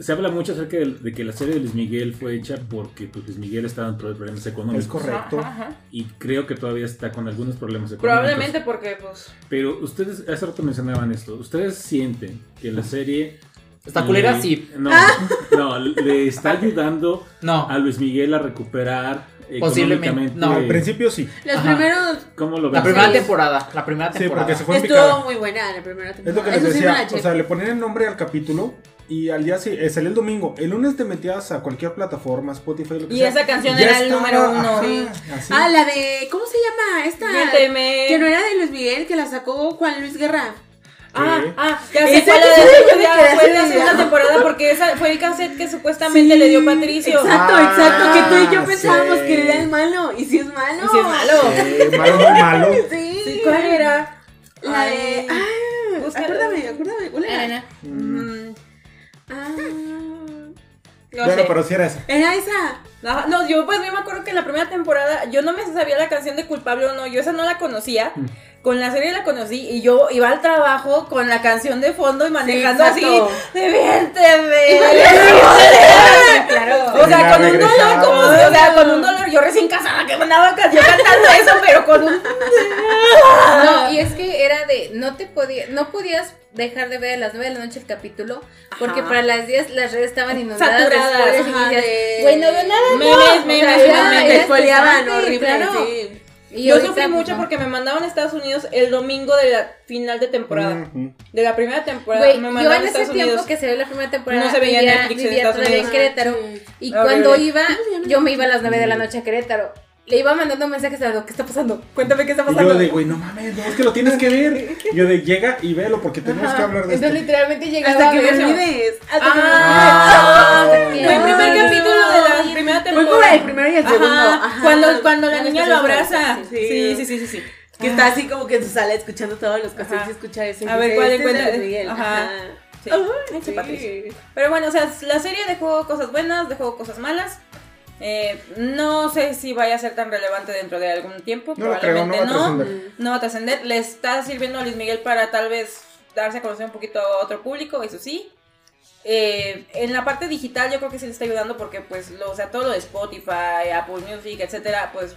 A: Se habla mucho acerca de, de que la serie de Luis Miguel fue hecha porque pues, Luis Miguel estaba en problemas
E: Es
A: económicos.
E: correcto.
B: Ajá, ajá.
A: Y creo que todavía está con algunos problemas económicos.
B: Probablemente porque, pues,
A: Pero ustedes, hace rato mencionaban esto, ¿ustedes sienten que la serie...
D: Está culera,
A: le-
D: sí. Ah.
A: No, no, le está ayudando
D: No.
E: Ah,
A: a Luis Miguel a recuperar
D: Posiblemente,
A: económicamente.
D: no.
E: Al principio sí.
C: Los
D: Ajá.
C: primeros...
A: ¿Cómo lo ven?
D: La primera
C: Sí.
D: temporada. La primera
E: Sí,
D: temporada.
E: porque se fue en
F: Estuvo
E: picada.
F: muy buena la primera
E: Es
F: temporada.
B: Ah,
E: lo que les
F: Eso sí me la
E: decía.
F: eché.
E: o sea, le ponían el nombre al capítulo y al día sí, salía el domingo. El lunes te metías a cualquier plataforma, Spotify, lo que
B: Y
E: sea.
B: esa canción
E: ya
B: era el
E: estaba,
B: número uno.
E: ajá, así.
F: Ah, la
C: Ah,
F: de. ¿Cómo se llama? Esta.
B: méteme.
F: Que no era de Luis Miguel, que la sacó Juan Luis Guerra.
B: Ah,
E: ¿Qué?
B: ah, ya
F: Ese
B: sé cuál
F: que
B: es
F: se
B: ese,
F: yo me
B: ya,
F: quedé
B: fue
F: así
B: la
F: de,
B: segunda
F: ah.
B: temporada porque esa fue el cassette que supuestamente le dio Patricio.
F: Exacto,
E: Ah,
F: exacto. Que tú y yo
E: sí.
F: pensábamos que era el malo. Y si es malo.
B: Y sí es malo.
E: Eh, malo, muy malo.
F: Sí.
B: Sí, ¿Cuál era?
F: La
B: Ay.
F: de. Ah,
B: Búscala.
F: acuérdame, acuérdame. ¿Cuál era?
C: Arena.
F: Mm, Ah.
B: No
E: Bueno,
B: sé.
E: pero si era esa.
F: Era esa.
B: No, no, yo pues yo me acuerdo que en la primera temporada yo no me sabía la canción de culpable o no, yo esa no la conocía. Con la serie la conocí y yo iba al trabajo con la canción de fondo y manejando
F: exacto.
B: así, diviérteme.
F: Claro.
B: O sea,
E: Mira,
B: con un dolor,
E: regresamos.
B: como, o sea, con un dolor, yo recién casada que mandaba ca- yo cantando eso, pero con un
C: No, y es que era de, no te podía, no podías dejar de ver a las 9 de la noche el capítulo, porque
F: Ajá.
C: para las 10 las redes estaban inundadas
B: Saturadas,
C: de spoilers y
F: ajá,
C: decías,
F: de- Oh,
C: güey, no veo nada. no".
B: Memes,
C: O sea,
B: memes,
C: era-
B: memes,
C: era
F: Te espoleaban
C: estresante,
F: horrible.
C: claro.
F: sí.
C: Y
B: Yo
C: ahorita,
B: sufrí
C: pues,
B: mucho
C: no.
B: porque me mandaban a Estados Unidos el domingo de la final de temporada.
E: Ujú.
B: De la primera temporada
C: Güey,
B: me
C: yo
B: mandaban
C: en
B: a
C: ese
B: Estados
C: tiempo
B: Unidos.
C: que se ve la primera temporada,
B: No se veía
C: vivía,
B: Netflix en
C: vivía
B: Estados
C: todavía en
B: Unidos.
C: Querétaro.
F: Sí.
C: Y
B: Horrible.
C: cuando iba,
F: no.
C: yo me iba a las 9 de la noche a Querétaro. Le iba mandando mensajes a lo que está pasando. Cuéntame qué está
E: Y yo
C: pasando.
E: de, güey, no mames, no, es que lo tienes que ver. Y Yo de, llega y velo porque tenemos que hablar de
C: Entonces
E: esto.
C: literalmente llegaba
F: Hasta que
C: a
F: me
C: ver eso.
F: olvides. Hasta que me
B: Ah,
C: Ah,
B: Fue el primer
F: no.
B: capítulo de la primera
F: Fue como el
B: temporada.
F: primero y el
B: Ajá,
F: segundo. Ah, Ajá.
B: Cuando, cuando la
C: Cuando
B: niña
C: está
B: lo
C: haciendo
B: abraza.
F: cosas,
B: Sí,
F: sí.
B: sí, sí, sí, sí.
F: Que está así como que en su sala escuchando todos los
B: Ajá.
F: conciertos y escucha eso. y
B: A ver,
F: dice,
B: ¿cuál
F: "Este es de
B: encuentra?
F: Luis Miguel".
B: Ajá.
F: Ajá.
B: Sí.
F: Ay,
B: Ese
F: sí.
B: Patricio. Pero bueno, o sea, la serie dejó cosas buenas, dejó cosas malas. Eh, no sé si vaya a ser tan relevante dentro de algún tiempo.
E: No lo creo, no va
B: probablemente
E: a trascender.
B: no va a trascender. Le está sirviendo a Luis Miguel para tal vez darse a conocer un poquito a otro público, eso sí. Eh, en la parte digital yo creo que sí le está ayudando porque pues lo, o sea, todo lo de Spotify, Apple Music, etcétera, pues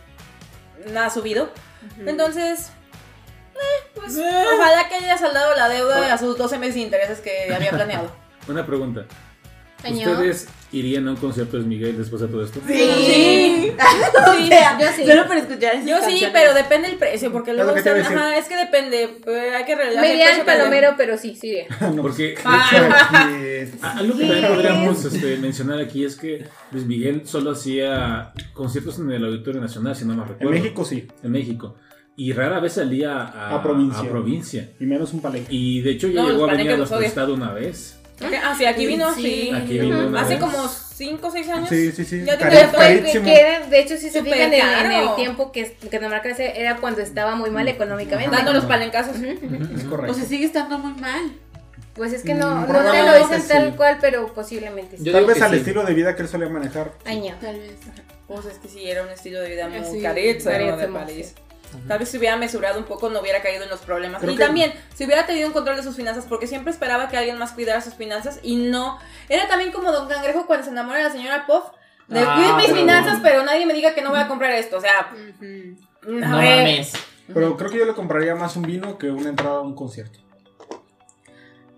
B: nada ha subido. Entonces, eh, pues ojalá que haya saldado la deuda a sus 12 meses de intereses que había planeado.
A: Una pregunta.
C: Año.
A: ¿Ustedes irían a un concierto de Miguel después de todo esto?
F: Sí.
C: Sí, yo sí.
F: Solo para escuchar esas
B: Yo sí,
F: canciones.
B: pero depende el precio, porque luego
E: lo que te
B: están,
E: iba a
B: ajá,
E: decir.
B: es que depende, eh, hay que relajar
C: Me
B: el
C: iría
B: precio también.
C: al palomero, pero sí, sí iría.
A: Porque de hecho,
B: Ah.
E: Eh,
A: a- algo que también podríamos este, mencionar aquí es que Luis Miguel solo hacía conciertos en el Auditorio Nacional, si no me
E: En
A: recuerdo.
E: México sí,
A: En México. Y rara vez salía a,
E: A provincia.
A: a provincia.
E: y menos un palenque.
A: Y de hecho ya
B: No,
A: llegó
B: los
A: a venir a
B: palenques los
A: nuestro
B: odia.
A: estado una vez.
B: Ok, Ah, sí, aquí vino,
F: Sí.
B: sí.
A: Aquí vino una
B: Hace
A: vez.
B: como 5 o 6 años.
E: Sí, sí, sí.
B: Ya
E: Cari-
B: tenía-
C: Fue el
E: carísimo.
C: que era- de hecho, si se
B: Súper
C: fijan en, en
B: caro.
C: el tiempo que, que nombraba clase, era cuando estaba muy
E: Mm.
C: mal económicamente.
B: Dando los palencazos.
D: Mm,
E: Es correcto.
F: O sea, sigue estando muy mal.
C: Pues es que no,
E: Mm,
C: no te lo
E: probablemente
C: dicen tal
E: sí.
C: cual, pero posiblemente sí.
D: Yo-
E: Tal
D: digo
E: vez
D: que
E: al
D: sí.
E: estilo de vida que él solía manejar.
C: Año.
F: Tal vez.
B: Pues es que sí, era un estilo de vida muy
F: Sí,
B: carito,
C: carito,
B: ¿no? de
C: sí.
B: París. Tal vez si hubiera mesurado un poco no hubiera caído en los problemas.
E: Creo
B: y
E: que-
B: también, si hubiera tenido un control de sus finanzas, porque siempre esperaba que alguien más cuidara sus finanzas y no. Era también como Don Cangrejo cuando se enamora de la señora Puff. De
D: Ah,
B: cuiden mis
D: pero-
B: finanzas, pero nadie me diga que no voy a comprar esto. O sea, eh.
D: No
B: a ver.
D: mames.
E: Pero creo que yo le compraría más un vino que una entrada a un concierto.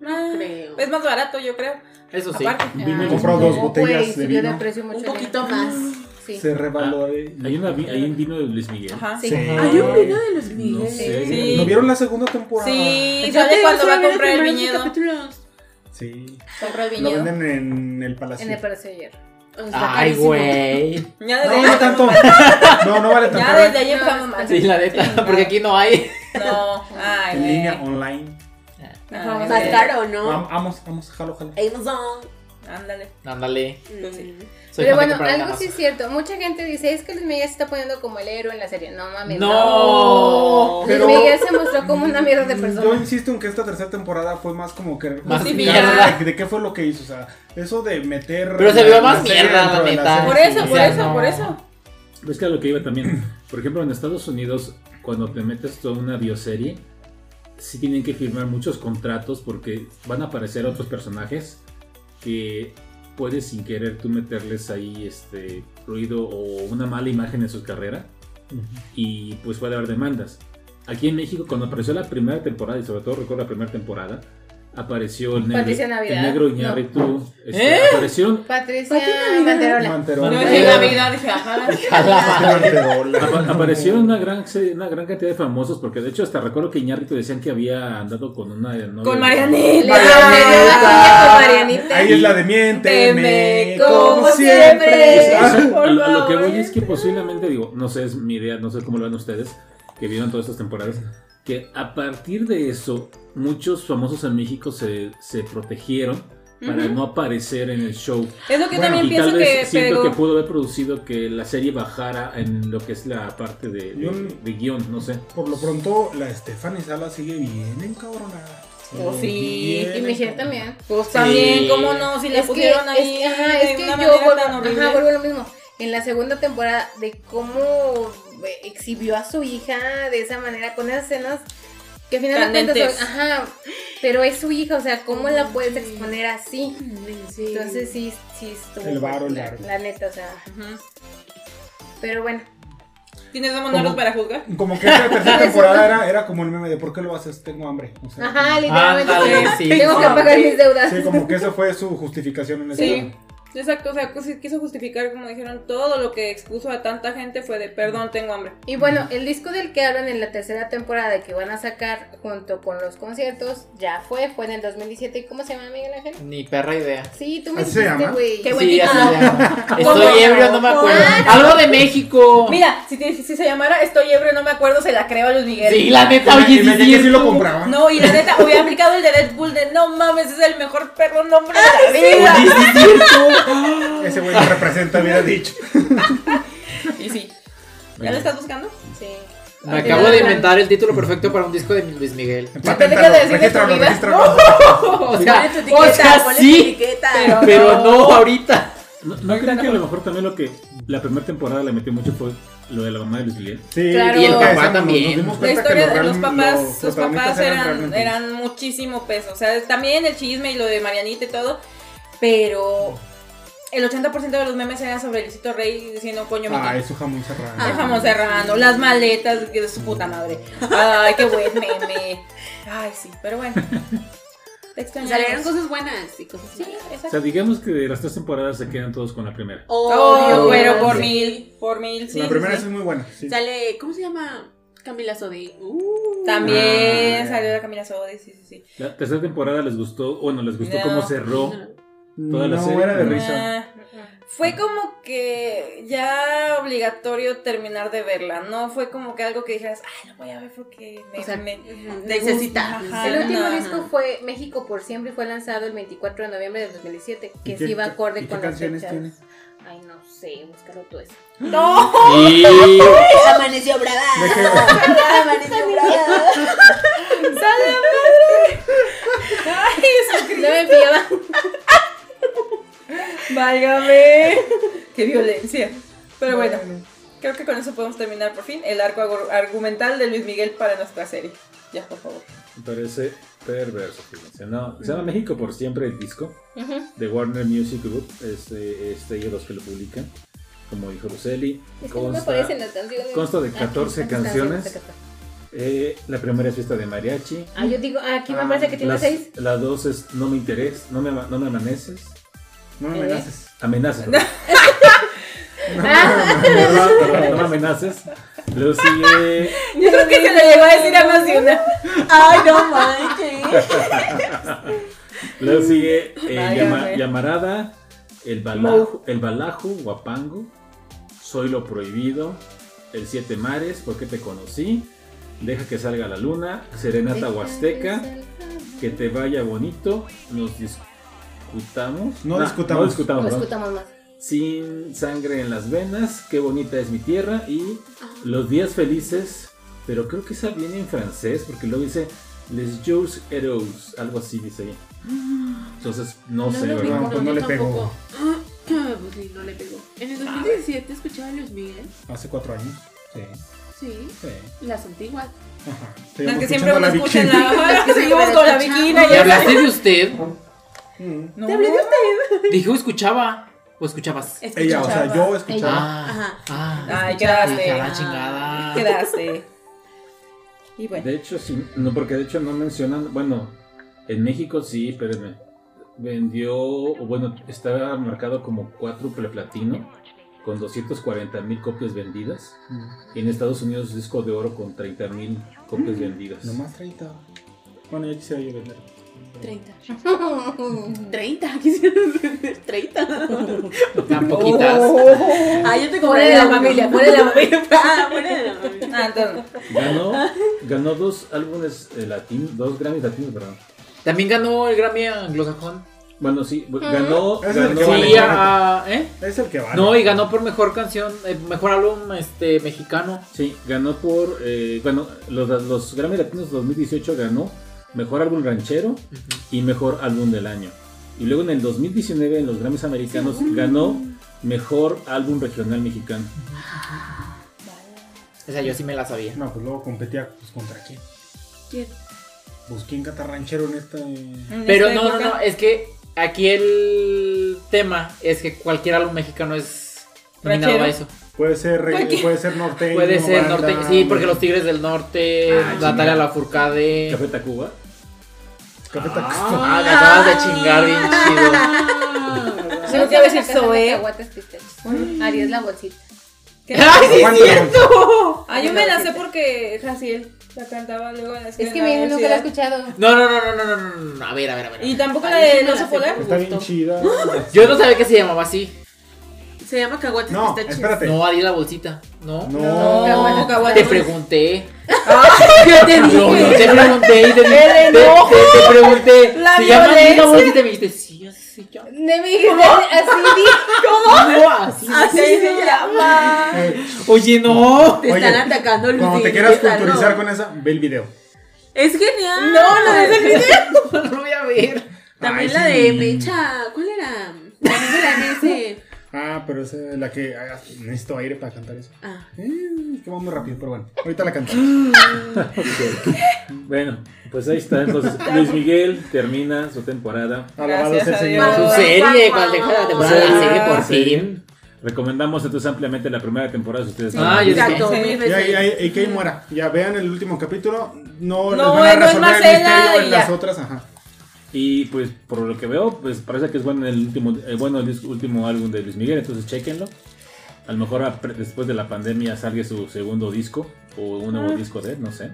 B: Ah,
F: creo.
B: Es más barato, yo creo.
D: Eso sí.
B: Aparte.
E: Vino y compró
C: Ah, Oh,
E: dos
C: Güey,
E: botellas de
C: subió
E: vino.
C: precio mucho
F: Un
C: el
F: poquito
C: vino.
F: más.
C: Sí.
E: Se revaloré.
A: Hay, una vi- hay un vino de Luis Miguel.
B: Ajá.
C: Sí.
F: Hay un vino de los
A: No
F: Miguel.
A: sé.
B: Sí.
E: ¿No vieron la segunda temporada?
B: Sí,
F: Yo
B: sale
F: te-
B: cuando
F: yo
B: va a
F: vi los
B: comprar el
F: primeros
B: viñedo.
F: capítulos.
E: Sí.
B: Compra el
E: Lo
B: viñedo.
E: venden en el palacio.
C: En el Palacio de Hierro.
F: O sea, está
D: Ay,
F: carísimo.
D: güey.
B: Ya desde
E: No, no tanto. No, no vale
B: Ya
E: tanto.
B: desde ayer
C: No,
B: estamos
C: no,
B: mal.
D: Sí, la neta. porque aquí no hay.
B: No, ay,
E: En
B: güey.
E: línea, online.
B: Ay,
F: Más
B: güey.
F: caro, ¿no?
E: Vam- Vamos, vamos, jalo, jalo.
F: Amazon.
B: Ándale.
D: Ándale.
B: Sí.
C: Pero
D: Soy fan de
C: bueno,
D: comprar en
C: algo sí es
D: Amazon.
C: cierto. Mucha gente dice, es que Luis Miguel se está poniendo como el héroe en la serie. No mames,
D: No.
C: no.
E: Pero-
C: Luis Miguel se mostró como una mierda de
E: Yo
C: persona.
E: insisto en que esta tercera temporada fue más como que
D: Más
E: justificar
B: mierda.
E: de, de qué fue lo que hizo, o sea, eso de meter
D: Pero se vio
E: la-
D: más
E: la serie
D: mierda, la
E: dentro de
D: neta.
E: serie.
B: Por eso,
D: Sí,
B: por
D: ya
B: eso,
D: no.
B: por eso.
A: Pues que a lo que iba también. Por ejemplo, en Estados Unidos, cuando te metes toda una bioserie, sí tienen que firmar muchos contratos porque van a aparecer otros personajes que puedes sin querer tú meterles ahí este ruido o una mala imagen en su carrera y pues puede haber demandas. Aquí en México, cuando apareció la primera temporada, y sobre todo recuerdo la primera temporada, apareció el negro,
C: Patricia
A: el
C: Navidad.
A: negro Iñárritu, este,
D: ¿Eh?
A: aparecieron,
C: Patricia
F: Patricia
C: Manterola.
E: Manterola.
B: Yo
D: dije
B: dije
D: la
B: Navidad, dije, ajá.
D: A la madre.
A: Apa-
E: Manterola.
A: aparecieron una gran, se- una gran cantidad de famosos, porque de hecho hasta recuerdo que Iñárritu decían que había andado con una novia.
B: Con
C: Le
B: Marianela.
C: dio la cuña Ah, con Marianita.
E: Ahí es la de
B: Teme
E: miénteme
B: como
E: como
B: siempre.
E: siempre.
A: O sea,
E: Ah,
A: a, lo- a lo que
B: Por favor.
A: voy es que posiblemente, digo, no sé, es mi idea, no sé cómo lo ven ustedes, que vieron todas estas temporadas, que a partir de eso muchos famosos en México se, se protegieron para
B: Ujú.
A: no aparecer en el show.
B: Es lo que
A: Bueno,
B: también
A: y tal
B: pienso que
A: vez siento
B: pegó.
A: que pudo haber producido que la serie bajara en lo que es la parte de, de,
E: Yo-
A: de guión, no sé.
E: Por lo pronto, la Stephanie Sala sigue bien encabronada.
B: Oh, sí.
E: Bien
C: Y Michelle
E: encabronada.
C: también.
B: Pues también,
A: Sí.
B: ¿cómo no? Si la
C: es que,
B: pusieron ahí.
C: es que, ajá, es
B: de
C: que
B: una
C: yo
B: manera
C: vuelvo,
B: tan horrible.
C: ajá, vuelvo a lo mismo. En la segunda temporada, de cómo eh, exhibió a su hija de esa manera, con esas escenas que al final de cuentas,
B: Candentes.
C: son- ajá, pero es su hija, o sea, ¿cómo la puedes exponer así?
F: Mm,
C: Entonces
B: Entonces,
C: sí, sí estuvo.
E: El varo
C: la,
E: largo.
C: la neta, o sea,
B: ujú.
C: pero bueno.
B: ¿tienes dos monedas
E: ¿Cómo?
B: para juzgar?
E: Como que esta tercera temporada era, era como el meme de ¿por qué lo haces? Tengo hambre. O sea,
C: Ajá, literalmente.
D: Ándale,
C: sí,
D: sí,
C: tengo
B: sí.
C: que pagar mis deudas.
E: Sí, como que esa fue su justificación en ese
B: Sí.
E: tema.
B: Exacto, o sea, pues, sí, quiso justificar, como dijeron, todo lo que expuso a tanta gente fue de perdón, tengo hambre.
C: Y bueno, el disco del que hablan en la tercera temporada que van a sacar junto con los conciertos ya fue, fue en el 2017. ¿Y cómo se llama Miguel Ángel?
D: Ni perra idea.
C: Sí, tú me
E: ¿Así se
C: dijiste,
E: llama?
C: güey.
B: Qué
C: Sí.
B: buen
D: Sí, así
B: título.
D: se llama.
B: ¿Cómo?
D: Estoy ebrio, no me acuerdo. Algo de México.
B: Mira, si, te- si se llamara Estoy ebrio, no me acuerdo, se la creo a Luis Miguel.
D: Sí, la neta,
E: Ima-
D: oye, sí,
E: Imagínate si
D: sí,
E: lo compraba.
B: No, y la neta, hubiera aplicado el de Deadpool de no mames, es el mejor perro nombre de la vida.
D: Oye, Ah, sí, es cierto.
E: Ah, Ese güey no representa, hubiera dicho.
B: Y sí. ¿Ya lo estás buscando?
E: Pues
C: Sí.
D: Me acabo de inventar el título perfecto para un disco de Luis Miguel.
E: Paténtalo,
B: dejas de decir
E: regístralo,
B: de tu vida?
E: regístralo.
D: O
F: Ponle
D: sea,
F: tu
D: o
F: etiqueta,
D: sea,
F: ponle tu
D: sí,
F: etiqueta.
B: Pero-
D: pero no ahorita.
A: ¿No, no creen que a lo mejor también lo que la primera temporada le metió mucho fue lo de la mamá de Luis Miguel?
E: Sí,
C: Claro. Y el
E: lo que
D: papá
E: decíamos,
D: también.
E: dimos
B: La
E: cuenta que
B: historia de
E: real-
B: los papás, los
E: protagonistas
B: papás eran,
E: realmente-
B: eran muchísimo peso. O sea, también el chisme y lo de Marianita y todo, pero el 80% de los memes eran sobre Luisito Rey diciendo coño mi
E: Ah,
B: tía".
E: eso jamón serrano.
B: Ay, famoso Serrano, las maletas de su puta madre. Ay, qué buen meme. Ay, sí, pero bueno. Te extrañamos.
F: Salieron cosas buenas y cosas
B: Sí,
F: malas.
A: O sea,
B: exacto.
A: digamos que de las tres temporadas se quedan todos con la primera.
B: Obvio,
F: Obvio,
B: Oh, pero por
F: sí.
B: mil, por mil, sí.
E: La primera
B: sí,
E: sí
B: sí.
E: es muy buena. sí.
F: Sale, ¿cómo se llama? Camila Sodi. Uh.
B: También
E: Ah.
B: salió la Camila Sodi, sí, sí, sí.
A: La tercera temporada les gustó, bueno, les gustó
B: No.
A: cómo cerró. Toda la
E: no
A: serie.
E: era de
A: Ah.
E: risa.
B: Ah, Fue como que ya obligatorio terminar de verla, no fue como que algo que dijeras, ay, lo voy a ver porque me,
F: O sea,
B: me-
F: Ujú,
B: Te gusta,
F: Necesita.
B: ajá.
C: El último
B: Ajá.
C: disco fue México por siempre y fue lanzado el 24 de noviembre de 2017,
E: ¿Y
C: que
E: qué-
C: sí va
E: y
C: acorde
E: qué
C: con las
E: canciones
C: fechas.
E: tiene?
C: Ay, no sé, búscalo tú eso.
B: No,
D: Y
F: Amaneció brava. Amaneció brava.
B: ay, eso
C: No me fiaba.
B: Válgame. Qué violencia. Pero bueno, creo que con eso podemos terminar por fin el arco agor- argumental de Luis Miguel para nuestra serie. Ya, por favor.
A: Me parece perverso, fíjense. No, se llama México por siempre el disco
C: Ujú.
A: de Warner Music Group. Este, este ellos los que lo publican, como dijo Roseli.
C: Es que no me
A: Consta,
C: aparecen las canciones.
A: consta de
C: Ah,
A: 14
C: estas
A: canciones.
C: de 14.
A: eh, la primera es fiesta de mariachi.
C: Ah, yo digo, ah, aquí me parece que tiene
A: Las-
C: 6.
A: la dos es no me interés, no me, ama- no me amaneces.
E: No me amenaces.
A: Amenazas. perdón.
C: Ah,
A: Perdón, perdón, no me amenaces. Luego sigue
B: Yo creo que se le llegó a decir a más de una.
F: Ay, no manches.
A: Luego sigue eh,
B: Válgame.
A: llama- Llamarada, el balajo, el balajo, Guapango, Soy lo prohibido, El Siete Mares, Porque te conocí, Deja que salga la luna, Serenata Huasteca, Que te vaya bonito, Nos discutamos.
E: No
A: Nah,
E: discutamos.
A: No discutamos.
C: No
A: perdón.
C: escutamos más.
A: Sin sangre en las venas, Qué bonita es mi tierra y Los días felices, pero creo que esa viene en francés porque luego dice Les Jours Heroes, algo así dice ahí. Entonces, no, sé,
F: lo
A: ¿verdad?
E: vi.
F: ubico,
E: Pues no
F: yo
E: le pegó.
F: tampoco. Pues sí, no le pegó. En el 2017 escuchaba a Luis Miguel.
E: Hace cuatro años. Sí,
F: Sí,
E: sí.
F: las antiguas.
E: Ajá.
B: Las
E: Seguimos
B: que siempre
E: escuchando
B: me
E: la
B: escuchan
E: Vicky.
B: la ajá, las que seguimos con la viquina
D: ¿Y
B: y eso.
D: hablaste de usted?
E: Mm.
B: No.
D: Dijo, escuchaba. ¿O escuchabas?
E: Ella, o sea, yo escuchaba.
D: Ah,
F: Ajá.
D: ah.
B: Ay,
D: escuchaba,
B: quedaste.
D: dije, ah, chingada.
B: Quedaste. Y bueno.
A: De hecho, sí, no, porque de hecho no mencionan, bueno, en México sí, espérenme, vendió, o bueno, estaba marcado como cuádruple platino con 240 mil copias vendidas
E: Mm.
A: y en Estados Unidos disco de oro con 30 mil copias vendidas.
E: Nomás 30. Bueno, ya quisiera yo vender.
F: 30. 30, quisiera decir 30.
D: Tan poquitas.
F: Ah, yo
C: Fuera
F: te compré
C: de la familia, fuera de la familia.
F: Ah, fuera de la familia.
B: Ah, entonces,
A: Ganó, ganó dos álbumes eh, latinos, dos Grammys latinos, perdón.
D: También ganó el Grammy anglosajón.
A: Bueno, sí, ganó,
E: Es el
A: ganó
E: que vale.
D: Sí, a- ¿eh?
E: Es el que vale.
D: No, y ganó por mejor canción, eh, mejor álbum este mexicano.
A: Sí, ganó por. eh, bueno, los, los Grammy Latinos 2018 ganó Mejor Álbum Ranchero y Mejor Álbum del Año. Y luego en el 2019, en los Grammys Americanos, ganó Mejor Álbum Regional Mexicano.
D: O sea, yo sí me la sabía.
E: No, pues luego competía pues, contra quién.
B: ¿Quién? Mm.
E: Pues quién canta ranchero en esta.
B: en
D: Pero
B: esta
D: no, no, eh.
B: época-
D: no, es que aquí el tema es que cualquier álbum mexicano es nominado
B: Ranchero.
D: a eso.
E: Puede ser, reggae,
B: Aquí.
E: puede ser norteño.
D: Puede ser
E: banda,
D: norteño, sí, porque los Tigres del Norte,
E: Ah,
D: Natalia
E: chingada.
D: Lafourcade.
A: Café Tacuba.
E: Café Tacuba.
D: Ah, me acabas de chingar bien chido.
B: Sí, porque a veces Zoé.
C: Arias la bolsita.
B: ¿Qué?
D: ¡Ay, sí es
E: Aguanta.
D: cierto!
B: Ah, yo me la sé porque Jaciel la cantaba luego en la escuela.
C: Es que mi hija nunca la he
B: universidad.
C: escuchado.
D: No, no, no, no, no, no, no, no, no, a ver, a ver, a ver.
B: Y tampoco
C: Ay,
B: la
C: sí
B: de
C: me la
B: No se
C: sé,
B: poder.
E: Está bien chida.
D: Yo no sabía que se llamaba así.
F: Se llama Caguates
E: No,
F: Pistaches.
E: espérate.
D: No, haría la bolsita, ¿no?
E: No.
B: No, Caguates.
D: Te pregunté.
B: ¿Qué te
D: No, yo te pregunté y te, dije-
B: El
D: te,
B: enojo.
D: te- te pregunté.
B: La
D: ¿Se llama Ariel
B: violencia.
D: la bolsita? Y me dijiste, sí, así se llama.
C: Me dijiste, así dijo.
D: No, así.
F: Ah,
B: Así se llama.
E: Eh,
D: Oye, no.
F: Te están
E: Oye,
F: atacando, Luis.
E: Cuando te
F: Miguel,
E: quieras
F: están-
E: culturizar
F: no.
E: con esa, ve el video.
F: Es genial.
B: No, no es el video.
D: No lo voy a ver.
F: También
E: Ay,
F: la
E: sí.
F: de Mecha. ¿Cuál era? También de la dice.
E: Ah, pero esa es la que. ah, necesito aire para cantar eso.
F: Ah.
E: Eh, que va muy rápido, pero bueno. Ahorita la canto.
A: Bueno, pues ahí está. Entonces, Luis Miguel termina su temporada.
E: Alabado sea
B: Gracias
E: el
B: a
E: Señor.
D: Su
B: Dios.
D: serie, cuando Ah, dejó la temporada de la serie por fin.
A: Recomendamos entonces ampliamente la primera temporada si ustedes
D: Ah, yo
F: Exacto,
B: sí.
F: mil
E: Y
F: veces.
E: ahí, ahí- ahí que ahí muera. Ya vean el último capítulo. No, les
B: No,
E: van a
B: no es
E: resolver el
B: Marcela
E: misterio
B: y
E: en
B: ya.
E: las otras. Ajá.
A: Y pues por lo que veo, pues parece que es bueno el último, eh, bueno el disco- último álbum de Luis Miguel, entonces chequenlo. A lo mejor apre- después de la pandemia salga su segundo disco o un nuevo disco de él, no sé.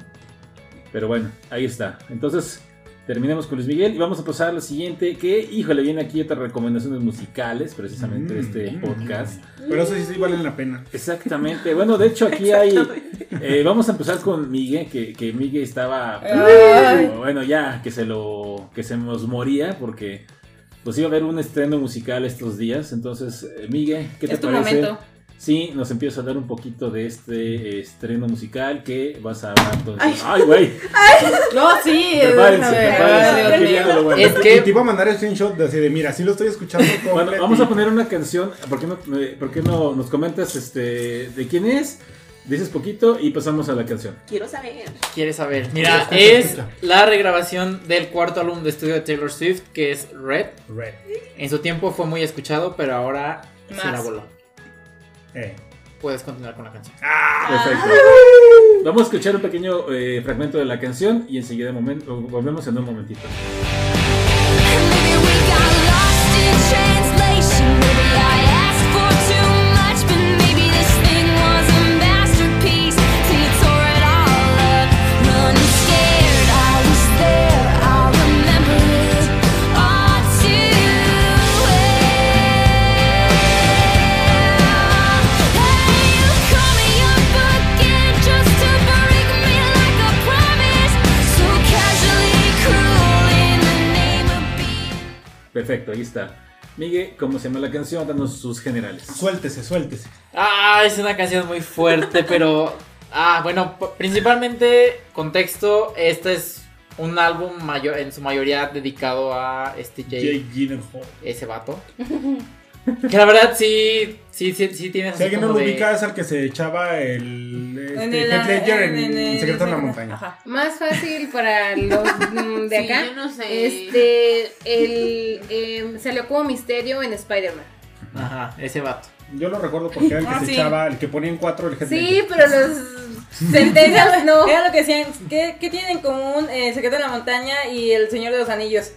A: Pero bueno, ahí está. Entonces terminamos con Luis Miguel y vamos a pasar a lo siguiente, que híjole, viene aquí otras recomendaciones musicales precisamente de este
E: Mm.
A: podcast.
E: Pero eso sí, sí valen la pena.
A: Exactamente, bueno, de hecho aquí hay... eh, vamos a empezar con Miguel, que, que Miguel estaba...
B: Ay.
A: Bueno, ya, que se lo. que se nos moría porque. Pues iba a haber un estreno musical estos días. Entonces, eh, Migue, ¿qué te
B: Es tu
A: parece?
B: momento.
A: Sí, nos empieza a hablar un poquito de este estreno musical que vas a hablar entonces. ¡Ay, güey!
B: No, sí.
A: Prepárense,
B: a ver,
A: prepárense,
B: a ver,
A: porque
B: a ver.
A: ya no lo bueno.
D: Es
E: Y
D: que-
E: te iba a mandar el screenshot de así de: Mira, sí lo estoy escuchando.
A: Bueno,
E: completo.
A: vamos a poner una canción. ¿Por qué no, eh, por qué no nos comentas este de quién es? Dices poquito y pasamos a la canción.
F: Quiero saber.
D: ¿Quieres saber? Mira,
E: Escucha,
D: es
E: escucha.
D: la regrabación del cuarto álbum de estudio de Taylor Swift, que es Red.
E: Red.
D: En su tiempo fue muy escuchado, pero ahora se
B: Más.
D: la voló.
E: Eh.
D: Puedes continuar con la canción.
A: Perfecto. Vamos a escuchar un pequeño eh, fragmento de la canción y enseguida momen- volvemos en un momentito.
G: Maybe we got lost in translation. Maybe I asked for too much, but maybe this thing was a masterpiece. Till you tore it all up, running scared. I was there. I remember it all too well. Hey, you call me up again just to break me like a promise. So casually cruel in the name of being.
A: Perfecto, ahí está. Miguel, ¿cómo se llama la canción? Danos sus generales.
E: Suéltese, suéltese.
D: Ah, es una canción muy fuerte, pero. Ah, bueno, p- principalmente, contexto: este es un álbum mayor, en su mayoría dedicado a este Jake,
E: Jake Gyllenhaal.
D: ese vato. que la verdad sí, sí, sí, sí tienes. así
E: Si alguien no
D: como
E: lo
D: de-
E: ubica, es el que se echaba el. Este,
B: En el-
E: Heath Ledger en,
B: en el-
E: Secreto en la Montaña.
B: Ajá.
C: Más fácil para los mm, de
F: Sí,
C: acá.
F: yo no sé.
C: Este, el, em, salió como misterio en Spider-Man.
D: Ajá, ese vato.
E: Yo lo recuerdo porque era el que
B: Ah,
E: se
B: sí.
E: echaba, el que ponía en cuatro el Heath
C: Sí,
E: Ledger.
C: pero los centenas no.
B: Era lo que decían. ¿Qué, qué tienen en común eh, Secreto en la Montaña y El Señor de los Anillos?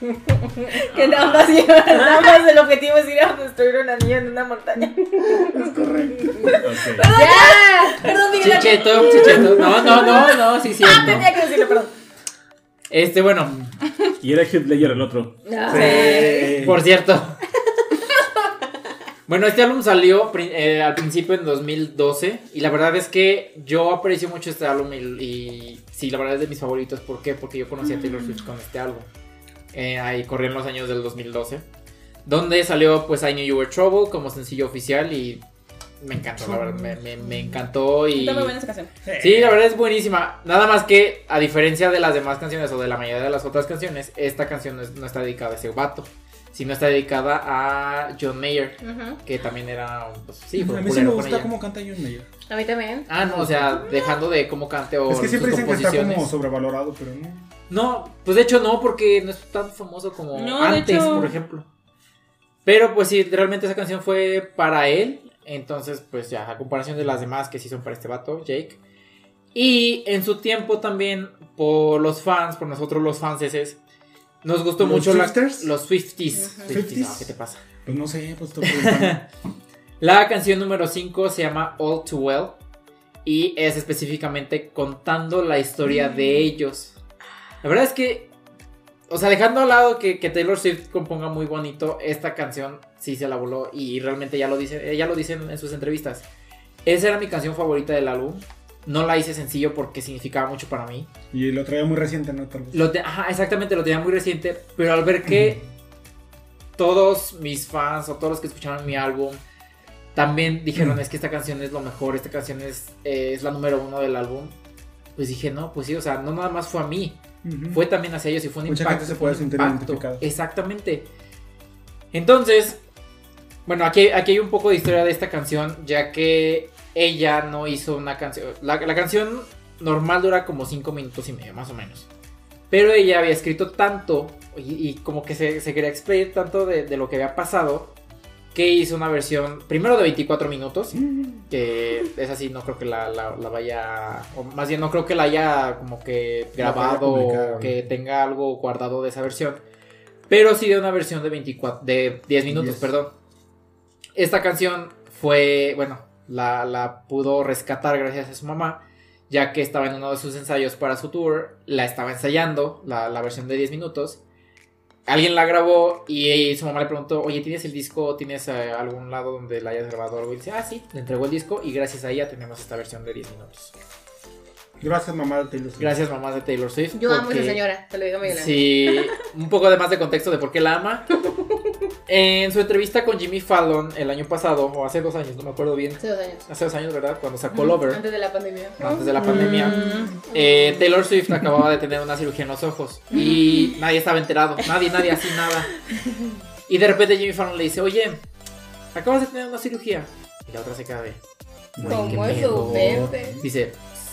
B: que nada más, llevan- nada más el objetivo es ir a construir un anillo en una montaña.
A: Ok.
C: ¡Ya!
B: Perdón, Miguel.
D: Chicheto, chicheto. No, no, no, no, sí, sí.
B: Ah, tenía que decirlo, perdón.
D: Este, bueno,
A: Y era Heath Ledger el otro.
C: No.
E: Sí.
D: por cierto. Bueno, este álbum salió pri- eh, al principio en 2012 y la verdad es que yo aprecio mucho este álbum y, y sí, la verdad es de mis favoritos. ¿Por qué? Porque yo conocí a Taylor Swift con este álbum. Eh, ahí corrían los años del 2012. Donde salió pues I Knew You Were Trouble como sencillo oficial y me encantó, la verdad, me, me- me encantó y...
B: Está muy buena esa canción.
D: Sí, la verdad es buenísima. Nada más que, a diferencia de las demás canciones o de la mayoría de las otras canciones, esta canción no, es- no está dedicada a ese vato, sino está dedicada a John Mayer,
C: Ujú.
D: que también era un. Pues, sí, fue
E: A
D: un
E: mí sí me
D: culero con
E: gusta
D: ella.
E: cómo canta John Mayer.
C: A mí también.
D: Ah, no, o sea, dejando de cómo cante o
E: Es que siempre
D: sus
E: dicen que está
D: composiciones.
E: como sobrevalorado, pero no.
D: No, pues de hecho no, porque no es tan famoso como
B: No, de
D: antes,
B: hecho.
D: por ejemplo. Pero pues sí, realmente esa canción fue para él. Entonces, pues ya, a comparación de las demás que sí son para este vato, Jake. Y en su tiempo también, por los fans, por nosotros los fanses, nos gustó
E: ¿Los
D: mucho la-
E: Swifters?
D: los 50s.
E: Ajá.
D: 50s, no,
E: 50s.
D: ¿Qué te pasa?
E: Pues no sé, pues estoy preguntando.
D: La canción número 5 se llama All Too Well y es específicamente contando la historia de ellos. La verdad es que, o sea, dejando al lado que, que Taylor Swift componga muy bonito, esta canción sí se la voló y realmente ya lo dice, ella lo dice en, en sus entrevistas. Esa era mi canción favorita del álbum. No la hice sencillo porque significaba mucho para mí.
E: Y lo traía muy reciente, ¿no? Tal vez.
D: Lo te- ajá, exactamente, lo tenía muy reciente, pero al ver que todos mis fans o todos los que escucharon mi álbum también
E: Mm.
D: dijeron es que esta canción es lo mejor, esta canción es, eh, es la número uno del álbum, pues dije, no, pues sí, o sea, no nada más fue a mí,
E: Ujú.
D: fue también hacia ellos y fue un
E: Mucha
D: impacto.
E: gente se
D: fue un
E: puede sentir
D: impacto.
E: identificada.
D: Exactamente. Entonces, bueno, aquí, aquí hay un poco de historia de esta canción, ya que ella no hizo una canción. La, la canción normal dura como 5 minutos y medio, más o menos. Pero ella había escrito tanto y, y como que se, se quería expedir tanto de, de lo que había pasado, que hizo una versión, primero de 24 minutos, que es así, no creo que la, la- la vaya, o más bien no creo que la haya como que
E: La vaya
D: grabado
E: publicada,
D: o que tenga algo guardado de esa versión, pero sí de una versión de 24, de 10 minutos,
E: Diez.
D: perdón. Esta canción fue, bueno, la, la pudo rescatar gracias a su mamá, ya que estaba en uno de sus ensayos para su tour, la estaba ensayando, la, la versión de 10 minutos. Alguien la grabó y, su mamá le preguntó, oye, ¿tienes el disco? ¿Tienes eh, algún lado donde la hayas grabado o algo? Y dice, ah, sí, le entregó el disco y gracias a ella tenemos esta versión de 10 minutos.
E: Gracias, mamá de Taylor Swift.
D: Gracias, mamás de Taylor Swift.
C: Yo amo a esa
D: porque-
C: señora, te lo digo Miguel. Ángel.
D: Sí, un poco de más de contexto de por qué la ama. En su entrevista con Jimmy Fallon el año pasado, o hace dos años, no me acuerdo bien.
C: Hace dos años.
D: Hace dos años, ¿verdad? Cuando sacó Lover,
C: Antes de la pandemia.
D: antes de la pandemia. Eh, Taylor Swift acababa de tener una cirugía en los ojos y nadie estaba enterado, nadie, nadie, así nada. Y de repente Jimmy Fallon le dice, oye, acabas de tener una cirugía. Y la otra se cae.
C: ¿Cómo eso, verde?
D: Dice,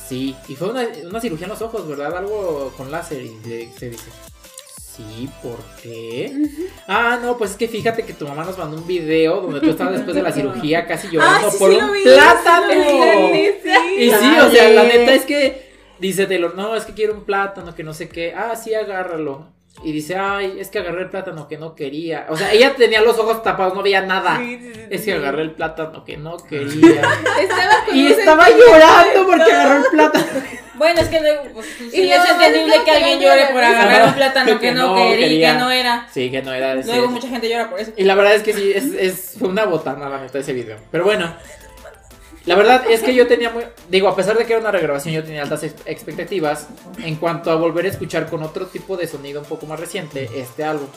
D: sí. Y fue una, una cirugía en los ojos, ¿verdad? Algo con láser. Y le- se dice, sí, ¿por qué? Ah, no, pues es que fíjate que tu mamá nos mandó un video donde tú estabas después de la cirugía casi llorando por un plátano. Y sí, o sea, la neta es que dice Taylor, no, es que quiero un plátano, que no sé qué. Ah, sí, agárralo. Y dice, ay, es que agarré el plátano que no quería. O sea, ella tenía los ojos tapados, no veía nada. Es que agarré el plátano que no quería.
C: Estaba con
D: y
C: un
D: estaba
C: sentimiento.
D: llorando porque agarró el plátano.
B: Bueno, es que le- pues, sí,
C: Y
B: es
C: luego,
B: entendible
C: ¿no?
B: que alguien llore por agarrar un plátano que no quería, que no era.
D: Sí, que no era de
B: Luego
D: ser.
B: mucha gente llora por eso.
D: Y la verdad es que sí, es, es- fue una botana la neta ese video. Pero bueno, la verdad es que yo tenía muy. Digo, a pesar de que era una regrabación, yo tenía altas ex- expectativas en cuanto a volver a escuchar con otro tipo de sonido un poco más reciente este álbum.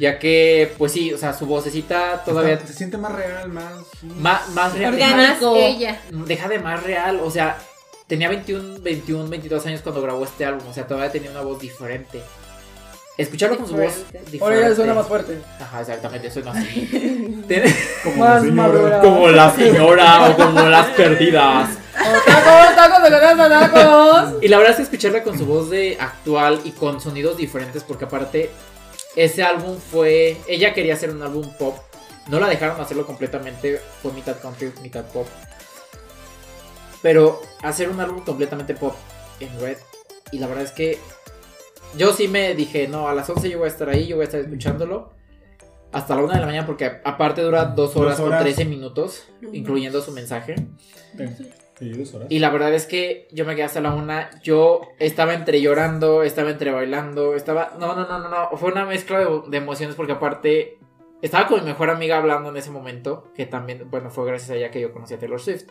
D: Ya que, pues sí, o sea, su vocecita todavía.
E: Está- Se siente más real, más.
D: Más, más real.
B: Orgánico.
C: Más ella.
D: deja de más real, o sea, tenía 21, 21, 22 años cuando grabó este álbum, o sea, todavía tenía una voz diferente. Escucharlo con su voz
C: Diferente.
D: diferente.
B: fuerte.
D: Ajá, exactamente, suena así.
E: Como
B: Más
E: señora.
B: madura.
D: como la señora o como las perdidas.
B: ¡Tacos, tacos, tacos, tacos!
D: Y la verdad es que escucharla con su voz de actual y con sonidos diferentes, porque aparte ese álbum fue, ella quería hacer un álbum pop, no la dejaron hacerlo completamente, fue mitad country, mitad pop. Pero hacer un álbum completamente pop en red, y la verdad es que yo sí me dije, no, a las 11 yo voy a estar ahí, yo voy a estar escuchándolo. Hasta la una de la mañana, porque aparte dura dos horas,
E: horas.
D: con 13 minutos, incluyendo su mensaje.
E: Sí, dos horas.
D: Y la verdad es que yo me quedé hasta la una. Yo estaba entre llorando, estaba entre bailando, estaba. No, no, no, no, no. Fue una mezcla de, de emociones porque, aparte, Estaba con mi mejor amiga hablando en ese momento, que también, bueno, fue gracias a ella que yo conocí a Taylor Swift.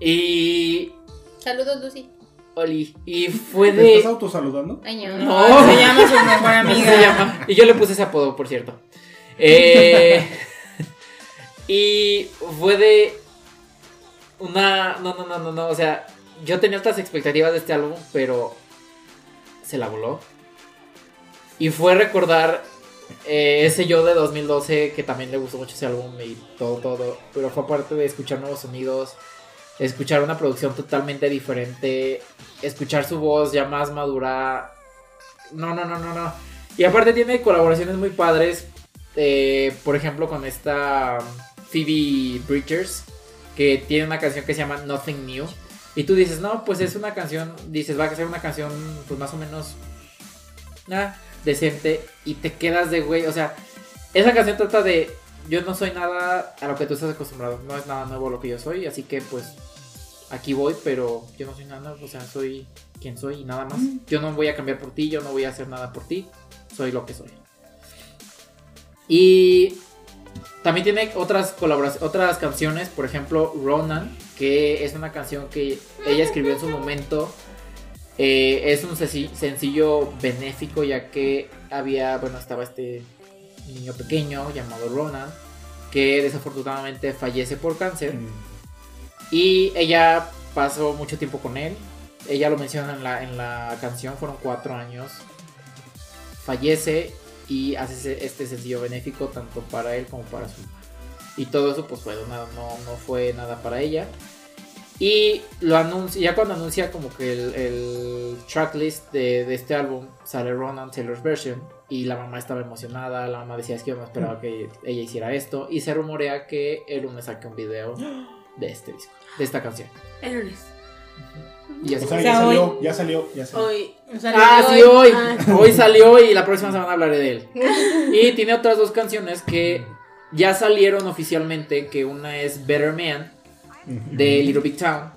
D: Y.
C: Saludos, Lucy.
D: Oli. Y fue
E: ¿Te
D: de.
E: estás autosaludando?
C: Año.
D: No.
B: Se llama su mejor
D: Así
B: amiga.
D: se llama. Y yo le puse ese apodo, por cierto. Eh, y fue de una... No, no, no, no, no. O sea, yo tenía altas expectativas de este álbum, pero se la voló. Y fue recordar eh, ese yo de 2012 que también le gustó mucho ese álbum y todo, todo. Pero fue aparte de escuchar nuevos sonidos, escuchar una producción totalmente diferente, escuchar su voz ya más madura. No, no, no, no, no. Y aparte tiene colaboraciones muy padres. eh, por ejemplo, con esta um, Phoebe Bridgers, que tiene una canción que se llama Nothing New. Y tú dices, no, pues es una canción, dices, va a ser una canción, pues más o menos, nada, decente. Y te quedas de, güey, o sea, esa canción trata de, yo no soy nada a lo que tú estás acostumbrado, no es nada nuevo lo que yo soy, así que pues aquí voy, pero yo no soy nada, nuevo, o sea, soy quien soy y nada más. Yo no voy a cambiar por ti, yo no voy a hacer nada por ti, soy lo que soy. Y también tiene otras colaboraciones, otras canciones, por ejemplo, Ronan, que es una canción que ella escribió en su momento. Eh, es un seci- sencillo benéfico ya que había, bueno, estaba este niño pequeño llamado Ronan, que desafortunadamente fallece por cáncer. Y ella pasó mucho tiempo con él. Ella lo menciona en la, en la canción, fueron cuatro años. Fallece y hace ese- este sencillo benéfico tanto para él como para su mamá. Y todo eso pues fue donado, no, no fue nada para ella. Y lo anuncia, ya cuando anuncia como que el, el tracklist de, de este álbum sale Ronan Taylor's version y la mamá estaba emocionada, la mamá decía es que yo no esperaba que ella hiciera esto y se rumorea que el lunes saque un video de este disco, de esta canción.
F: El lunes.
D: Y
E: O
D: así.
E: sea,
B: O
E: ya
B: sea,
E: salió,
B: hoy-
E: ya salió, ya salió.
F: Hoy.
D: Ah, sí, hoy. Hoy salió y la próxima semana hablaré de él. Y tiene otras dos canciones que ya salieron oficialmente, que una es Better Man de Little Big Town.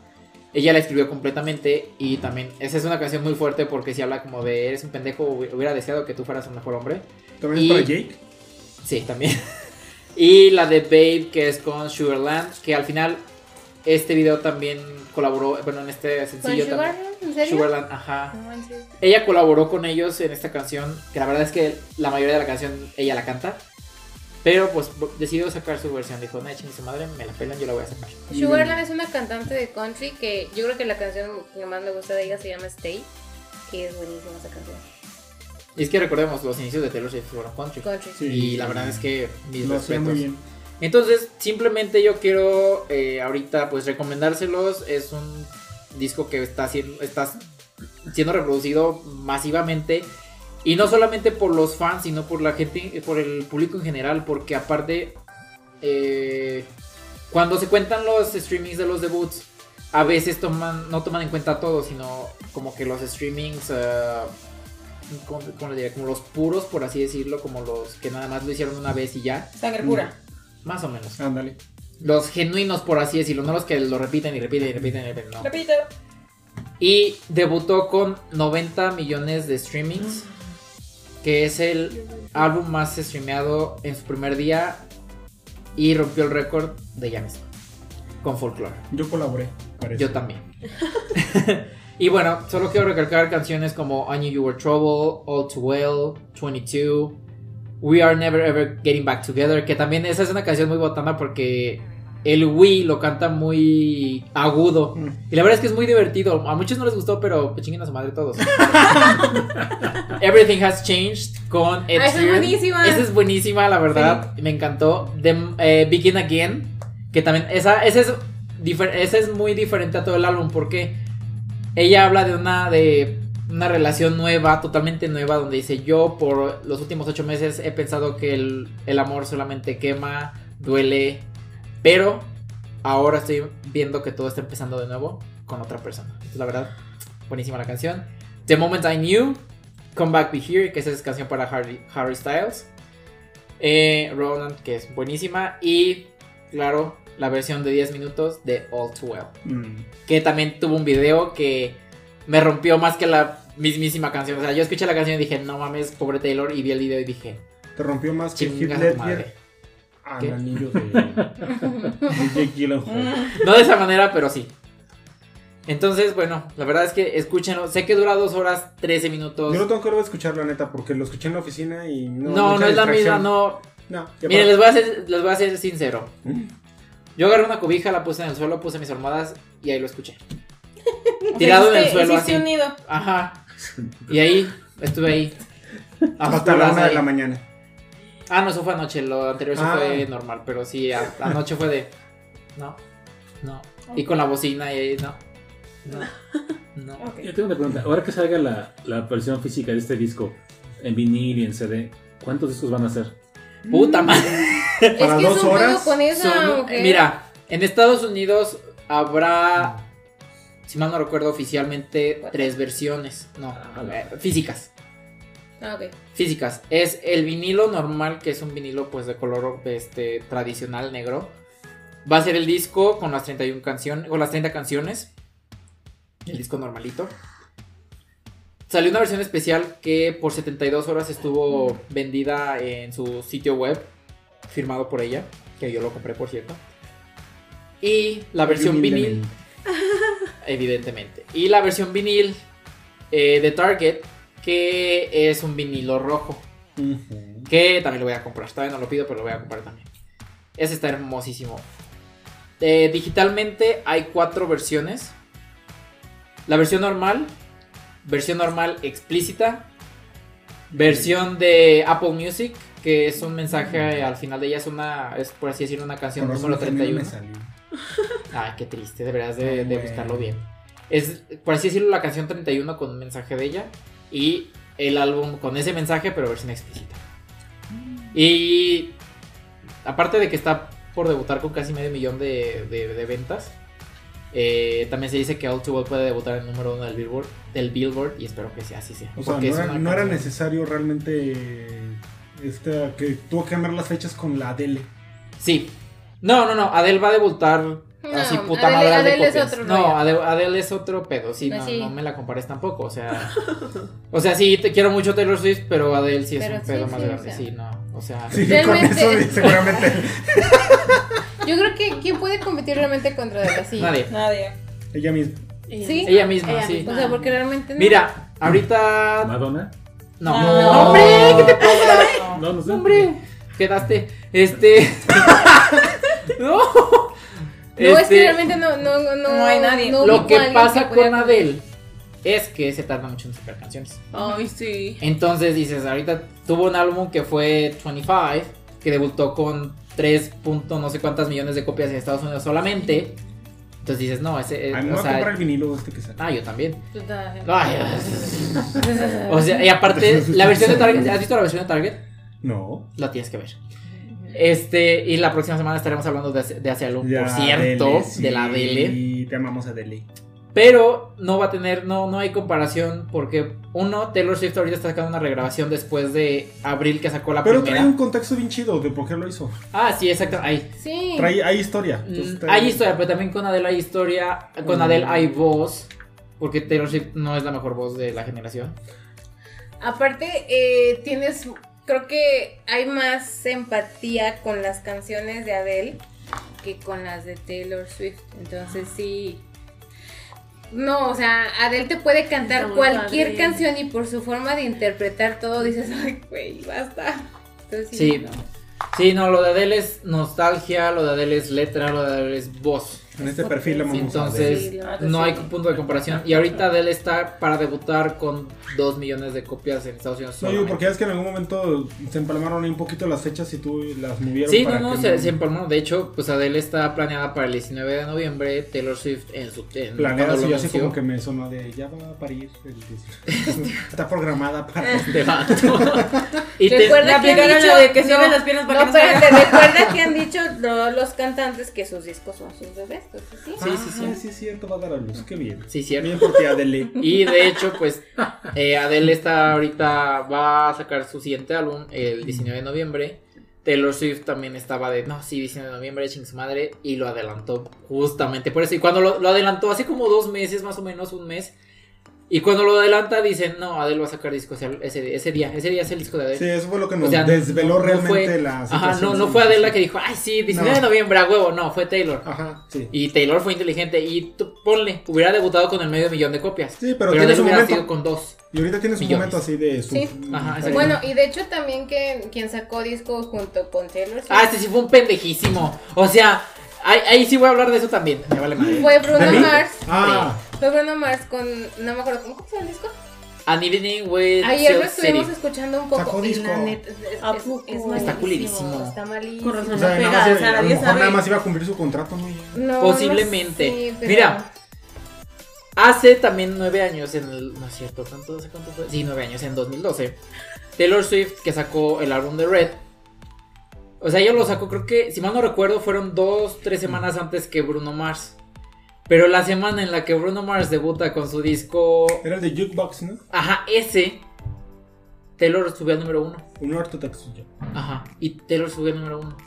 D: Ella la escribió completamente y también esa es una canción muy fuerte porque si habla como de eres un pendejo, hubi- hubiera deseado que tú fueras un mejor hombre.
E: ¿También es
D: y-
E: para Jake?
D: Sí, también. Y la de Babe, que es con Sugarland, que al final este video también colaboró, bueno, en este
C: ¿Con
D: sencillo
C: Sugar?
D: también.
C: ¿En serio?
D: Sugarland, ajá.
C: No manches.
D: Ella colaboró con ellos en esta canción, que la verdad es que la mayoría de la canción ella la canta. Pero pues bo- decidió sacar su versión. Dijo, no, chingue su madre, me la pelan, yo la voy a sacar.
C: Sugarland es una cantante de country que yo creo que la canción que más me gusta de ella se llama Stay, que es buenísima esa canción.
D: Y es que recordemos, los inicios de Taylor Swift fueron country.
C: Country.
E: Sí.
D: Y la verdad es que mis
E: Lo hacía muy
D: respetos.
E: bien.
D: Entonces, simplemente yo quiero eh, ahorita pues recomendárselos. Es un disco que está siendo, está siendo reproducido masivamente. Y no solamente por los fans, sino por la gente, por el público en general. Porque aparte, eh, cuando se cuentan los streamings de los debuts, a veces toman, no toman en cuenta todo, sino como que los streamings, eh, ¿cómo- cómo le diría? como los puros, por así decirlo, como los que nada más lo hicieron una vez y ya,
B: Sangre pura.
D: más o menos
E: Ándale.
D: los genuinos, por así decirlo, no los que lo repiten y repiten y repiten y repiten, no.
B: Repito.
D: Y debutó con 90 millones de streamings, que es el álbum más streameado en su primer día y rompió el récord de ya mismo, con Folklore.
E: Yo colaboré, parece.
D: Yo también. y bueno, solo quiero recalcar canciones como I Knew You Were Trouble, All Too Well, 22, We Are Never Ever Getting Back Together, que también esa es una canción muy botana porque el Wii lo canta muy agudo.
E: Mm.
D: Y la verdad es que es muy divertido. A muchos no les gustó, pero pues, chinguen a su madre todos. Everything Has Changed con Ed
C: Ah, esa es
D: Sheeran.
C: buenísima.
D: Esa es buenísima, la verdad. Me encantó. The, eh, Begin Again. Que también. Esa, esa, es difer- esa es muy diferente a todo el álbum. Porque ella habla de una. de una relación nueva, totalmente nueva, donde dice yo por los últimos ocho meses he pensado que el, el amor solamente quema, duele, pero ahora estoy viendo que todo está empezando de nuevo con otra persona. Entonces, la verdad, buenísima la canción. The Moment I Knew, Come Back Be Here, que esa es canción para Harry, Harry Styles. Eh, Ronan, que es buenísima. Y, claro, la versión de 10 minutos de All Too Well.
E: Mm.
D: Que también tuvo un video que me rompió más que la mismísima canción. O sea, yo escuché la canción y dije, no mames, pobre Taylor. Y vi el video y dije,
E: Te rompió más que Heath
D: Chinga tu
E: Ledger
D: madre.
E: al
D: ¿Qué?
E: anillo de, de Jake Gyllenhaal.
D: No de esa manera, pero sí. Entonces, bueno, la verdad es que escúchenlo. Sé que dura dos horas, 13 minutos.
E: Yo lo tengo que volver a escuchar, la neta, porque lo escuché en la oficina y no.
D: Pues No, no,
E: mucha
D: es la misma,
E: distracción.
D: no.
E: No, y
D: Miren,
E: aparte-
D: les voy, a ser, les voy a ser sincero.
E: ¿Mm?
D: Yo agarré una cobija, la puse en el suelo, puse mis almohadas y ahí lo escuché. Tirado en el suelo.
B: Hiciste
D: así.
B: un nido.
D: Ajá. Y ahí, estuve ahí. A
E: hasta la
D: oscuras
E: una de
D: ahí.
E: la mañana.
D: Ah, no, eso fue anoche, lo anterior sí
E: Ah.
D: fue normal, pero sí, a- anoche fue de. No, no. Y con la bocina y ahí, no. No, no.
B: Ok.
A: Yo tengo una pregunta. Ahora que salga la, la versión física de este disco en vinil y en CD, ¿cuántos discos van a hacer?
D: Puta madre.
C: es
E: Para
C: que
E: dos
C: es un
E: horas
C: juego con esa
D: Son-
C: mujer.
D: Mira, en Estados Unidos habrá, si mal no recuerdo, oficialmente tres versiones. No,
A: Ah, la-
D: eh, físicas.
C: Ah, ok.
D: Físicas. Es el vinilo normal, que es un vinilo pues de color este, tradicional negro. Va a ser el disco con las 31 canciones. Con las 30 canciones. El disco normalito. Salió una versión especial que por 72 horas estuvo vendida en su sitio web. Firmado por ella. Que yo lo compré, por cierto. Y la versión vinil. Evidentemente. Y la versión vinil eh, de Target. Que es un vinilo rojo.
E: Ujú.
D: Que también lo voy a comprar. Todavía no lo pido, pero lo voy a comprar también. Ese está hermosísimo. Eh, digitalmente hay cuatro versiones. La versión normal, versión normal explícita, versión de Apple Music, que es un mensaje al final de ella, es una, es por así decirlo, una canción
E: Mm. Con razón,
D: número
E: a mí no
D: 31.
E: me salió.
D: Ay, Ah, qué triste, deberás de, de
E: Bueno.
D: buscarlo bien. Es, por así decirlo, la canción 31 con un mensaje de ella y el álbum con ese mensaje, pero versión explícita. Y aparte de que está por debutar con casi medio millón de, de- de ventas, eh, también se dice que All Too Well puede debutar en el número uno del Billboard, del Billboard y espero que sea así sea.
E: O sea, no
D: porque es
E: era,
D: una
E: no era
D: canción-
E: necesario realmente esta, que tuvo que cambiar las fechas con la Adele.
D: Sí. No, no, no, Adele va a debutar
C: No,
D: así puta
C: Adele-
D: madre de
C: Adele es
D: copias.
C: otro rollo. Pues
D: no, Adele, Adele es otro pedo, sí, no,
C: Así.
D: no me la compares tampoco, o sea, o sea, sí te quiero mucho Taylor Swift, pero Adele sí es
C: Pero
D: un pedo
C: sí,
D: más
C: sí,
D: grande,
C: o sea.
D: sí, no, o sea,
E: Sí,
C: Realmente-
E: con eso seguramente
C: Yo creo que ¿quién puede competir realmente contra Adele así?
D: nadie.
B: Nadie.
E: ella misma.
C: ¿Sí?
D: Ella misma, sí.
C: O sea, porque realmente no.
D: Mira, ahorita
A: ¿Madonna?
D: no.
B: No.
D: No, hombre, ¿qué te pasa?
B: No.
A: No, no sé.
D: Hombre, quedaste este No.
C: No, es que
D: Este,
C: realmente no, no, no,
B: No hay nadie.
C: no
D: lo
C: ubico a
D: que
C: alguien
D: pasa
C: pudiera
D: con Adele es que se tarda mucho en sacar canciones.
F: Ay, sí.
D: Entonces dices, ahorita tuvo un álbum que fue 25, que debutó con 3. punto no sé cuántas millones de copias en Estados Unidos solamente. Entonces dices, no, ese. eh,
E: A mí Ah, me
D: o
E: va a
D: sea,
E: comprar el vinilo este que sale.
D: Ah, yo también.
C: competir.
D: Ay, o sea, y aparte, la versión de Target. ¿Has visto la versión de Target?
E: No.
D: La tienes que ver. Este, y la próxima semana estaremos hablando de, ese- de ese álbum,
E: Ya,
D: por cierto,
E: Adele, sí,
D: de la Adele.
E: Te amamos Adele.
D: Pero no va a tener, no, no hay comparación porque uno, Taylor Swift ahorita está sacando una regrabación después de abril que sacó la
E: Pero trae
D: primera.
E: un contexto bien chido de por qué lo hizo.
D: Ah, sí, exacto. Ahí.
C: Sí.
E: Trae, hay historia.
D: Mm,
E: Entonces, trae-
D: hay historia, pero también con Adele hay historia, con
E: Mm.
D: Adele hay voz, porque Taylor Swift no es la mejor voz de la generación.
C: Aparte, eh, tienes, creo que hay más empatía con las canciones de Adele que con las de Taylor Swift. Entonces sí. No, o sea, Adele te puede cantar
F: Está muy
C: cualquier
F: padre.
C: canción y por su forma de interpretar todo dices, ay, güey, basta. Entonces,
D: Sí.
C: no.
D: Sí, no, lo de Adele es nostalgia, lo de Adele es letra, lo de Adele es voz.
E: En este perfil la amamos a Adele.
D: Entonces,
C: Sí, la verdad,
D: no
C: sí.
D: hay punto de comparación. Y ahorita Adele está para debutar con 2 millones de copias en Estados Unidos.
E: No digo
D: solamente.
E: porque es que en algún momento se empalmaron ahí un poquito las fechas y tú las movieron.
D: Sí, no,
E: para
D: no,
E: que
D: se, se empalmó. De hecho, pues Adele está planeada para el 19 de noviembre. Taylor Swift en su. En,
E: Planeada,
D: cuando
E: sí,
D: lo
E: así
D: anunció.
E: como que me sonó de ya va a parir. el 19". Está programada para.
D: Este vato. y te-
C: Recuerda
B: Le
C: que han
B: aplicaron
C: dicho-
B: la de que
C: no,
B: cierren las piernas para
C: No,
B: que no se
C: espérate, recuerda que han dicho lo- los cantantes que sus discos son sus bebés. Entonces, sí.
D: Sí, sí, sí.
E: Ah, sí, es cierto, va a dar a luz. Qué bien.
D: Sí, cierto.
E: Bien por ti, Adele.
D: Y de hecho, pues eh, Adele está ahorita. Va a sacar su siguiente álbum el 19 de noviembre. Taylor Swift también estaba de no, sí, 19 de noviembre, ching su madre. Y lo adelantó justamente por eso. Y cuando lo, lo adelantó hace como dos meses, más o menos un mes. Y cuando lo adelanta dicen, no, Adele va a sacar disco ese, ese- ese día, ese día es el disco de Adele.
E: Sí, eso fue lo que nos
D: O sea,
E: desveló
D: no
E: realmente
D: fue-
E: la situación.
D: Ajá, no, no fue Adela que dijo, ay, sí, 19 de
E: No.
D: noviembre, a huevo, no, fue Taylor.
E: Ajá, sí.
D: Y Taylor fue inteligente y tú, ponle, hubiera debutado con el medio millón de copias.
E: Sí, pero
D: Adele
E: tiene su
D: hubiera
E: momento.
D: sido con dos.
E: Y ahorita tienes un
D: Millones.
E: momento así de su...
C: Sí.
D: Ajá,
E: Ajá,
D: exacto.
C: Bueno, y de hecho también que quien sacó disco junto con Taylor Swift
D: Ah, este sí fue un pendejísimo. O sea, ahí, ahí sí voy a hablar de eso también. Me vale madre.
C: fue Bruno Mars.
E: Ah,
C: Fue Bruno Mars con, no me acuerdo, ¿cómo se llama el disco?
D: An evening with
C: Ayer lo
D: Silk
C: estuvimos
D: City.
C: escuchando un poco.
E: Sacó
C: y
E: disco.
C: la neta, es- es-
B: ¿A
C: es-
B: poco?
C: es
B: Está
C: malísimo,
D: culidísimo.
C: Está malísimo.
B: Con razón.
E: o sea,
B: No
E: nada más,
B: pega, o sea,
E: a lo
B: nadie
E: mejor nada
B: sabe.
E: más iba a cumplir su contrato, ¿no? Y-
C: No, no
D: Posiblemente.
C: sé, pero-
D: Mira. Hace también nueve años, en el, no es cierto, ¿cuánto, hace cuánto fue? Sí, nueve años, en 2012. Taylor Swift, que sacó el álbum de Red. O sea, ella lo sacó, creo que, si mal no recuerdo, fueron dos, tres semanas antes que Bruno Mars. Pero la semana en la que Bruno Mars debuta con su disco,
E: Era el de Jukebox, ¿no?
D: ajá, ese, Taylor subió al número uno.
E: Un ortodoxo suyo.
D: Ajá, y Taylor subió al número uno.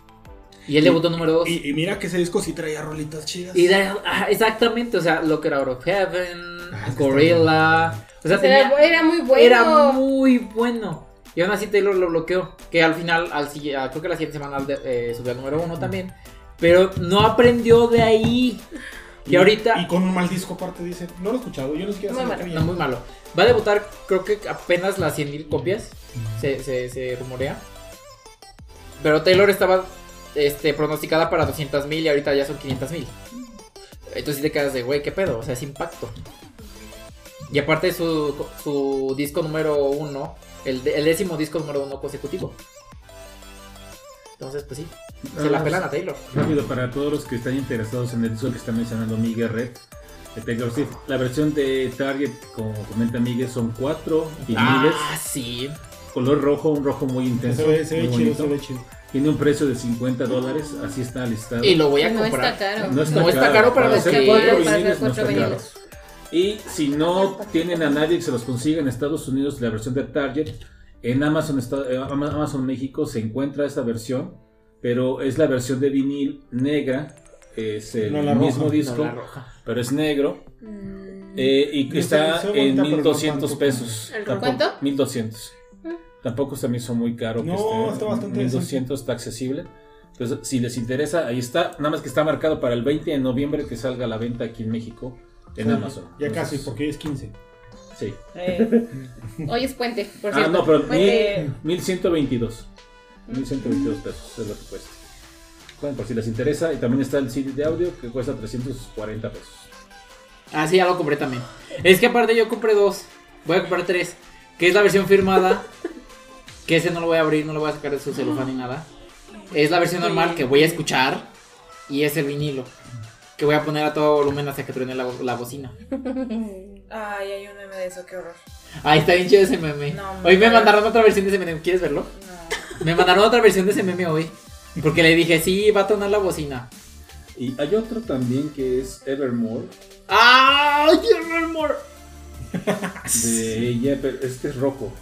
D: Y él debutó número dos.
E: Y, y mira que ese disco sí traía rolitas chidas.
D: Pues, Y da- ah, exactamente, o sea, Locker Out of Heaven,
E: Ah, es que
D: Gorilla. O sea,
C: O sea,
D: tenía,
C: era, muy bueno.
D: era muy bueno. Y aún así Taylor lo bloqueó. Que al final, al, sigui- ah, creo que la siguiente semana de- eh, subió al número uno también. Pero no aprendió de ahí. Y
E: Y
D: ahorita,
E: con un mal disco aparte dice, no lo he escuchado, yo no siquiera
C: Muy
E: sé lo
C: malo.
E: que
D: no,
E: viene.
D: muy malo. Va a debutar, creo que apenas las 100.000 copias. Se, se, se rumorea. Pero Taylor estaba este, pronosticada para 200.000 y ahorita ya son 500.000. Entonces sí te quedas de, güey, qué pedo, o sea, es impacto. Y aparte su, su disco número uno, el, de- el décimo disco número uno consecutivo. Entonces, pues sí, se
A: Ah,
D: la pelan a Taylor.
A: Rápido, para todos los que están interesados en el disco que está mencionando Miguel Red de Taylor Swift, la versión de Target, como comenta Miguel, son cuatro viniles,
D: Ah, sí.
A: color rojo, un rojo muy intenso,
E: Se ve, se ve
A: muy
E: chido,
A: bonito.
E: se ve chido.
A: Tiene un precio de 50 dólares, así está listado.
D: Y lo voy a
C: no está
D: comprar.
C: caro.
A: No está,
D: No está caro para los
A: hacer
D: que-
A: cuatro
D: para
C: hacer
A: viniles, no
C: cuatro
A: está caro.
C: viniles.
A: Y si no tienen a nadie que se los consiga en Estados Unidos, la versión de Target, en Amazon, esta- eh, Ama- Amazon México se encuentra esta versión, pero es la versión de vinil negra, es el
E: No la roja,
A: mismo
E: no
A: disco,
D: No, la roja.
A: pero es negro.
C: Mm.
A: eh, y
E: Yo
A: está
E: sé- sé
A: en
E: bonita, pero no
A: 1200
E: tanto.
A: pesos.
B: ¿El
A: Tampoco-
C: cuánto? Ah.
A: 1200. Tampoco se me hizo muy caro.
E: No, está bastante
A: 1200 está accesible. Entonces, si les interesa, ahí está. Nada más que está marcado para el 20 de noviembre que salga a la venta aquí en México en
E: Sí,
A: Amazon.
E: Ya casi,
A: Entonces,
E: porque hoy es 15.
A: Sí.
B: Eh,
C: Hoy es puente, por
A: Ah,
C: cierto. Mm.
A: no, pero mil-
B: eh,
A: 1122. 1122 pesos es lo que cuesta. Bueno, por si les interesa. Y también está el CD de audio que cuesta 340 pesos.
D: Ah, sí, ya lo compré también. Es que aparte yo compré dos. Voy a comprar tres. Que es la versión firmada. Que ese no lo voy a abrir, no lo voy a sacar de su celofán ni nada. Es la versión normal que voy a escuchar. Y es el vinilo. Que voy a poner a todo volumen hasta que truene la, bo- la bocina.
B: ay, hay un meme de eso, qué horror.
D: Ahí está bien chido ese meme.
B: No,
D: hoy me
B: hombre.
D: mandaron otra versión de ese meme. ¿Quieres verlo?
B: No.
D: Me mandaron otra versión de ese meme hoy. Porque le dije, sí, va a tonar la bocina.
A: Y hay otro también que es Evermore.
D: ¡Ay, Evermore!
A: de ella, pero es que es rojo.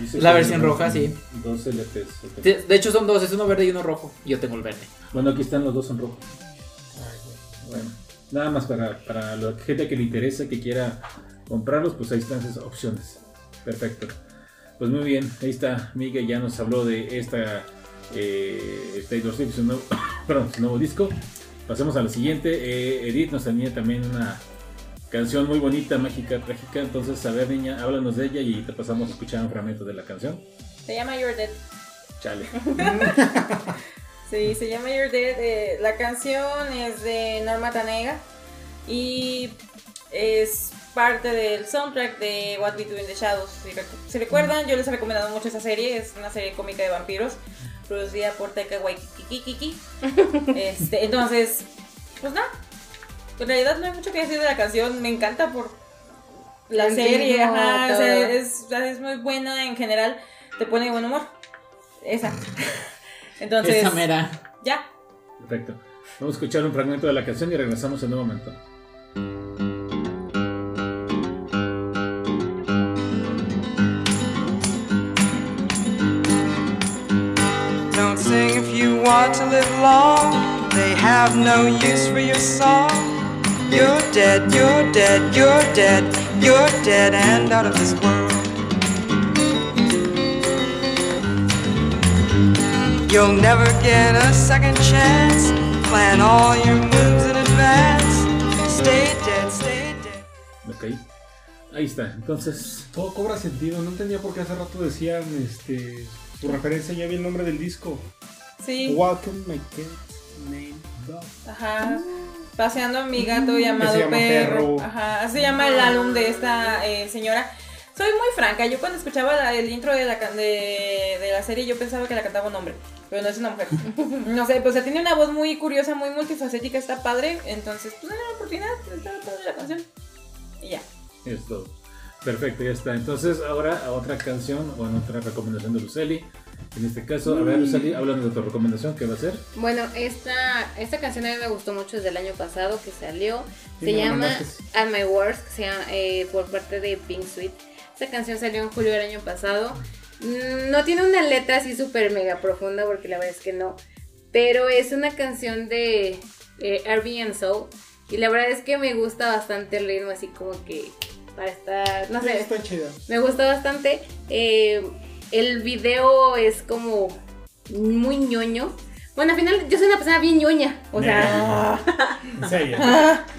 A: Dice
D: La
A: que
D: versión
A: son
D: roja, sí.
A: Dos LPs. ok.
D: De de hecho son dos, es uno verde y uno rojo. Yo tengo el verde.
A: Bueno, aquí están los dos en rojo. Bueno, nada más para, para la gente que le interesa, que quiera comprarlos, pues ahí están esas opciones. Perfecto. Pues muy bien, ahí está. Miguel ya nos habló de esta eh, Taylor Swift, su nuevo, perdón, su nuevo disco. Pasemos a la siguiente. Eh, Edith nos tenía también una canción muy bonita, mágica, trágica. Entonces, a ver, niña, háblanos de ella y te pasamos a escuchar un fragmento de la canción.
B: Se llama You're Dead.
A: Chale.
B: Sí, se llama Your Dead. eh, la canción es de Norma Tanega y es parte del soundtrack de What We Do in the Shadows. Si, recu- si recuerdan, yo les he recomendado mucho esa serie. Es una serie cómica de vampiros producida por Taika Waititi. Este, entonces, pues nada. En realidad no hay mucho que decir de la canción. Me encanta por la
C: El
B: serie.
C: ritmo,
B: ajá, o sea,
C: todo.
B: es, es muy buena en general. Te pone de buen humor. Esa. Entonces,
D: Esa mera.
B: ya.
A: Perfecto. Vamos a escuchar un fragmento de la canción y regresamos en un momento.
H: Don't sing if you want to live long. They have no use for your song. You're dead, you're dead, you're dead. You're dead and out of this world. You'll never get a second chance. Plan all your moves in advance. Stay dead, stay dead.
A: Ok. Ahí está. Entonces,
E: Todo cobra sentido. No entendía por qué hace rato decían este, su referencia. Ya vi el nombre del disco.
B: Sí,
E: Welcome My Cat's Name Dog.
B: ajá. Paseando a mi gato llamado
E: Mm. se llama
B: perro.
E: Perro. Ah.
B: Ajá, así se llama el álbum de esta eh, señora. Soy muy franca, yo cuando escuchaba la- el intro de la, can- de, de la serie yo pensaba que la cantaba un hombre, pero no es una mujer. No sé, pues tiene una voz muy curiosa, muy multifacética, está padre, entonces pues era una oportunidad, estaba padre la canción. Y ya.
A: es todo. Perfecto, ya está. Entonces, ahora a otra canción, bueno, otra recomendación de Luceli. En este caso, a ver, Luceli, háblanos de tu recomendación, ¿qué va a ser?
C: Bueno, esta, esta canción a mí me gustó mucho desde el año pasado que salió. Se
E: Sí, me la
C: llama
E: mandaste.
C: At My Worst, que se llama, eh, por parte de Pink Sweet. Esta canción salió en julio del año pasado. Mm, No tiene una letra así súper mega profunda, porque la verdad es que no. Pero es una canción de eh, Airbnb Soul. Y la verdad es que me gusta bastante el ritmo, así como que para estar. No sé.
E: Está chida.
C: Me gusta bastante. Eh, el video es como muy ñoño. Bueno, al final yo soy una persona bien ñoña. O sea,
E: En serio.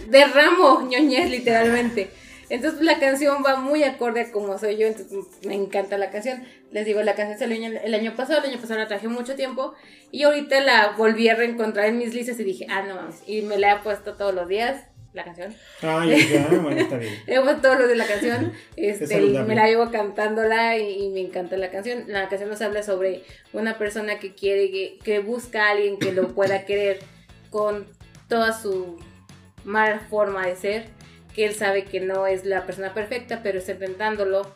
C: derramo ñoñez literalmente. Entonces la canción va muy acorde a como soy yo, entonces me encanta la canción. Les digo, la canción salió el el año pasado, el año pasado la traje mucho tiempo y ahorita la volví a reencontrar en mis listas y dije, ah, no mames. Y me la he puesto todos los días, la canción.
E: Ay, ya, ah, bueno, está bien.
C: He puesto todos los de la canción. Este, y
E: saludable.
C: me la llevo cantándola y, y me encanta la canción. La canción nos habla sobre una persona que quiere, que, que busca a alguien que lo pueda querer con toda su mala forma de ser. Que él sabe que no es la persona perfecta, pero está intentándolo.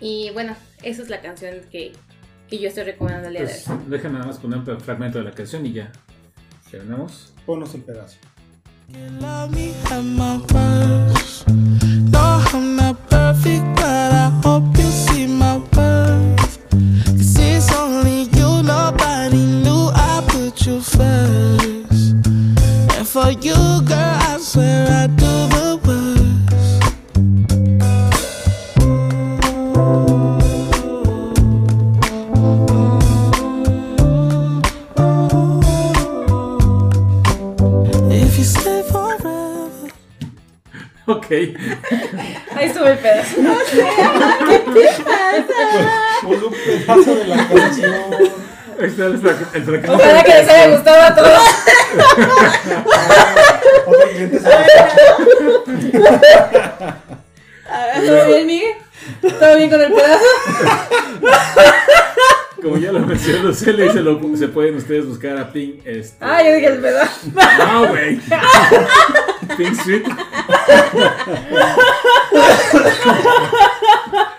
C: Y bueno, esa es la canción que, que yo estoy recomendándole a
A: Pues,
C: Dave.
A: déjenme nada más poner un fragmento de la canción y ya. Terminamos.
E: Ponos el pedazo.
I: Love me at my worst. No, I'm not perfect, but I hope you see my worth. Cause it's only you, nobody knew I put you first. And for you, girl, I swear I do the worst. If you stay forever.
A: Ok.
B: Ahí sube el pedazo.
E: Pues un pedazo de la canción.
A: Ahí está el fra- el fragmento.
B: Ojalá que les haya gustado a todos.
E: Otro cliente se va.
B: ¿Todo bien, Miguel? ¿Todo bien con el pedazo?
A: Como ya lo mencionó Luceli, se, lo- se pueden ustedes buscar a Pink. Este,
B: Ah, yo dije el pedazo.
A: No, güey. Pink Sweet.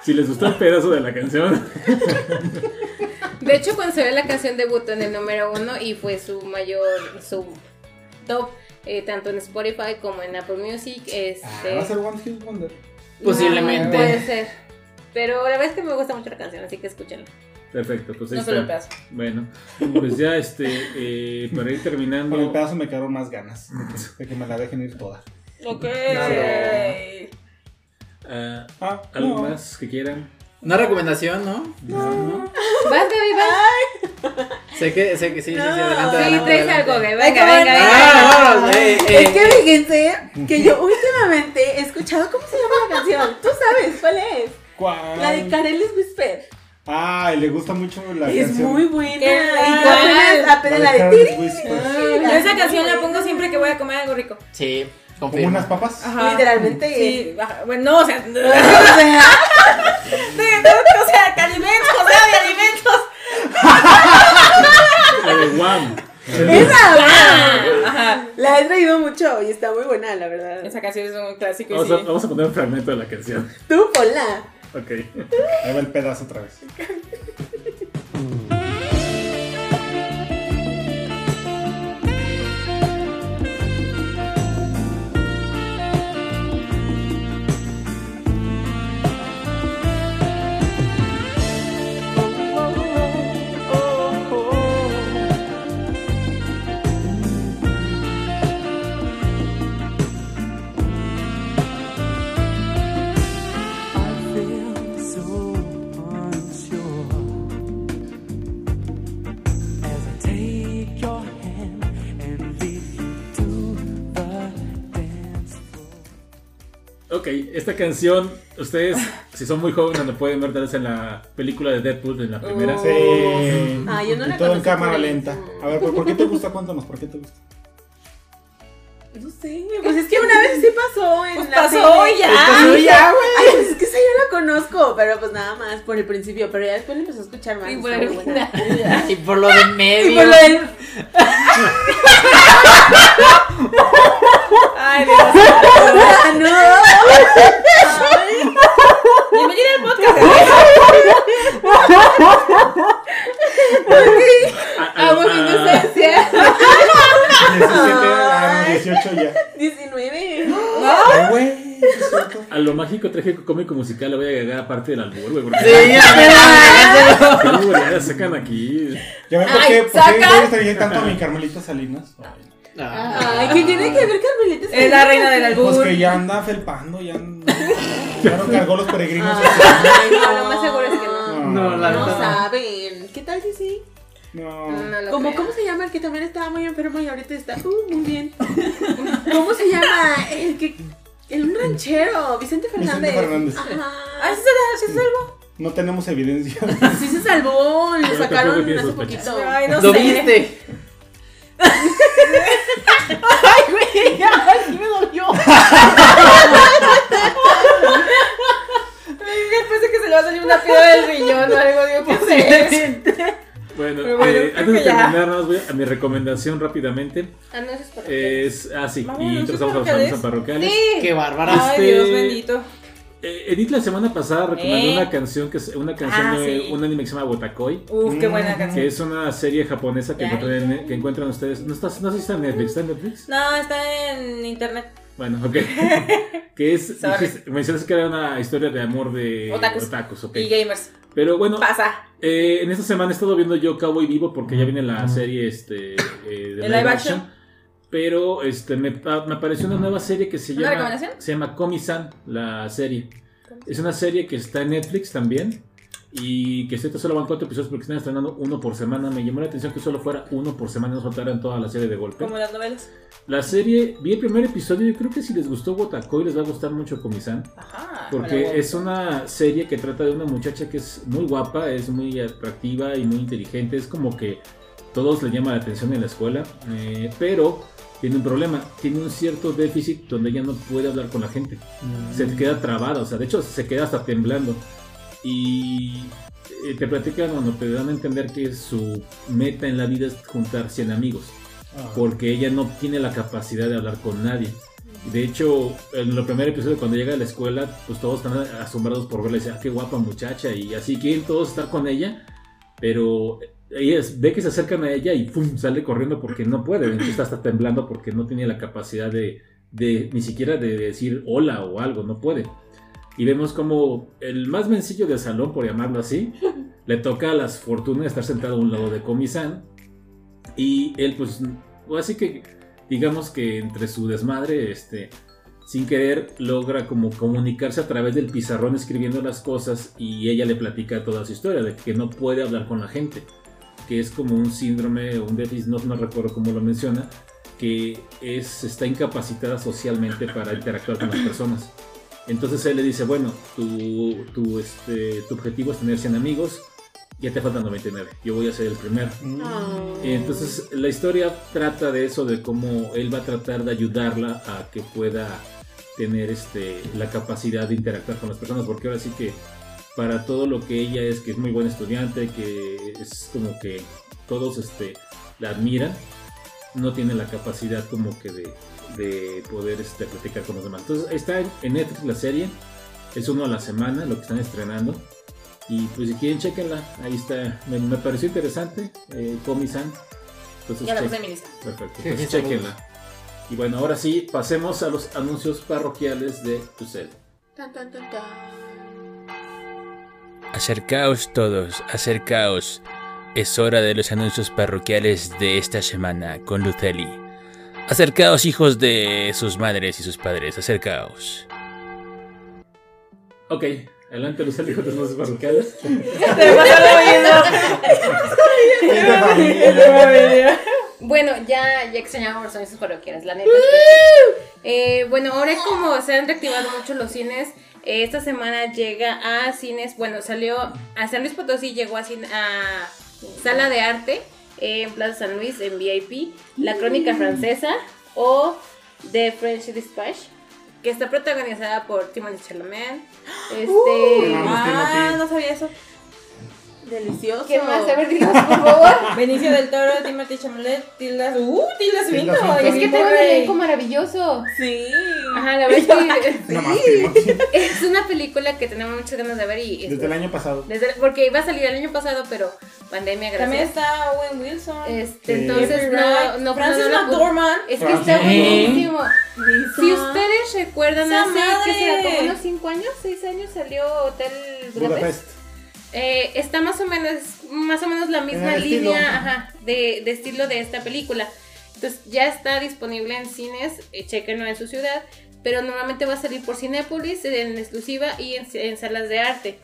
A: si les gustó el pedazo de la canción,
C: De hecho, cuando se ve la canción debutó en el número uno y fue su mayor, su top, eh, tanto en Spotify como en Apple Music. Este,
E: Ah, Va a ser One Hit Wonder.
D: Posiblemente.
C: No, puede ser. Pero la verdad es que me gusta mucho la canción, así que escúchenla.
A: perfecto, pues ahí
B: No solo el
A: está.
B: pedazo.
A: Bueno, pues ya este, eh, para ir
E: Con el
A: terminando,
E: pedazo me quedaron más ganas de que- de que me la dejen ir toda.
B: Ok.
A: ah,
E: Ah,
A: algo
E: no.
A: más que quieran.
D: Una recomendación, ¿no?
C: Vas, Gaby,
B: Ah,
C: vas.
D: Sé que, sé que sí, sí, sí, adelante.
C: Sí,
D: adelante,
C: traes
D: adelante.
C: algo, Gaby.
F: Ay,
C: Venga,
F: qué
C: venga,
F: bueno.
C: venga.
D: Ah, vámonos, eh, eh.
F: Es que fíjense que yo últimamente he escuchado cómo se llama la canción. Tú sabes cuál es.
E: ¿Cuál?
F: La de Carelis Whisper.
E: Ay, le gusta mucho la
F: es
E: canción.
F: muy buena. Y
B: Qué
F: yo apenas, apenas la de
E: Careless
F: Tiri. Ah.
E: Whispers.
B: Yo Ah, esa canción la pongo siempre que voy a comer algo rico.
D: Sí,
E: Como unas
D: confirmo.
E: papas.
F: Literalmente.
B: Sí, ajá. bueno, no, o sea, de, de-
F: O sea,
B: o sea, que alimentos, o sea, de alimentos.
A: La Ah, de Wham.
F: esa.
B: Ajá.
F: La he traído mucho y está muy buena, la verdad.
B: Esa canción es un clásico y
A: Vamos a,
B: sí.
A: vamos a poner un fragmento de la canción.
F: Tú ponla.
A: Ok.
E: Ahí va el pedazo otra vez.
A: Ok, esta canción, ustedes, si son muy jóvenes, la pueden ver tal vez en la película de Deadpool, en la primera.
B: Oh.
E: Sí.
F: Ah, yo no
E: Y
F: la
E: todo en
F: conocí
E: cámara
F: por eso.
E: lenta. A ver, ¿por, por qué te gusta? Cuéntanos, ¿por qué te gusta?
F: No sé, pues es que una vez sí pasó en
B: Pues
F: la
B: pasó
F: tele.
B: y ya.
F: Pues ya, güey. Ay, pues es que esa yo la conozco, pero pues nada más por el principio, pero ya después la empezó a escuchar más.
B: Y
F: está
B: por
F: muy
B: el
F: buena.
D: Y por lo de medio.
B: Y por lo del. Ay, Dios.
F: Ah, no.
B: Bienvenida al podcast.
A: A-
B: Ah,
A: a-
C: Amo mi
A: a-
C: inocencia.
E: 17, ah, no, 18 ya.
F: 19.
E: Ay, güey, sí es cierto.
A: A lo mágico, trágico, cómico, musical le voy a agregar parte del albur, güey. Porque
D: Sí, ya me la-
A: ¿Qué albureadas sacan aquí.
E: Ya ven por
C: Ay,
E: qué, por qué
C: saca.
E: te dije tanto a mi Carmelita Salinas.
D: Ah.
F: Ay, ¿qué tiene que ver Carmelita?
B: Es la reina del
E: Pues
B: albur.
E: que ya anda felpando, ya anda. Ya no cargó los peregrinos.
F: Ah. Ay,
C: No, lo más seguro es que no.
D: No, la
F: No
D: verdad.
F: saben. ¿Qué tal si sí?
E: No.
C: No lo
F: Como,
C: creo.
F: ¿Cómo se llama el que también estaba muy enfermo y ahorita está uh, muy bien? ¿Cómo se llama el que... El un ranchero, Vicente Fernández.
E: Vicente Fernández.
F: Ajá.
B: Ay, sí se sí se salvó.
E: No tenemos evidencia.
F: Sí se salvó, lo
A: Yo
F: sacaron
A: tampoco tiene
F: hace
A: sospechas.
F: poquito.
B: Ay, no
D: ¿Lo
B: sé.
D: viste?
F: Ay, güey, ya, ay, me dolió.
B: Ay, Después de que se le va a salir una piedra del riñón o algo, digo, ¿qué sé?
A: Bueno,
B: Pero bueno,
A: eh,
B: creo
A: antes de
B: que ya.
A: terminar, nada más voy a mi recomendación rápidamente.
C: Ah, no, eso es por
A: Es. Ah, sí,
B: Vamos,
A: y
B: ¿no
A: entonces vamos a los
B: parroquiales?
A: anuncios parroquiales.
D: Qué bárbara.
B: Ay,
A: Este-
B: Dios bendito.
A: Eh, Edith la semana pasada recomendó
B: Eh.
A: una canción que es una canción
B: Ah,
A: de
B: sí.
A: un anime que se llama Wotakoi.
B: Uf, qué buena canción.
A: Que es una serie japonesa que, encuentran, en- que encuentran ustedes. No, está, no sé si está en Netflix. ¿Está en Netflix?
B: No, está en internet.
A: Bueno, ok. que es.
B: Sorry.
A: dijiste- Mencionaste que era una historia de amor de
B: Otakus.
A: ok.
B: Y gamers.
A: Pero bueno,
B: Pasa.
A: eh, en esta semana he estado viendo yo Cowboy Vivo porque ya viene la serie este, eh, de live,
B: live
A: action.
B: action.
A: Pero este, me, pa- me apareció una nueva serie que se
B: ¿Una
A: llama,
B: recomendación?
A: se llama Komi-san, la serie. Es una serie que está en Netflix también. Y que ahorita solo van cuatro episodios porque están estrenando uno por semana. Me llamó la atención que solo fuera uno por semana y no soltaran toda la serie de golpe.
B: Como las novelas.
A: La serie, vi el primer episodio y creo que si les gustó Wotakoi les va a gustar mucho Komi-san.
B: Ajá.
A: Porque es una serie que trata de una muchacha que es muy guapa, es muy atractiva y muy inteligente. Es como que todos le llama la atención en la escuela, eh, pero tiene un problema. Tiene un cierto déficit donde ella no puede hablar con la gente. Se queda trabada, o sea, de hecho se queda hasta temblando. Y eh, te platican cuando te dan a entender que su meta en la vida es juntar 100 amigos porque ella no tiene la capacidad de hablar con nadie. De hecho, en el primer episodio cuando llega a la escuela, pues todos están asombrados por verla y dicen, ah, qué guapa muchacha, y así quieren todos estar con ella, pero ella es- ve que se acercan a ella y ¡pum! sale corriendo porque no puede, de hecho está hasta temblando porque no tiene la capacidad de, de ni siquiera de decir hola o algo, no puede. Y vemos como el más mencillo del salón, por llamarlo así, le toca a las fortunas estar sentado a un lado de Comisán y él pues o Así que digamos que entre su desmadre, este, sin querer, logra como comunicarse a través del pizarrón escribiendo las cosas y ella le platica toda su historia de que no puede hablar con la gente, que es como un síndrome, un déficit, no, no recuerdo cómo lo menciona, que es, está incapacitada socialmente para interactuar con las personas. Entonces él le dice, bueno, tu, tu, este, tu objetivo es tener 100 amigos, ya te faltan 99, yo voy a ser el primero.
E: Ah.
A: Entonces la historia trata de eso, de cómo él va a tratar de ayudarla a que pueda tener este, la capacidad de interactuar con las personas, porque ahora sí que para todo lo que ella es, que es muy buena estudiante, que es como que todos este, la admiran, no tiene la capacidad como que de, de poder este, platicar con los demás. Entonces está en, en Netflix la serie, es uno a la semana lo que están estrenando. Y pues si quieren, chequenla. Ahí está. Me, me pareció interesante. Eh, Komi-san. Entonces,
B: Ya la
A: chequen-
B: puse en mi lista.
A: Perfecto.
D: Sí,
A: Entonces,
D: sí, saludos.
A: chequenla. Y bueno, ahora sí, pasemos a los anuncios parroquiales de Tusel.
F: Tan, tan, tan, tan.
J: Acercaos todos, acercaos. Es hora de los anuncios parroquiales de esta semana con Luceli. Acercaos hijos de sus madres y sus padres, acercaos.
A: Ok, adelante los hijos de los parroquiales.
B: Te vas a lo
E: Esta familia.
B: viendo.
C: Bueno, ya, ya extrañaba los anuncios parroquiales, la neta. es que- Eh, bueno, ahora es como se han reactivado mucho los cines. eh, Esta semana llega a cines, bueno, salió a San Luis Potosí, llegó a, cine- a Sala de Arte eh, en Plaza San Luis, en VIP, La Crónica Francesa o The French Dispatch, que está protagonizada por Timothy Chalamet. Este,
B: Ah, no sabía eso.
F: Delicioso.
C: ¿Qué más? A ver, díganos, por favor.
B: Benicio del Toro, Timothy Chalamet, Tilda, uh, Tilda Swinton.
E: Swinton.
C: es que
B: Jimmy
C: tengo un
B: Murray.
C: elenco maravilloso.
F: Sí.
C: Ajá, la verdad es que
E: Nada más, Timothy.
C: es una película que tenemos muchas ganas de ver y
E: Desde el año pasado.
C: desde- porque iba a salir el año pasado, pero pandemia,
B: También
C: gracias.
B: está Owen Wilson.
C: Este,
E: Sí.
C: entonces
B: Jeffrey
C: no,
B: Wright,
C: no,
B: Francis
C: no la pu-
B: Pues McDormand.
C: Es que está
E: ¿Eh?
C: buenísimo. Si
F: Lisa.
C: ustedes recuerdan
B: ¡Esa
C: hace que será
B: madre!
C: como unos 5 años, 6 años salió Hotel Budapest.
E: Budapest.
C: Eh, está más o menos más o menos la misma
E: Ah, el estilo.
C: línea ajá, de, de estilo de esta película. Entonces ya está disponible en cines, eh, chequenlo en su ciudad, pero normalmente va a salir por Cinépolis en exclusiva y en, en salas de arte.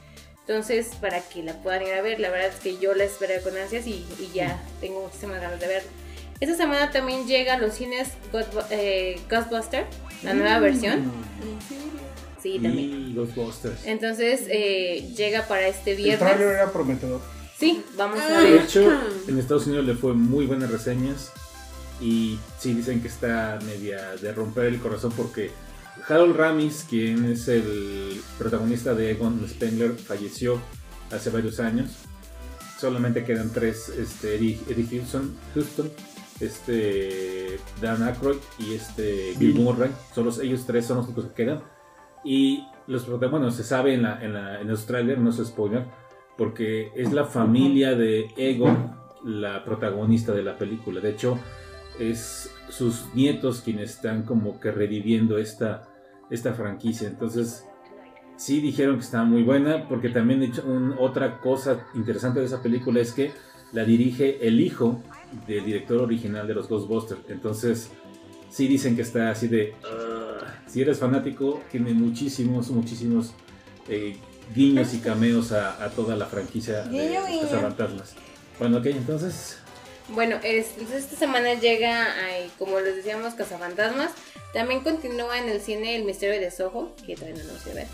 C: Entonces, para que la puedan ir a ver, la verdad es que yo la esperé con ansias y, y ya tengo muchísimas ganas de verla. Esta semana también llega a los cines God- eh, Ghostbuster, la nueva versión. Sí, también.
E: Mm. Y Ghostbusters.
C: Entonces eh, llega para este
E: El tráiler
C: viernes.
E: era prometedor.
C: Sí, vamos a
A: De
C: ver.
A: hecho, en Estados Unidos le fue muy buenas reseñas. Y sí, dicen que está media de romper el corazón porque Harold Ramis, quien es el protagonista de Egon Spengler, falleció hace varios años. Solamente quedan tres, este, Eddie, Eddie Houston, Houston, este, Dan Aykroyd y este Bill Murray. Son los- ellos tres son los únicos que quedan. Y los protagonistas, bueno, se sabe en, la, en, la, en los trailers, no se spoiler, porque es la familia de Egon la protagonista de la película. De hecho, es sus nietos quienes están como que reviviendo esta, esta franquicia. Entonces, sí dijeron que estaba muy buena, porque también de hecho, un- otra cosa interesante de esa película es que la dirige el hijo del director original de los Ghostbusters. Entonces, sí dicen que está así de... "Ugh". si eres fanático, tiene muchísimos, muchísimos... eh, guiños y cameos a, a toda la franquicia de
B: Guiño, guiño.
A: Cazafantasmas. Bueno, ok, entonces.
C: Bueno, es- entonces esta semana llega, ay, como les decíamos, Cazafantasmas. También continúa en el cine El Misterio de Soho, que todavía no lo sé ver.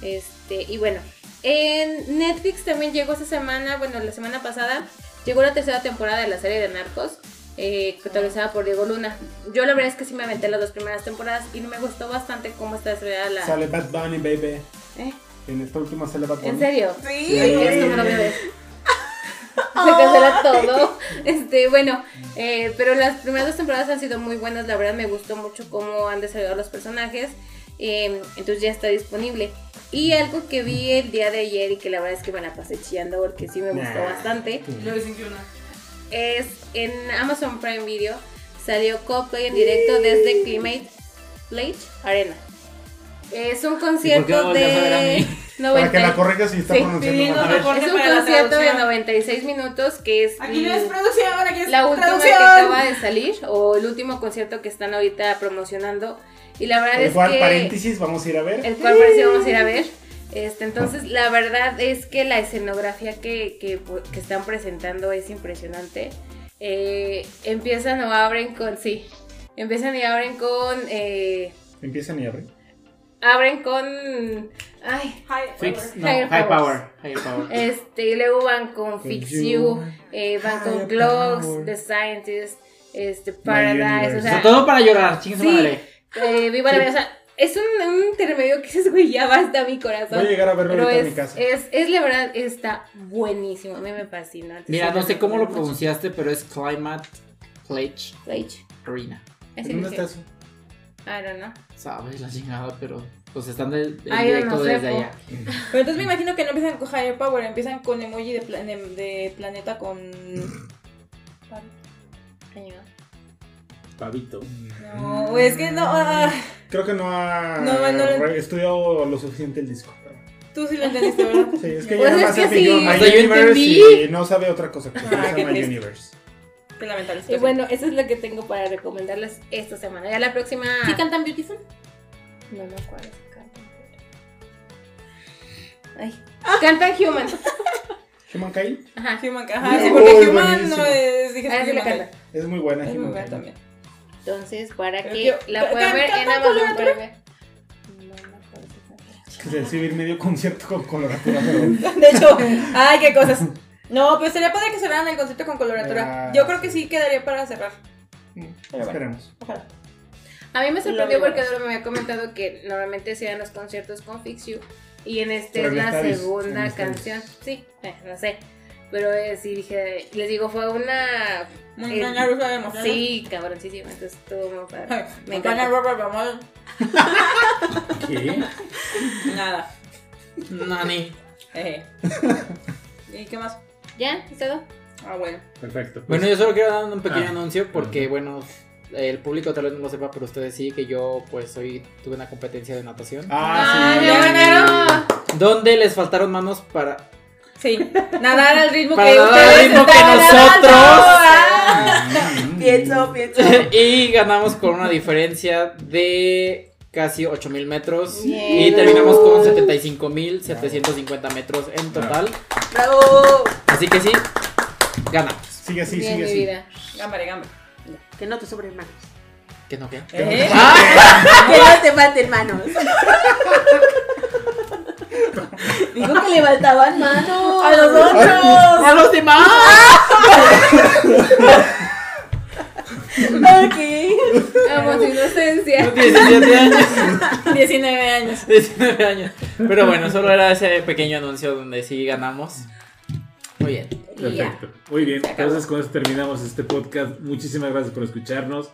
C: Este, y bueno, en Netflix también llegó esta semana, bueno, la semana pasada, llegó la tercera temporada de la serie de Narcos, eh, protagonizada por Diego Luna. Yo la verdad es que sí me aventé las dos primeras temporadas y me gustó bastante cómo está desarrollada la...
E: Sale Bad Bunny, baby.
C: ¿Eh?
E: En esta última sale Bad Bunny.
C: ¿En serio?
F: Sí.
C: Ay, esto me lo voy a ver. Se cancela todo. Este, bueno, eh, pero las primeras dos temporadas han sido muy buenas. La verdad me gustó mucho cómo han desarrollado los personajes. eh, entonces ya está disponible. Y algo que vi el día de ayer y que la verdad es que me la pasé chillando porque sí me gustó
E: Nah.
C: bastante.
B: Lo desincrona.
C: Es en Amazon Prime Video salió Coldplay en directo desde Climate Plage Arena. Es un concierto
D: volteas a ver a
C: de
D: mí?
C: 90
E: Para que la corrijas si está
C: Sí,
E: pronunciando
B: pidiendo
E: mal.
B: soporte.
C: es un
B: para la
C: concierto de
B: traducción.
C: 96 minutos que es
B: Aquí no
C: mm,
B: es producción, aquí es
C: la última
B: traducción.
C: que acaba de salir o el último concierto que están ahorita promocionando y la verdad
E: El
C: es
E: cual,
C: que
E: paréntesis, vamos a ir a ver.
C: el cual parece vamos a ir a ver. Este, entonces la verdad es que la escenografía que, que- que están presentando es impresionante. Eh, empiezan o abren con sí, empiezan y abren con eh,
E: Empiezan y abren.
C: abren con ay
B: Hi,
D: Fix, no,
C: Higher
D: high
C: powers.
D: power. Higher power.
C: Este, y luego van con Fix You, eh, van con
E: Higher
C: Clocks,
E: Power.
C: The Scientist, este,
E: Universe.
C: Paradise, o
E: O
D: O sea,
C: sea,
D: todo para llorar, chingue su
C: Sí.
D: madre.
C: eh, Viva la vida, o sea, es un, un intermedio que dices, güey, ya basta mi
E: Voy a
C: corazón.
E: llegar a verlo
C: Pero
E: ahorita
C: es,
E: en mi casa.
C: es, es la verdad, está buenísimo, a mí me fascina.
D: Mira, no
C: Entonces,
D: sé cómo lo
C: mucho.
D: pronunciaste, pero es Climate Pledge
C: Rage.
D: Arena.
C: Así
E: ¿Dónde
C: dije,
E: está eso?
C: I don't know.
D: Sabes la chingada, pero pues están del del
C: Ay, yo
D: directo
C: no sé,
D: desde
C: po.
D: allá.
B: Pero entonces me imagino que no empiezan con Higher Power, empiezan con emoji de, pla- de, de planeta con.
C: Cañón.
A: Pavito.
B: No, güey, es que no. ah,
E: Creo que no ha
B: No, no, no.
E: re- estudiado lo suficiente el disco. pero-
B: tú sí lo entendiste, ¿verdad?
E: Sí, es que
C: Pues
E: ya
C: es
E: nomás
C: que
E: hace
C: sí.
E: yo, My
D: Hasta yo
E: Universe
D: entendí.
E: y no sabe otra cosa que se
B: Ah, qué
E: llama My
B: triste.
E: Universe.
B: Qué lamentable.
C: Y
B: situación.
C: bueno, eso es lo que tengo para recomendarles esta semana. Ya la próxima.
F: ¿Sí cantan Beautiful?
C: No me acuerdo. Cantan. Ay. Cantan Human.
E: Humankind
C: Ajá.
B: Human, Ah, ajá, sí,
E: Oh,
B: porque
E: es
B: Human no
E: buenísimo.
B: es. Dije,
C: Ahora sí la
B: Humankind.
C: canta.
E: es muy buena.
B: Es muy
E: Humankind.
B: buena también.
C: Entonces, para
B: Creo
C: que
B: que-
C: la puedan
B: ¿Can-
C: ver en
B: cantan
C: Amazon
B: coloratura?
C: Prime. No, no me acuerdo si canta.
E: Que se recibir medio concierto con coloratura. pero-
B: De hecho, ay, qué cosas. No, pues sería padre que cerraran el concierto con coloratura.
E: Ah.
B: Yo creo que sí quedaría para cerrar. bueno.
E: Esperemos.
B: Ojalá.
C: A mí me sorprendió
B: Lo
C: porque
B: vemos.
C: Doro me había comentado que normalmente se dan los conciertos con Fix You y en este
E: Pero
C: es
E: en
C: la
E: estadios,
C: segunda
E: en estadios.
C: canción. Sí, eh, no sé. Pero eh, sí dije, les digo, fue una.
B: Montaña
C: eh,
B: rusa de emociones.
C: Sí, cabroncísima, entonces estuvo muy
B: Ay,
C: padre. Me
B: Montaña
C: encanta.
B: rusa de amor.
E: ¿Qué?
B: Nada.
D: Nani.
B: Jeje. ¿Y qué más?
C: ¿Ya? ¿Es todo?
B: Ah, bueno.
E: Perfecto. pues,
D: Bueno, yo solo quiero dar un pequeño
E: Ah.
D: anuncio porque, bueno, el público tal vez no lo sepa, pero ustedes sí, que yo pues hoy tuve una competencia de natación.
E: Ah,
C: ¡Ay, me
E: sí.
C: ganaron!
D: Donde les faltaron manos para...
B: Sí. Nadar al ritmo
D: Para
B: que
D: nadar al
B: ustedes
D: ritmo que
B: están
D: nosotros.
B: nadando. Ah.
F: Pienso, pienso.
D: y ganamos con una diferencia de casi 8000 metros.
C: Bien.
D: Y terminamos con 75750 metros en total.
F: ¡Bravo!
E: Ah.
D: Así que sí, ganamos.
E: Sigue así,
C: Bien,
E: sigue
C: mi
E: así.
C: vida.
B: Gámbare, gámbare.
F: Que no te sobre manos.
D: ¿Qué no qué?
B: Eh,
F: Que no te maten manos. Dijo que le faltaban manos.
B: ¡A los otros!
D: ¡A los demás!
F: Ok.
C: Vamos, inocencia.
D: 17 años.
B: 19 años.
D: 19 años. Pero bueno, solo era ese pequeño anuncio donde sí ganamos. Muy bien.
C: Y ya.
A: Pues, Perfecto. Muy bien. Entonces con eso terminamos este podcast. Muchísimas gracias por escucharnos.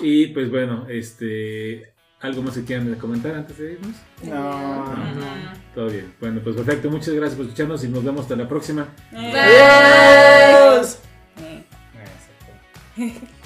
A: Y pues bueno, este algo más que quieran comentar antes de irnos.
E: No, no.
B: Mm.
A: Todo bien. Bueno, pues perfecto. Muchas gracias por escucharnos y nos vemos hasta la próxima.
B: Eh.
C: Bye.
B: Eh.
E: Exacto.